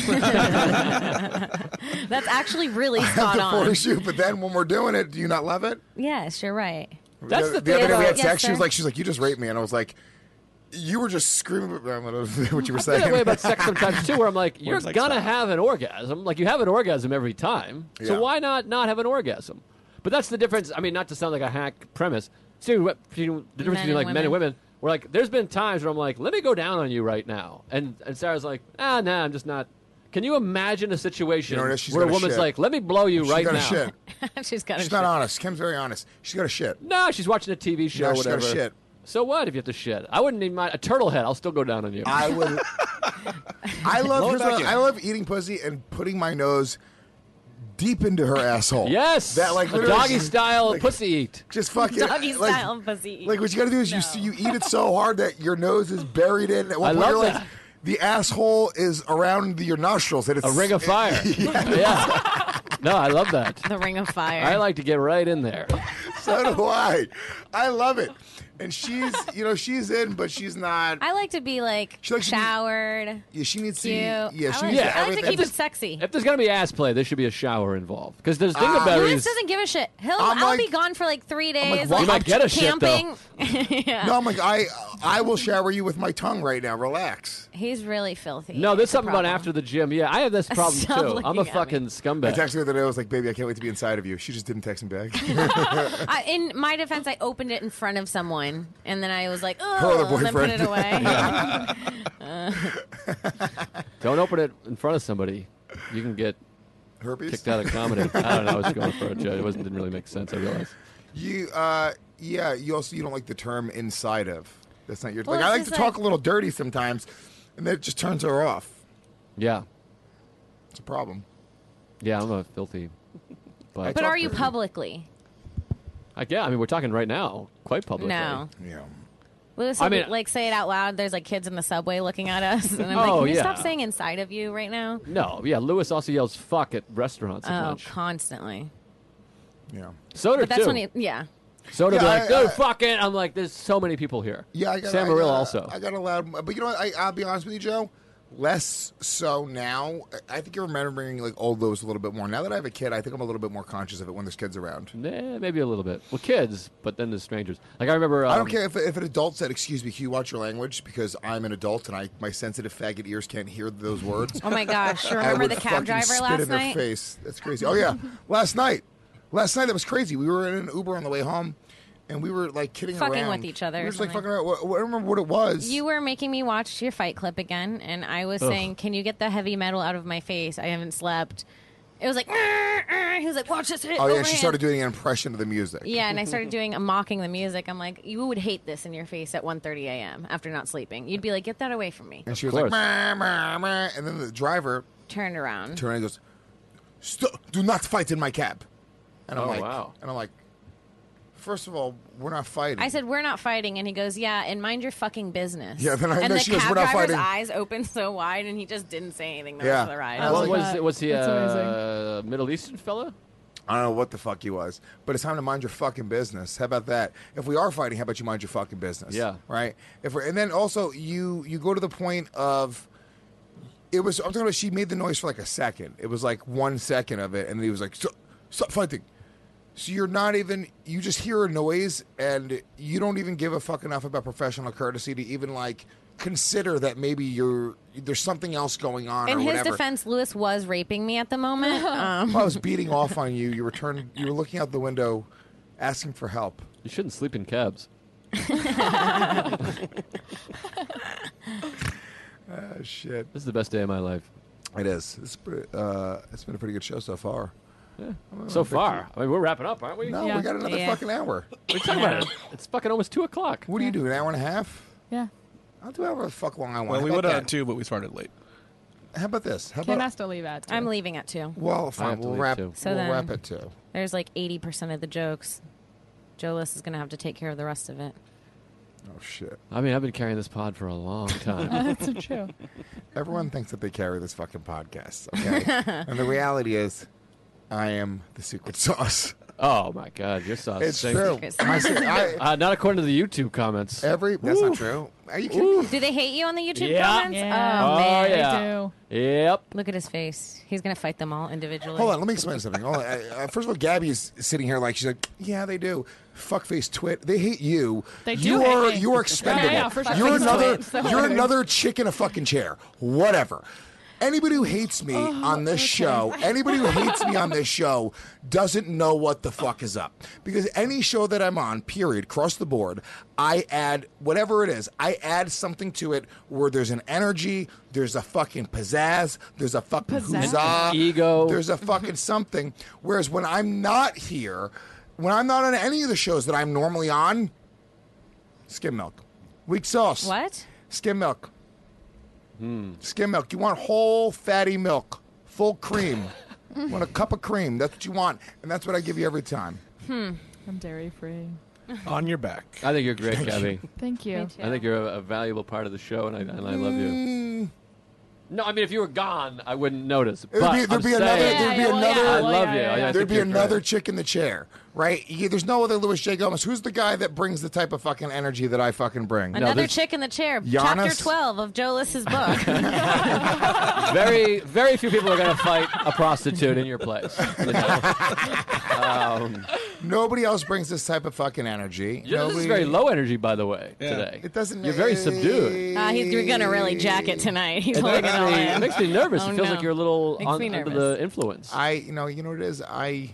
[SPEAKER 8] That's actually really
[SPEAKER 4] I have
[SPEAKER 8] spot
[SPEAKER 4] to
[SPEAKER 8] on.
[SPEAKER 4] force you, but then when we're doing it, do you not love it?
[SPEAKER 8] Yes, you're right.
[SPEAKER 4] the, the other day we had
[SPEAKER 8] Yes,
[SPEAKER 4] sex. She was
[SPEAKER 8] sir.
[SPEAKER 4] like, she's like, you just raped me, and I was like, you were just screaming. I don't know what you were
[SPEAKER 5] I
[SPEAKER 4] saying.
[SPEAKER 5] feel that way about sex sometimes too, where I'm like, you're
[SPEAKER 4] Words like
[SPEAKER 5] gonna
[SPEAKER 4] stop.
[SPEAKER 5] have an orgasm. Like you have an orgasm every time,
[SPEAKER 4] Yeah.
[SPEAKER 5] so why not not have an orgasm? But that's the difference. I mean, not to sound like a hack premise. See, what- between- the difference
[SPEAKER 12] Men
[SPEAKER 5] between
[SPEAKER 12] and
[SPEAKER 5] like men and
[SPEAKER 12] women.
[SPEAKER 5] women. Where like, there's been times where I'm like, let me go down on you right now, and and Sarah's like, ah, nah, I'm just not. Can you imagine a situation
[SPEAKER 4] You know what it is? She's
[SPEAKER 5] where a
[SPEAKER 4] got a
[SPEAKER 5] woman's
[SPEAKER 4] shit.
[SPEAKER 5] like, let me blow you
[SPEAKER 4] She's
[SPEAKER 5] right
[SPEAKER 4] got a
[SPEAKER 5] now?
[SPEAKER 4] shit.
[SPEAKER 8] She's got.
[SPEAKER 4] She's not honest. Kim's very honest. She's got a shit.
[SPEAKER 5] No, she's watching a TV show.
[SPEAKER 4] No,
[SPEAKER 5] or
[SPEAKER 4] she's got a
[SPEAKER 5] whatever.
[SPEAKER 4] shit.
[SPEAKER 5] So what if you have to shit? I wouldn't need my a turtle head. I'll still go down on you.
[SPEAKER 4] I would. I
[SPEAKER 5] Blow
[SPEAKER 4] love.
[SPEAKER 5] it
[SPEAKER 4] Here's
[SPEAKER 5] back
[SPEAKER 4] what
[SPEAKER 5] in.
[SPEAKER 4] I, I love eating pussy and putting my nose deep into her asshole.
[SPEAKER 5] Yes,
[SPEAKER 4] that like
[SPEAKER 5] a
[SPEAKER 4] literally
[SPEAKER 5] doggy
[SPEAKER 4] just-
[SPEAKER 5] style pussy eat.
[SPEAKER 4] Just fucking
[SPEAKER 8] Doggy
[SPEAKER 4] like,
[SPEAKER 8] style pussy.
[SPEAKER 4] Like what you got to do is you see you eat it so hard that your nose is buried in. it. At one
[SPEAKER 5] I
[SPEAKER 4] point,
[SPEAKER 5] love
[SPEAKER 4] you're like,
[SPEAKER 5] that.
[SPEAKER 4] The asshole is around the, your nostrils. That it's
[SPEAKER 5] a ring of fire. yeah. No, I love that.
[SPEAKER 8] The ring of fire.
[SPEAKER 5] I like to get right in there.
[SPEAKER 4] so do I. I love it. And she's, you know, she's in, but she's not.
[SPEAKER 8] I like to be like showered.
[SPEAKER 4] Yeah, she needs
[SPEAKER 8] cute.
[SPEAKER 4] to. Yeah, she
[SPEAKER 8] I like,
[SPEAKER 4] needs
[SPEAKER 8] I like to
[SPEAKER 4] everything.
[SPEAKER 8] keep it sexy.
[SPEAKER 5] If there's gonna be ass play, there should be a shower involved. Because there's
[SPEAKER 8] Ah. Louis
[SPEAKER 5] dingleberries.
[SPEAKER 8] doesn't give a shit. He'll
[SPEAKER 4] I'm
[SPEAKER 8] I'll
[SPEAKER 4] like-
[SPEAKER 8] be gone for like three
[SPEAKER 4] I'm like,
[SPEAKER 8] days.
[SPEAKER 4] "Why-
[SPEAKER 8] like,
[SPEAKER 4] You might get a shit,
[SPEAKER 8] camping.
[SPEAKER 4] though."
[SPEAKER 8] yeah.
[SPEAKER 4] No, I'm like, I, I will shower you with my tongue right now. Relax.
[SPEAKER 8] He's really filthy.
[SPEAKER 5] no, there's
[SPEAKER 8] It's a
[SPEAKER 5] something about
[SPEAKER 8] problem.
[SPEAKER 5] after the gym. Yeah, I have this problem
[SPEAKER 8] Stop
[SPEAKER 5] too. I'm
[SPEAKER 8] looking at
[SPEAKER 5] a
[SPEAKER 8] me.
[SPEAKER 5] fucking
[SPEAKER 4] I
[SPEAKER 5] scumbag.
[SPEAKER 4] texted her the other day. I was like, baby, I can't wait to be inside of you. She just didn't text me back.
[SPEAKER 8] I, in my defense, I opened it in front of someone, and then I was like,
[SPEAKER 4] other
[SPEAKER 8] "Oh," and then put
[SPEAKER 4] boyfriend.
[SPEAKER 8] it away. Uh,
[SPEAKER 5] Don't open it in front of somebody. You can get
[SPEAKER 4] Herpes?
[SPEAKER 5] kicked out of comedy. I don't know. I was going for a joke. It wasn't, didn't really make sense. I realized.
[SPEAKER 4] You, uh, yeah. You also you don't like the term inside of. That's not your.
[SPEAKER 8] Well,
[SPEAKER 4] like I
[SPEAKER 8] it's
[SPEAKER 4] like to
[SPEAKER 8] just
[SPEAKER 4] talk
[SPEAKER 8] like-
[SPEAKER 4] a little dirty sometimes, and that just turns her off.
[SPEAKER 5] Yeah,
[SPEAKER 4] It's a problem.
[SPEAKER 5] yeah. I'm a filthy. But,
[SPEAKER 8] but are you publicly?
[SPEAKER 5] I, yeah, I mean, we're talking right now, quite publicly.
[SPEAKER 8] No.
[SPEAKER 4] Yeah.
[SPEAKER 8] Lewis,
[SPEAKER 5] I
[SPEAKER 8] will be-
[SPEAKER 5] mean-
[SPEAKER 8] like, say it out loud. There's like kids in the subway looking at us, and I'm
[SPEAKER 5] Oh,
[SPEAKER 8] like, "Can you
[SPEAKER 5] yeah.
[SPEAKER 8] stop saying inside of you right now?"
[SPEAKER 5] No, yeah. Lewis also yells "fuck" at restaurants a
[SPEAKER 8] Oh,
[SPEAKER 5] bunch.
[SPEAKER 8] constantly.
[SPEAKER 4] Yeah.
[SPEAKER 5] Soda
[SPEAKER 8] But that's
[SPEAKER 5] too.
[SPEAKER 8] when he, yeah.
[SPEAKER 5] Soda
[SPEAKER 4] Yeah,
[SPEAKER 5] be like,
[SPEAKER 4] I-
[SPEAKER 5] no,
[SPEAKER 4] I-
[SPEAKER 5] fuck it. I'm like, there's so many people here.
[SPEAKER 4] Yeah, I got
[SPEAKER 5] Sam
[SPEAKER 4] I
[SPEAKER 5] Morril
[SPEAKER 4] got-
[SPEAKER 5] also.
[SPEAKER 4] I got a loud, but you know what? I, I'll be honest with you, Joe. Less so now. I- I think you're remembering like old Lewis a little bit more. Now that I have a kid, I think I'm a little bit more conscious of it when there's kids around.
[SPEAKER 5] Nah, maybe a little bit. Well, kids, but then the strangers. Like I remember. Um,
[SPEAKER 4] I don't care if, if an adult said, "Excuse me, can you watch your language?" Because I'm an adult and I my sensitive faggot ears can't hear those words.
[SPEAKER 8] Oh my gosh!
[SPEAKER 4] I
[SPEAKER 8] Remember
[SPEAKER 4] would
[SPEAKER 8] the cab
[SPEAKER 4] fucking
[SPEAKER 8] driver
[SPEAKER 4] spit
[SPEAKER 8] last
[SPEAKER 4] in their
[SPEAKER 8] night?
[SPEAKER 4] Face. That's crazy. Oh yeah, last night. Last night that was crazy. We were in an Uber on the way home, and we were like kidding
[SPEAKER 8] Fucking
[SPEAKER 4] around.
[SPEAKER 8] with each other
[SPEAKER 4] We
[SPEAKER 8] or
[SPEAKER 4] were just like fucking
[SPEAKER 8] something.
[SPEAKER 4] around. Well, I don't remember what it was.
[SPEAKER 8] You were making me watch your fight clip again, and I was
[SPEAKER 4] Ugh.
[SPEAKER 8] saying, "Can you get the heavy metal out of my face? I haven't slept." It was like, "Arr, arr." he was like, "Watch this!" hit
[SPEAKER 4] Oh yeah,
[SPEAKER 8] over
[SPEAKER 4] she
[SPEAKER 8] him."
[SPEAKER 4] started doing an impression of the music.
[SPEAKER 8] Yeah, and I started doing a mocking the music. I'm like, "You would hate this in your face at 1:30 a.m. after not sleeping. You'd be like, get that away from me."
[SPEAKER 4] And she was like, "Meh, meh, meh," and then the driver
[SPEAKER 8] Turned around.
[SPEAKER 4] turned and goes, St- "Do not fight in my cab." And I'm
[SPEAKER 5] Oh,
[SPEAKER 4] like,
[SPEAKER 5] wow.
[SPEAKER 4] And I'm like, first of all, we're not fighting.
[SPEAKER 8] I said, "We're not fighting," and he goes, "Yeah, and mind your fucking business."
[SPEAKER 4] Yeah, then I-
[SPEAKER 8] and
[SPEAKER 4] then
[SPEAKER 8] the
[SPEAKER 4] she
[SPEAKER 8] cab
[SPEAKER 4] goes, "We're not fighting."
[SPEAKER 8] driver's eyes opened so wide, and he just didn't say anything the
[SPEAKER 4] Yeah.
[SPEAKER 8] rest of the ride.
[SPEAKER 4] I
[SPEAKER 5] Well,
[SPEAKER 4] like
[SPEAKER 5] uh, was
[SPEAKER 4] that.
[SPEAKER 5] was he
[SPEAKER 4] That's
[SPEAKER 5] a Middle Eastern fella?
[SPEAKER 4] I don't know what the fuck he was, but it's time to mind your fucking business. How about that? If we are fighting, how about you mind your fucking business?
[SPEAKER 5] Yeah.
[SPEAKER 4] Right. If we're, and then also you you go to the point of it was I'm talking about she made the noise for like a second. It was like one second of it, and then he was like, stop, stop fighting. So you're not even you just hear a noise and you don't even give a fuck enough about professional courtesy to even like consider that maybe you're there's something else going on.
[SPEAKER 8] In
[SPEAKER 4] or
[SPEAKER 8] his
[SPEAKER 4] whatever.
[SPEAKER 8] defense, Lewis was raping me at the moment. Um,
[SPEAKER 4] While I was beating off on you. You were turned. You were looking out the window, asking for help.
[SPEAKER 5] You shouldn't sleep in cabs.
[SPEAKER 4] Ah, shit.
[SPEAKER 5] This is the best day of my life.
[SPEAKER 4] It is. It's, pretty, uh, it's been a pretty good show so far. I'm
[SPEAKER 5] So
[SPEAKER 4] a bit-
[SPEAKER 5] far, I mean, we're wrapping up, aren't we?
[SPEAKER 4] No, we got another fucking hour.
[SPEAKER 5] We're talking about it. It's fucking almost two o'clock.
[SPEAKER 4] What do you do? An hour and a half?
[SPEAKER 6] Yeah.
[SPEAKER 4] I'll do however the fuck long I want.
[SPEAKER 7] Well,
[SPEAKER 4] How
[SPEAKER 7] we
[SPEAKER 4] about
[SPEAKER 7] would have
[SPEAKER 4] that?
[SPEAKER 7] too, but we started late.
[SPEAKER 4] How about this? How
[SPEAKER 6] Kim
[SPEAKER 4] about?
[SPEAKER 6] has to leave at.
[SPEAKER 8] I'm leaving at two.
[SPEAKER 4] Well,
[SPEAKER 7] I
[SPEAKER 4] fine.
[SPEAKER 7] have to
[SPEAKER 4] We'll
[SPEAKER 7] leave,
[SPEAKER 4] wrap.
[SPEAKER 7] too.
[SPEAKER 8] So
[SPEAKER 4] we'll
[SPEAKER 8] then-
[SPEAKER 4] wrap it too.
[SPEAKER 8] There's like 80% of the jokes. Joe List is going to have to take care of the rest of it.
[SPEAKER 4] Oh shit!
[SPEAKER 5] I mean, I've been carrying this pod for a long time.
[SPEAKER 6] true.
[SPEAKER 8] Mm-hmm.
[SPEAKER 4] Everyone thinks that they carry this fucking podcast, okay? and the reality is, I am the secret sauce.
[SPEAKER 5] Oh my God, your sauce
[SPEAKER 4] It's
[SPEAKER 5] stinks.
[SPEAKER 4] true. My sa- I-
[SPEAKER 5] uh, not according to the YouTube comments.
[SPEAKER 4] Every that's not true. Are you kidding?
[SPEAKER 8] Do they hate you on the YouTube
[SPEAKER 5] Yeah.
[SPEAKER 8] comments?
[SPEAKER 5] Yeah.
[SPEAKER 8] Oh,
[SPEAKER 5] Oh,
[SPEAKER 8] man,
[SPEAKER 5] yeah.
[SPEAKER 8] they do.
[SPEAKER 5] Yep.
[SPEAKER 8] Look at his face. He's gonna fight them all individually.
[SPEAKER 4] Hold on, let me explain something. Hold on. Uh, uh, first of all, Gabby is sitting here like she's like, yeah, they do. Fuckface twit. They hate you.
[SPEAKER 6] They do
[SPEAKER 4] You
[SPEAKER 6] hate
[SPEAKER 4] are
[SPEAKER 6] me.
[SPEAKER 4] you are
[SPEAKER 6] Yeah,
[SPEAKER 4] expendable.
[SPEAKER 6] yeah, for sure.
[SPEAKER 4] You're
[SPEAKER 6] Fuckface
[SPEAKER 4] another
[SPEAKER 6] twit, so-
[SPEAKER 4] you're another chick in a fucking chair. Whatever. Anybody who hates me
[SPEAKER 6] Oh,
[SPEAKER 4] on this show, anybody who hates me on this show doesn't know what the fuck is up. Because any show that I'm on, period, across the board, I add whatever it is, I add something to it where there's an energy, there's a fucking pizzazz, there's a fucking
[SPEAKER 5] Pizzazz.
[SPEAKER 4] huzzah,
[SPEAKER 5] Ego. Mm-hmm.
[SPEAKER 4] there's a fucking something. Whereas when I'm not here, when I'm not on any of the shows that I'm normally on, skim milk, weak sauce.
[SPEAKER 8] What?
[SPEAKER 4] Skim milk.
[SPEAKER 5] Hmm.
[SPEAKER 4] Skim milk. You want whole fatty milk, full cream. you want a cup of cream. That's what you want, and that's what I give you every time.
[SPEAKER 6] Hmm. I'm dairy free.
[SPEAKER 7] On your back.
[SPEAKER 4] Uh,
[SPEAKER 5] I think you're great, Gabby.
[SPEAKER 6] Thank you.
[SPEAKER 5] I think you're a, a valuable part of the show, and I, and I love you.
[SPEAKER 4] Mm.
[SPEAKER 5] No, I mean if you were gone, I wouldn't notice.
[SPEAKER 4] There'd
[SPEAKER 5] but
[SPEAKER 4] be, there'd
[SPEAKER 5] I'm
[SPEAKER 4] be
[SPEAKER 5] saying-
[SPEAKER 4] another. There'd be
[SPEAKER 8] Oh,
[SPEAKER 4] another.
[SPEAKER 5] I love you. I
[SPEAKER 4] There'd
[SPEAKER 5] think
[SPEAKER 4] be
[SPEAKER 5] you're great.
[SPEAKER 4] another chick in the chair, right? Yeah, there's no other Louis J. Gomez. Who's the guy that brings the type of fucking energy that I fucking bring?
[SPEAKER 8] Another chick in the chair. Chapter
[SPEAKER 4] Giannis?
[SPEAKER 8] twelve of Joe Liss's book. Uh,
[SPEAKER 5] very very few people are going to fight a prostitute in your place. you know? um,
[SPEAKER 4] Nobody else brings this type of fucking energy.
[SPEAKER 5] you know, this is
[SPEAKER 4] Nobody-
[SPEAKER 5] very low energy, by the way.
[SPEAKER 4] Yeah.
[SPEAKER 5] Today
[SPEAKER 4] It doesn't.
[SPEAKER 5] You're very subdued.
[SPEAKER 8] Uh, he's, you're gonna really jack it tonight. He's
[SPEAKER 5] It
[SPEAKER 8] only
[SPEAKER 5] makes
[SPEAKER 8] gonna
[SPEAKER 5] me-
[SPEAKER 8] laugh.
[SPEAKER 5] it makes me nervous.
[SPEAKER 8] Oh,
[SPEAKER 5] it feels
[SPEAKER 8] no.
[SPEAKER 5] like you're a little
[SPEAKER 8] Makes
[SPEAKER 5] on,
[SPEAKER 8] me
[SPEAKER 5] under
[SPEAKER 8] nervous.
[SPEAKER 5] the influence.
[SPEAKER 4] I, you know, you know what it is. I,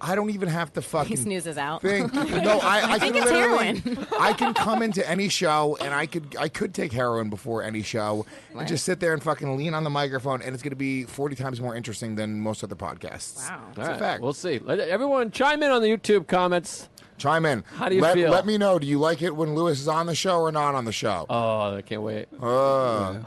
[SPEAKER 4] I don't even have to fucking.
[SPEAKER 8] He snoozes out.
[SPEAKER 4] Think. No, I, I,
[SPEAKER 8] think
[SPEAKER 4] can
[SPEAKER 8] it's
[SPEAKER 4] literally-
[SPEAKER 8] heroin.
[SPEAKER 4] I can come into any show, and I could, I could take heroin before any show,
[SPEAKER 8] What?
[SPEAKER 4] and just sit there and fucking lean on the microphone, and it's going to be forty times more interesting than most other podcasts.
[SPEAKER 8] Wow.
[SPEAKER 4] it's
[SPEAKER 5] All
[SPEAKER 4] a
[SPEAKER 5] right,
[SPEAKER 4] fact.
[SPEAKER 5] We'll see. Let everyone chime in on the YouTube comments.
[SPEAKER 4] Chime in.
[SPEAKER 5] How do you
[SPEAKER 4] let,
[SPEAKER 5] feel?
[SPEAKER 4] Let me know. Do you like it when Lewis is on the show or not on the show?
[SPEAKER 5] Oh, I can't wait.
[SPEAKER 4] Uh.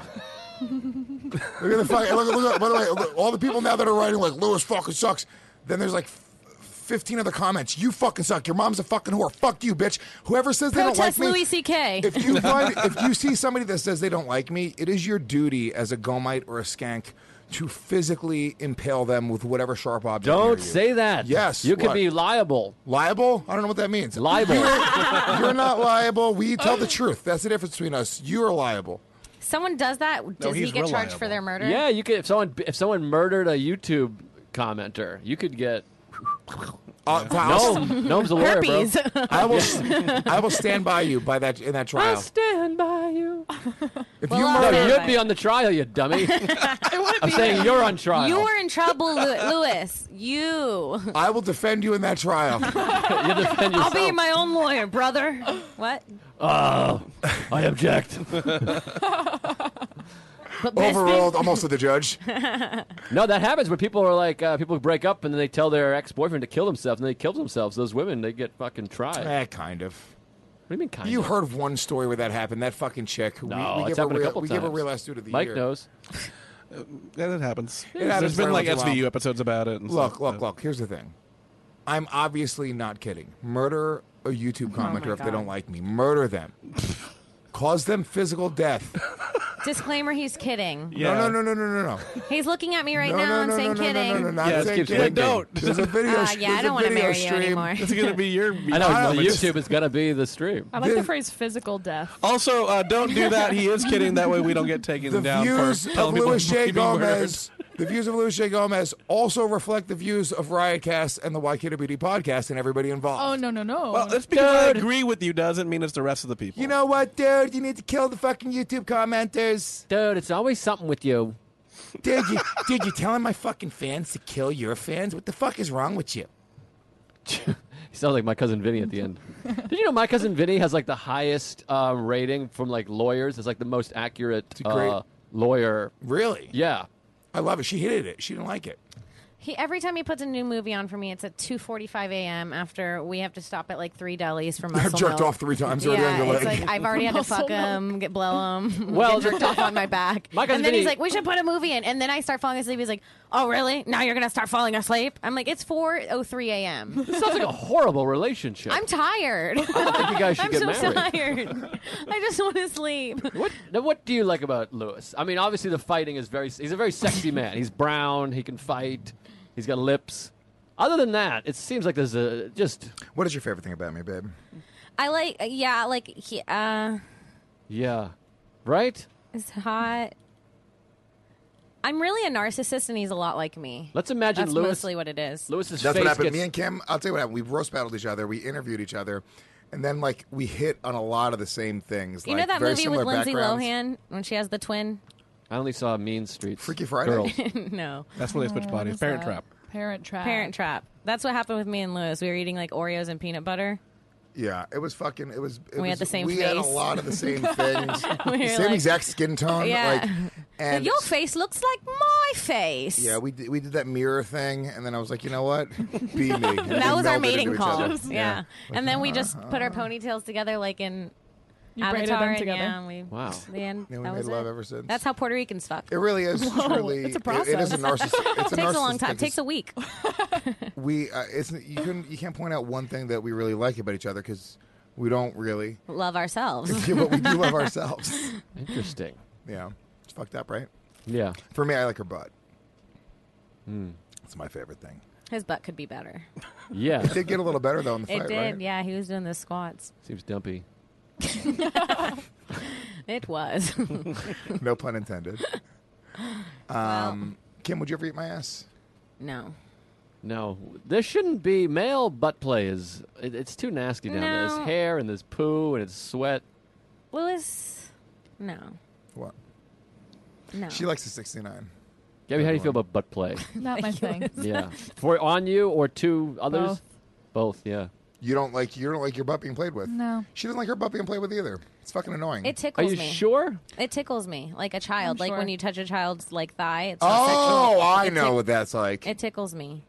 [SPEAKER 4] look at the fucking. Look, look, look, by the way, look, all the people now that are writing like Lewis fucking sucks. Then there's like. f- 15 other comments. You fucking suck. Your mom's a fucking whore. Fuck you, bitch. Whoever says they
[SPEAKER 8] Protest
[SPEAKER 4] don't like me.
[SPEAKER 8] Louis C.K.
[SPEAKER 4] If you find, if you see somebody that says they don't like me, it is your duty as a gomite or a skank to physically impale them with whatever sharp object. near
[SPEAKER 5] Don't
[SPEAKER 4] you.
[SPEAKER 5] say that.
[SPEAKER 4] Yes,
[SPEAKER 5] You could
[SPEAKER 4] what?
[SPEAKER 5] be liable.
[SPEAKER 4] Liable? I don't know what that means.
[SPEAKER 5] Liable.
[SPEAKER 4] You're, you're not liable. We tell the truth. That's the difference between us. You are liable.
[SPEAKER 8] Someone does that, does he
[SPEAKER 7] he's
[SPEAKER 8] get charged
[SPEAKER 7] reliable.
[SPEAKER 8] for their murder?
[SPEAKER 5] yeah, you could. If someone if someone murdered a YouTube commenter, you could get.
[SPEAKER 4] Uh, I'll-
[SPEAKER 5] Gnome. Gnome's a lawyer, bro.
[SPEAKER 8] Herpes.
[SPEAKER 4] I will. I will stand by you by that in that trial.
[SPEAKER 5] stand by you.
[SPEAKER 4] If
[SPEAKER 8] Well,
[SPEAKER 4] you
[SPEAKER 5] No,
[SPEAKER 8] I'll
[SPEAKER 4] murder,
[SPEAKER 8] stand by
[SPEAKER 5] you'd be on the trial, you dummy. I'm saying you're on trial.
[SPEAKER 8] You're in trouble, Lew- Lewis. You.
[SPEAKER 4] I will defend you in that trial.
[SPEAKER 5] You defend
[SPEAKER 8] I'll
[SPEAKER 5] yourself.
[SPEAKER 8] be my own lawyer, brother. What?
[SPEAKER 5] Oh, I object.
[SPEAKER 8] But this
[SPEAKER 4] Overruled. I'm also the judge.
[SPEAKER 5] no, that happens when people are like, uh, people break up and then they tell their ex boyfriend to kill themselves and they kill themselves. Those women, they get fucking tried. What
[SPEAKER 4] eh, kind of.
[SPEAKER 5] do you mean, kind
[SPEAKER 4] You
[SPEAKER 5] of?
[SPEAKER 4] heard of one story where that happened. That fucking chick who
[SPEAKER 5] No,
[SPEAKER 4] we, we give
[SPEAKER 5] it's
[SPEAKER 4] a
[SPEAKER 5] happened a
[SPEAKER 4] real,
[SPEAKER 5] couple
[SPEAKER 4] we
[SPEAKER 5] times.
[SPEAKER 4] give a real ass dude of the
[SPEAKER 5] Mike
[SPEAKER 4] year.
[SPEAKER 5] knows.
[SPEAKER 7] Yeah, that
[SPEAKER 4] happens
[SPEAKER 7] happens. There's been
[SPEAKER 4] every
[SPEAKER 7] like
[SPEAKER 4] once in a
[SPEAKER 7] SVU
[SPEAKER 4] while.
[SPEAKER 7] episodes about it. And
[SPEAKER 4] Look,
[SPEAKER 7] stuff.
[SPEAKER 4] look, look. Here's the thing. I'm obviously not kidding. Murder a YouTube commenter if they
[SPEAKER 8] God.
[SPEAKER 4] don't like me. Murder them. Cause them physical death.
[SPEAKER 8] disclaimer, he's kidding.
[SPEAKER 7] Yeah.
[SPEAKER 4] No, no, no, no, no, no, no.
[SPEAKER 8] He's looking at me right
[SPEAKER 4] no,
[SPEAKER 8] now
[SPEAKER 4] no,
[SPEAKER 8] and
[SPEAKER 4] no,
[SPEAKER 8] saying
[SPEAKER 4] no, no,
[SPEAKER 8] kidding.
[SPEAKER 4] No, no, no, not
[SPEAKER 7] Yeah, it
[SPEAKER 4] saying
[SPEAKER 7] keeps
[SPEAKER 4] kidding.
[SPEAKER 7] like, don't.
[SPEAKER 4] There's a video.
[SPEAKER 8] Uh,
[SPEAKER 4] sh-
[SPEAKER 8] yeah,
[SPEAKER 4] there's
[SPEAKER 8] I
[SPEAKER 4] a
[SPEAKER 8] don't want to
[SPEAKER 4] video
[SPEAKER 8] marry
[SPEAKER 4] stream.
[SPEAKER 8] you anymore.
[SPEAKER 7] It's gonna be your.
[SPEAKER 5] I know.
[SPEAKER 7] your
[SPEAKER 5] well,
[SPEAKER 7] comments.
[SPEAKER 5] YouTube is going to be the stream.
[SPEAKER 6] I like the phrase physical death.
[SPEAKER 7] Also, uh, don't do that. He is kidding. That way, we don't get taken
[SPEAKER 4] the
[SPEAKER 7] down
[SPEAKER 4] views
[SPEAKER 7] for
[SPEAKER 4] of
[SPEAKER 7] telling people
[SPEAKER 4] Luis J.
[SPEAKER 7] we've been murdered.
[SPEAKER 4] Gomez. The views of Luis J. Gomez also reflect the views of Riotcast and the YKWD podcast and everybody involved.
[SPEAKER 6] Oh no no no!
[SPEAKER 7] Well, that's because
[SPEAKER 5] Dude.
[SPEAKER 7] I agree with you doesn't mean it's the rest of the people.
[SPEAKER 4] You know what, dude? You need to kill the fucking YouTube commenters.
[SPEAKER 5] Dude, it's always something with you.
[SPEAKER 4] Dude, you, dude, you're telling my fucking fans to kill your fans? What the fuck is wrong with you?
[SPEAKER 5] He sounds like my cousin Vinny at the end. Did you know my cousin Vinny has like the highest uh, rating from like lawyers? It's like the most accurate
[SPEAKER 4] a great-
[SPEAKER 5] uh, lawyer.
[SPEAKER 4] Really?
[SPEAKER 5] Yeah.
[SPEAKER 4] I love it. She hated it. She didn't like it.
[SPEAKER 8] He every time he puts a new movie on for me, it's at two forty five a.m. After we have to stop at like three delis for muscle.
[SPEAKER 4] I've jerked
[SPEAKER 8] milk.
[SPEAKER 4] off three times already on
[SPEAKER 8] Yeah,
[SPEAKER 4] your
[SPEAKER 8] it's
[SPEAKER 4] leg.
[SPEAKER 8] like I've already had to
[SPEAKER 6] Muscle
[SPEAKER 8] fuck
[SPEAKER 6] milk.
[SPEAKER 8] him, get blow him,
[SPEAKER 5] Well,
[SPEAKER 8] well, get jerked off on my back,
[SPEAKER 5] My cousin
[SPEAKER 8] and then he's
[SPEAKER 5] Vinny-
[SPEAKER 8] like, "We should put a movie in." And then I start falling asleep. He's like, "Oh, really? Now you're gonna start falling asleep?" I'm like, "It's four oh three a.m.
[SPEAKER 5] This sounds like a horrible relationship.
[SPEAKER 8] I'm tired.
[SPEAKER 5] I think you guys should
[SPEAKER 8] I'm
[SPEAKER 5] get
[SPEAKER 8] so
[SPEAKER 5] married.
[SPEAKER 8] tired. I just want to sleep."
[SPEAKER 5] What now, what do you like about Lewis? I mean, obviously the fighting is very. He's a very sexy man. He's brown. He can fight. He's got lips. Other than that, it seems like there's a just.
[SPEAKER 4] What is your favorite thing about me, babe?
[SPEAKER 8] I like, yeah, like he, uh,
[SPEAKER 5] Yeah, right.
[SPEAKER 8] is hot. I'm really a narcissist, and he's a lot like me.
[SPEAKER 5] Let's imagine
[SPEAKER 8] That's
[SPEAKER 5] Lewis-
[SPEAKER 8] mostly what it is.
[SPEAKER 5] Lewis's
[SPEAKER 4] That's
[SPEAKER 5] face
[SPEAKER 4] what happened.
[SPEAKER 5] gets-
[SPEAKER 4] Me and Kim, I'll tell you what happened. We roast battled each other. We interviewed each other, and then like we hit on a lot of the same things.
[SPEAKER 8] You
[SPEAKER 4] like,
[SPEAKER 8] know that
[SPEAKER 4] very
[SPEAKER 8] movie with
[SPEAKER 4] similar
[SPEAKER 8] Lindsay
[SPEAKER 4] backgrounds.
[SPEAKER 8] Lohan when she has the twin?
[SPEAKER 5] I only saw Mean Streets. Freaky
[SPEAKER 4] Friday?
[SPEAKER 8] no.
[SPEAKER 7] That's when they switch bodies. Parent Trap.
[SPEAKER 8] Parent Trap. Parent
[SPEAKER 6] Uh,
[SPEAKER 8] Trap. That's what happened with me and Lewis. We were eating like Oreos and peanut butter.
[SPEAKER 4] Yeah, it was fucking. It was. It
[SPEAKER 8] We had
[SPEAKER 4] was-
[SPEAKER 8] the same
[SPEAKER 4] We had a
[SPEAKER 8] face.
[SPEAKER 4] lot of the same things.
[SPEAKER 8] We were
[SPEAKER 4] same
[SPEAKER 8] like-
[SPEAKER 4] exact skin tone.
[SPEAKER 8] Yeah.
[SPEAKER 4] Like, and
[SPEAKER 8] Your face looks like my face.
[SPEAKER 4] Yeah, we did, we did that mirror thing, and then I was like, you know what, be me. And
[SPEAKER 8] And
[SPEAKER 4] we
[SPEAKER 8] that was our
[SPEAKER 4] melded
[SPEAKER 8] mating
[SPEAKER 4] into each
[SPEAKER 8] call.
[SPEAKER 4] other.
[SPEAKER 8] Yeah. And then we just put our ponytails together like in
[SPEAKER 6] You braided
[SPEAKER 8] Avatar
[SPEAKER 6] them
[SPEAKER 8] and,
[SPEAKER 6] together.
[SPEAKER 8] yeah, and we,
[SPEAKER 5] Wow.
[SPEAKER 8] The end.
[SPEAKER 4] Yeah, we
[SPEAKER 8] that
[SPEAKER 4] made
[SPEAKER 8] was
[SPEAKER 4] love
[SPEAKER 8] it.
[SPEAKER 4] ever since.
[SPEAKER 8] That's how Puerto Ricans fuck.
[SPEAKER 4] It really is. truly,
[SPEAKER 8] it's a
[SPEAKER 4] It, it is a
[SPEAKER 8] process.
[SPEAKER 4] narcissist. It's a
[SPEAKER 8] takes a
[SPEAKER 4] narcissistic
[SPEAKER 8] long time.
[SPEAKER 4] dis-
[SPEAKER 8] takes a week.
[SPEAKER 4] we uh, it's you can you can't point out one thing that we really like about each other because we don't really
[SPEAKER 8] Love ourselves.
[SPEAKER 4] Yeah, but we do love ourselves.
[SPEAKER 5] Interesting.
[SPEAKER 4] Yeah, it's fucked up, right?
[SPEAKER 5] Yeah.
[SPEAKER 4] For me, I like her butt. It's my favorite thing.
[SPEAKER 8] His butt could be better.
[SPEAKER 5] Yeah.
[SPEAKER 4] It did get a little better though in the
[SPEAKER 8] It
[SPEAKER 4] fight,
[SPEAKER 8] did.
[SPEAKER 4] right?
[SPEAKER 8] Yeah, he was doing the squats.
[SPEAKER 5] Seems dumpy.
[SPEAKER 8] It was.
[SPEAKER 4] No pun intended. Um, Kim, would you ever eat my ass?
[SPEAKER 8] no.
[SPEAKER 5] No, there shouldn't be male butt play. Is it, it's too nasty down there.
[SPEAKER 8] No.
[SPEAKER 5] There's hair and there's poo and it's sweat.
[SPEAKER 8] Lewis, no.
[SPEAKER 4] What?
[SPEAKER 8] No.
[SPEAKER 4] She likes a sixty-nine.
[SPEAKER 5] Gabby, how do you feel about butt play?
[SPEAKER 6] Not my thing.
[SPEAKER 5] yeah, for on you or two others.
[SPEAKER 6] Both.
[SPEAKER 5] Both. yeah.
[SPEAKER 4] You don't like you don't like your butt being played with.
[SPEAKER 6] No.
[SPEAKER 4] She doesn't like her butt being played with either. It's fucking annoying.
[SPEAKER 8] It
[SPEAKER 5] Are
[SPEAKER 8] tickles
[SPEAKER 5] you
[SPEAKER 8] me.
[SPEAKER 5] sure?
[SPEAKER 8] It tickles me like a child. like when
[SPEAKER 6] sure.
[SPEAKER 8] you touch a child's like thigh. It's not
[SPEAKER 4] oh,
[SPEAKER 8] sexual.
[SPEAKER 4] I
[SPEAKER 8] It
[SPEAKER 4] know
[SPEAKER 8] tick-
[SPEAKER 4] what that's like.
[SPEAKER 8] It tickles me.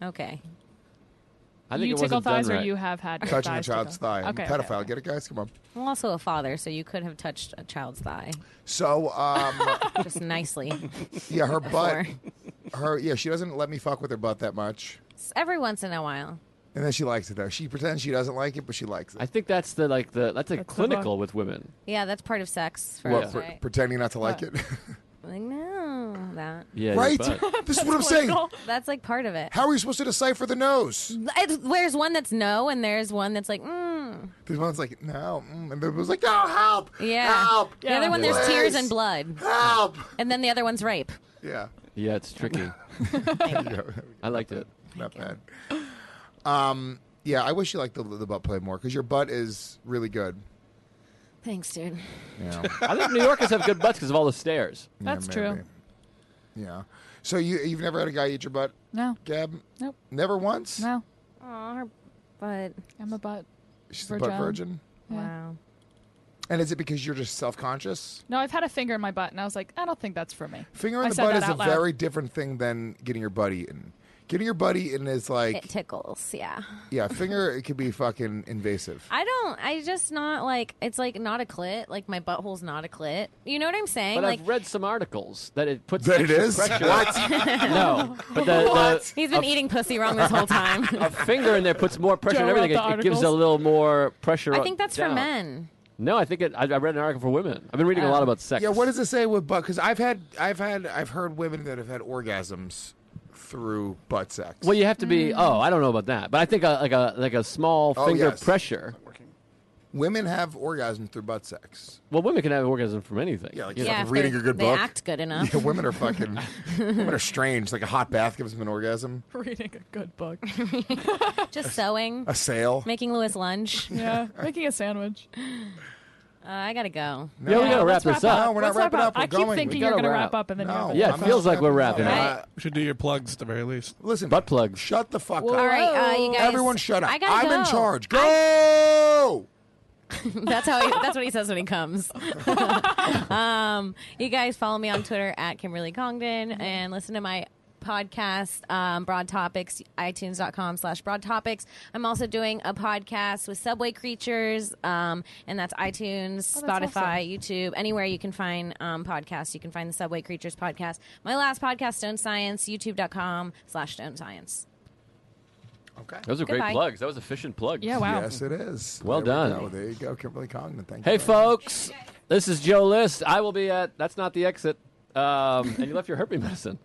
[SPEAKER 8] Okay.
[SPEAKER 5] I think
[SPEAKER 6] You
[SPEAKER 5] it
[SPEAKER 6] tickle
[SPEAKER 5] wasn't done
[SPEAKER 6] thighs, or
[SPEAKER 5] right.
[SPEAKER 6] you have had your
[SPEAKER 4] Touching a
[SPEAKER 6] thighs
[SPEAKER 4] child's
[SPEAKER 6] tickled.
[SPEAKER 4] thigh. I'm
[SPEAKER 6] Okay,
[SPEAKER 4] a
[SPEAKER 6] okay,
[SPEAKER 4] pedophile. Get it, guys? Come on.
[SPEAKER 8] I'm also a father, so you could have touched a child's thigh
[SPEAKER 4] So, um,
[SPEAKER 8] just nicely.
[SPEAKER 4] yeah, her butt.
[SPEAKER 8] Before.
[SPEAKER 4] Her yeah, she doesn't let me fuck with her butt that much.
[SPEAKER 8] S- Every once in a while.
[SPEAKER 4] And then she likes it though. She pretends she doesn't like it, but she likes it.
[SPEAKER 5] I think that's the like the that's a
[SPEAKER 6] That's the
[SPEAKER 5] clinical with women.
[SPEAKER 8] Yeah, that's part of sex for
[SPEAKER 5] Well,
[SPEAKER 8] us,
[SPEAKER 5] for-
[SPEAKER 8] right?
[SPEAKER 4] Pretending not to like it.
[SPEAKER 8] like, no, that.
[SPEAKER 5] Yeah. your
[SPEAKER 4] right?
[SPEAKER 5] butt.
[SPEAKER 4] This is what I'm saying.
[SPEAKER 8] That's like part of it.
[SPEAKER 4] How are you supposed to decipher the nose?
[SPEAKER 8] It's, there's one that's no, and there's one that's like, mm.
[SPEAKER 4] This one's like, no. mm, And the other one's like, no, help.
[SPEAKER 8] Yeah.
[SPEAKER 4] Help.
[SPEAKER 8] The other one, there's
[SPEAKER 4] Please.
[SPEAKER 8] tears and blood.
[SPEAKER 4] Help.
[SPEAKER 8] And then the other one's rape.
[SPEAKER 4] Yeah.
[SPEAKER 5] Yeah, it's tricky. I liked it.
[SPEAKER 4] Not bad. Um, yeah, I wish you liked the, the butt play more because your butt is really good.
[SPEAKER 8] Thanks, dude.
[SPEAKER 4] Yeah.
[SPEAKER 5] I think New Yorkers have good butts because of all the stairs.
[SPEAKER 6] That's
[SPEAKER 4] Yeah,
[SPEAKER 6] true.
[SPEAKER 4] maybe. Yeah. So you you've never had a guy eat your butt,
[SPEAKER 6] No,
[SPEAKER 4] Gab?
[SPEAKER 6] Nope.
[SPEAKER 4] Never once.
[SPEAKER 6] no,
[SPEAKER 8] Aw, her butt.
[SPEAKER 6] I'm a butt.
[SPEAKER 4] She's a butt
[SPEAKER 6] Virgin.
[SPEAKER 4] virgin.
[SPEAKER 6] Yeah.
[SPEAKER 8] Wow.
[SPEAKER 4] And is it because you're just self conscious?
[SPEAKER 6] No, I've had a finger in my butt, and I was like, I don't think that's for me.
[SPEAKER 4] Finger in
[SPEAKER 6] I
[SPEAKER 4] the
[SPEAKER 6] said
[SPEAKER 4] butt
[SPEAKER 6] that
[SPEAKER 4] is a
[SPEAKER 6] out loud.
[SPEAKER 4] very different thing than getting your butt eaten. Getting your butt eaten is like,
[SPEAKER 8] It tickles, yeah.
[SPEAKER 4] yeah, finger. It could be fucking invasive.
[SPEAKER 8] I don't, I just not like, it's like not a clit. Like my butthole's not a clit. You know what I'm saying?
[SPEAKER 5] But
[SPEAKER 8] like,
[SPEAKER 5] I've read some articles that it puts
[SPEAKER 4] That it
[SPEAKER 5] extra
[SPEAKER 4] is?
[SPEAKER 5] pressure.
[SPEAKER 4] What?
[SPEAKER 5] No, but the, the
[SPEAKER 8] he's been eating pussy wrong this whole time.
[SPEAKER 5] a finger in there puts more pressure
[SPEAKER 6] Joe
[SPEAKER 5] on everything.
[SPEAKER 6] wrote the
[SPEAKER 5] It, it gives a
[SPEAKER 6] articles.
[SPEAKER 5] little more pressure.
[SPEAKER 8] I
[SPEAKER 5] on-
[SPEAKER 8] think that's for
[SPEAKER 5] down.
[SPEAKER 8] men.
[SPEAKER 5] No, I think it, I, I read an article for women. I've been reading a lot about sex.
[SPEAKER 4] Yeah, what does it say with butt? Because I've had, I've had, I've heard women that have had orgasms through butt sex.
[SPEAKER 5] Well, you have to be. Oh, I don't know about that, but I think a, like a like a small
[SPEAKER 4] Oh,
[SPEAKER 5] finger
[SPEAKER 4] yes.
[SPEAKER 5] pressure.
[SPEAKER 4] women have orgasms through butt sex.
[SPEAKER 5] Well, women can have orgasm from anything.
[SPEAKER 4] Yeah, like
[SPEAKER 5] you know.
[SPEAKER 4] fucking
[SPEAKER 8] if
[SPEAKER 4] reading
[SPEAKER 8] they're-
[SPEAKER 4] a good
[SPEAKER 8] they
[SPEAKER 4] book.
[SPEAKER 8] act good enough.
[SPEAKER 4] Yeah, women are fucking, women are strange. Like a hot bath gives them an orgasm.
[SPEAKER 6] Reading a good book.
[SPEAKER 8] Just sewing,
[SPEAKER 4] A sail.
[SPEAKER 8] making Lewis lunch.
[SPEAKER 6] yeah, making a sandwich.
[SPEAKER 8] Uh, I gotta go.
[SPEAKER 5] Yeah, we gotta wrap
[SPEAKER 6] let's
[SPEAKER 5] this
[SPEAKER 4] up. No,
[SPEAKER 5] up.
[SPEAKER 4] we're not
[SPEAKER 6] Let's wrap
[SPEAKER 4] wrapping up. We're
[SPEAKER 6] I keep
[SPEAKER 4] going.
[SPEAKER 6] thinking
[SPEAKER 5] We
[SPEAKER 6] you're
[SPEAKER 5] gotta
[SPEAKER 6] gonna wrap.
[SPEAKER 5] wrap.
[SPEAKER 6] up, and then
[SPEAKER 4] No,
[SPEAKER 6] you're
[SPEAKER 5] Yeah, it
[SPEAKER 4] I'm
[SPEAKER 5] feels
[SPEAKER 4] not
[SPEAKER 5] like we're
[SPEAKER 4] wrapping
[SPEAKER 5] wrapping
[SPEAKER 4] up.
[SPEAKER 8] up.
[SPEAKER 7] Uh, You should do your plugs at the very least.
[SPEAKER 4] Listen,
[SPEAKER 5] Butt plugs.
[SPEAKER 4] Shut the fuck up.
[SPEAKER 8] All right, uh, you guys.
[SPEAKER 4] Everyone, shut up.
[SPEAKER 8] I gotta
[SPEAKER 4] I'm in
[SPEAKER 8] go.
[SPEAKER 4] charge. Go.
[SPEAKER 8] That's how. He, that's what he says when he comes. um, you guys follow me on Twitter at Kimberly Congdon and listen to my podcast um, broad topics itunes.com slash broad topics i'm also doing a podcast with subway creatures um, and that's itunes
[SPEAKER 6] Oh, that's
[SPEAKER 8] spotify youtube anywhere you can find um, podcasts you can find the subway creatures podcast my last podcast stone science youtube.com slash stone science
[SPEAKER 4] Okay.
[SPEAKER 5] Those are great
[SPEAKER 8] Goodbye.
[SPEAKER 5] plugs. That was efficient plugs.
[SPEAKER 6] Yeah, wow.
[SPEAKER 4] Yes, it is.
[SPEAKER 5] Well
[SPEAKER 4] Oh. There we
[SPEAKER 5] done.
[SPEAKER 4] go. There you go, Kimberly Congdon. Thank you. very
[SPEAKER 5] Hey, folks. This is Joe List. I will be at. That's not the exit. Um, and you left your herpes medicine.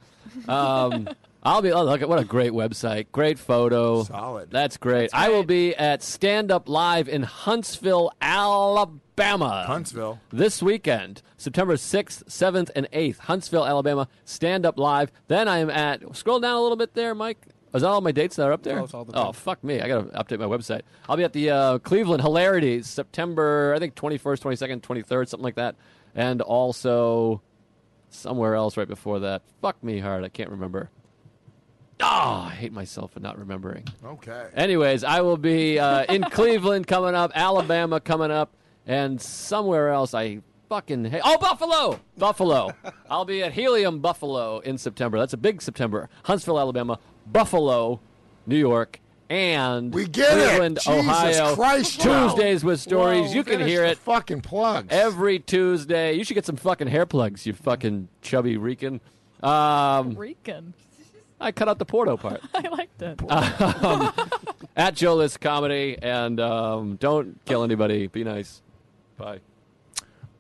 [SPEAKER 5] Um, I'll be. Oh, look at what a great website, great photo, solid. That's great. I will be at Stand Up Live in Huntsville, Alabama.
[SPEAKER 4] Huntsville.
[SPEAKER 5] this weekend, September sixth, seventh, and eighth, Huntsville, Alabama. Stand Up Live. Then I am at. Scroll down a little bit there, Mike. Is that all my dates that are up there?
[SPEAKER 7] No, it's all the
[SPEAKER 5] oh, fuck me. I got to update my website. I'll be at the uh, Cleveland Hilarities September, I think, 21st, 22nd, 23rd, something like that. And also somewhere else right before that. Fuck me hard. I can't remember. Ah, I hate myself for not remembering.
[SPEAKER 4] Okay.
[SPEAKER 5] Anyways, I will be uh, in Cleveland coming up, Alabama coming up, and somewhere else. I fucking hate. Oh, Buffalo! Buffalo. I'll be at Helium Buffalo in September. That's a big September. Huntsville, Alabama, Buffalo, New York, and we
[SPEAKER 4] get it.
[SPEAKER 5] Cleveland,
[SPEAKER 4] Jesus
[SPEAKER 5] Ohio.
[SPEAKER 4] Christ, Joe.
[SPEAKER 5] Tuesdays with stories.
[SPEAKER 4] Whoa,
[SPEAKER 5] you can
[SPEAKER 4] finish
[SPEAKER 5] hear
[SPEAKER 4] the
[SPEAKER 5] it
[SPEAKER 4] Fucking plugs.
[SPEAKER 5] every Tuesday. You should get some fucking hair plugs, you fucking chubby Rican. Um,
[SPEAKER 6] Rican.
[SPEAKER 5] I cut out the Porto part.
[SPEAKER 6] I liked it.
[SPEAKER 5] Uh, at Joe List Comedy, and um, don't kill anybody. Be nice. Bye.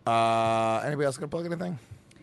[SPEAKER 4] Uh, anybody else gonna plug anything?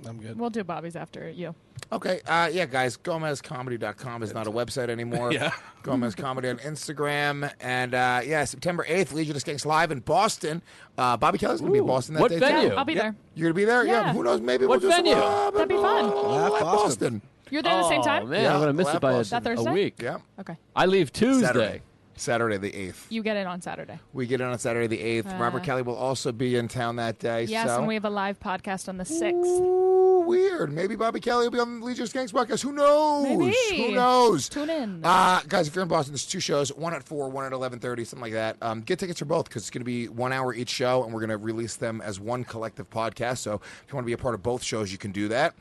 [SPEAKER 7] I'm good.
[SPEAKER 6] We'll do Bobby's after you.
[SPEAKER 4] Okay. Uh, yeah, guys, GomezComedy.com is not a website anymore.
[SPEAKER 7] Yeah.
[SPEAKER 4] Gomez Comedy on Instagram. And uh, yeah, September 8th, Legion of Skanks live in Boston. Uh, Bobby Kelly's going to be in Boston that
[SPEAKER 5] What
[SPEAKER 4] day.
[SPEAKER 5] venue?
[SPEAKER 4] Too.
[SPEAKER 5] Yeah, I'll
[SPEAKER 6] be
[SPEAKER 4] Yep.
[SPEAKER 6] there.
[SPEAKER 4] You're going to be there? Yeah.
[SPEAKER 6] Yeah.
[SPEAKER 4] Who knows? Maybe
[SPEAKER 5] What
[SPEAKER 4] we'll just
[SPEAKER 5] venue?
[SPEAKER 4] live
[SPEAKER 6] That'd be
[SPEAKER 4] in
[SPEAKER 6] fun.
[SPEAKER 4] Bo-
[SPEAKER 7] Laugh
[SPEAKER 4] live
[SPEAKER 7] Boston.
[SPEAKER 4] Boston.
[SPEAKER 6] You're there the same
[SPEAKER 5] Oh,
[SPEAKER 6] time?
[SPEAKER 5] man,
[SPEAKER 4] Yeah,
[SPEAKER 5] I'm gonna miss
[SPEAKER 4] Laugh
[SPEAKER 5] it by a,
[SPEAKER 4] Boston.
[SPEAKER 6] That
[SPEAKER 5] a
[SPEAKER 6] Thursday?
[SPEAKER 5] week.
[SPEAKER 4] Yeah.
[SPEAKER 6] Okay.
[SPEAKER 5] I leave Tuesday.
[SPEAKER 4] Saturday. Saturday the 8th.
[SPEAKER 6] You get it on Saturday.
[SPEAKER 4] We get in on Saturday the 8th. Robert
[SPEAKER 6] Uh,
[SPEAKER 4] Kelly will also be in town that day.
[SPEAKER 6] Yes,
[SPEAKER 4] so.
[SPEAKER 6] and we have a live podcast on the 6th.
[SPEAKER 4] Ooh, weird. Maybe Bobby Kelly will be on the Legion of Skanks podcast. Who knows?
[SPEAKER 6] Maybe.
[SPEAKER 4] Who knows?
[SPEAKER 6] Tune in.
[SPEAKER 4] Uh, guys, if you're in Boston, there's two shows, one at 4, one at 11.30, something like that. Um, get tickets for both because it's going to be one hour each show, and we're going to release them as one collective podcast. So if you want to be a part of both shows, you can do that.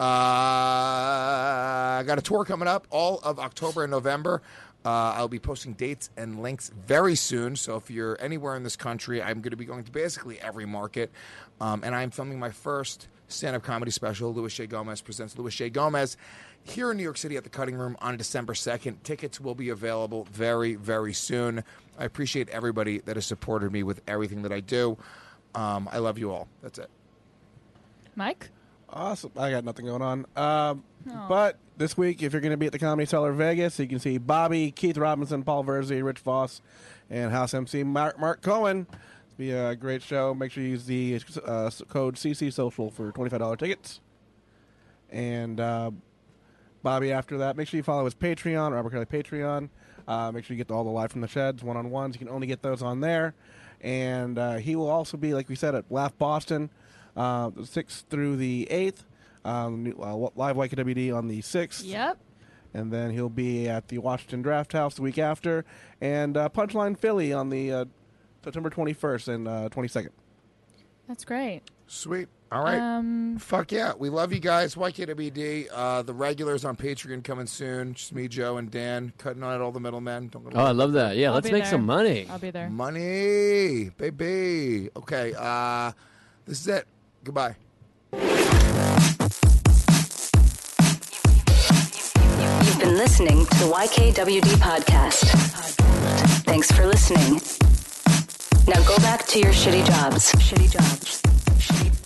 [SPEAKER 4] Uh, I got a tour coming up all of October and November. Uh, I'll be posting dates and links very soon. So if you're anywhere in this country, I'm going to be going to basically every market. Um, and I'm filming my first stand up comedy special. Louis J. Gomez presents Louis J. Gomez here in New York City at the Cutting Room on December 2nd. Tickets will be available very, very soon. I appreciate everybody that has supported me with everything that I do. Um, I love you all. That's it.
[SPEAKER 6] Mike?
[SPEAKER 7] Awesome. I got nothing going on. Um, but this week, if you're going to be at the Comedy Cellar Vegas, you can see Bobby, Keith Robinson, Paul Verzi, Rich Voss, and House MC Mark, Mark Cohen. It's be a great show. Make sure you use the uh, code CC Social for $25 tickets. And uh, Bobby, after that, make sure you follow his Patreon, Robert Kelly Patreon. Uh, make sure you get all the live from the sheds, one on ones. You can only get those on there. And uh, he will also be, like we said, at Laugh Boston, uh, the 6th through the 8th. Um, new- uh, live YKWD on the 6th.
[SPEAKER 6] Yep.
[SPEAKER 7] And then he'll be at the Washington Draft House the week after. And uh, Punchline Philly on the uh, September 21st and uh, 22nd.
[SPEAKER 6] That's great.
[SPEAKER 4] Sweet. All right.
[SPEAKER 6] Um,
[SPEAKER 4] Fuck yeah. We love you guys. YKWD. Uh, the regulars on Patreon coming soon. Just me, Joe, and Dan cutting out all the middlemen. Don't go to
[SPEAKER 5] Oh, I love that. Yeah,
[SPEAKER 6] I'll
[SPEAKER 5] let's
[SPEAKER 6] be
[SPEAKER 5] make
[SPEAKER 6] there.
[SPEAKER 5] some money.
[SPEAKER 6] I'll be there.
[SPEAKER 4] Money, baby. Okay, uh, this is it. Goodbye.
[SPEAKER 12] You've been listening to the YKWD podcast. Thanks for listening. Now go back to your shitty jobs. Shitty jobs. Shitty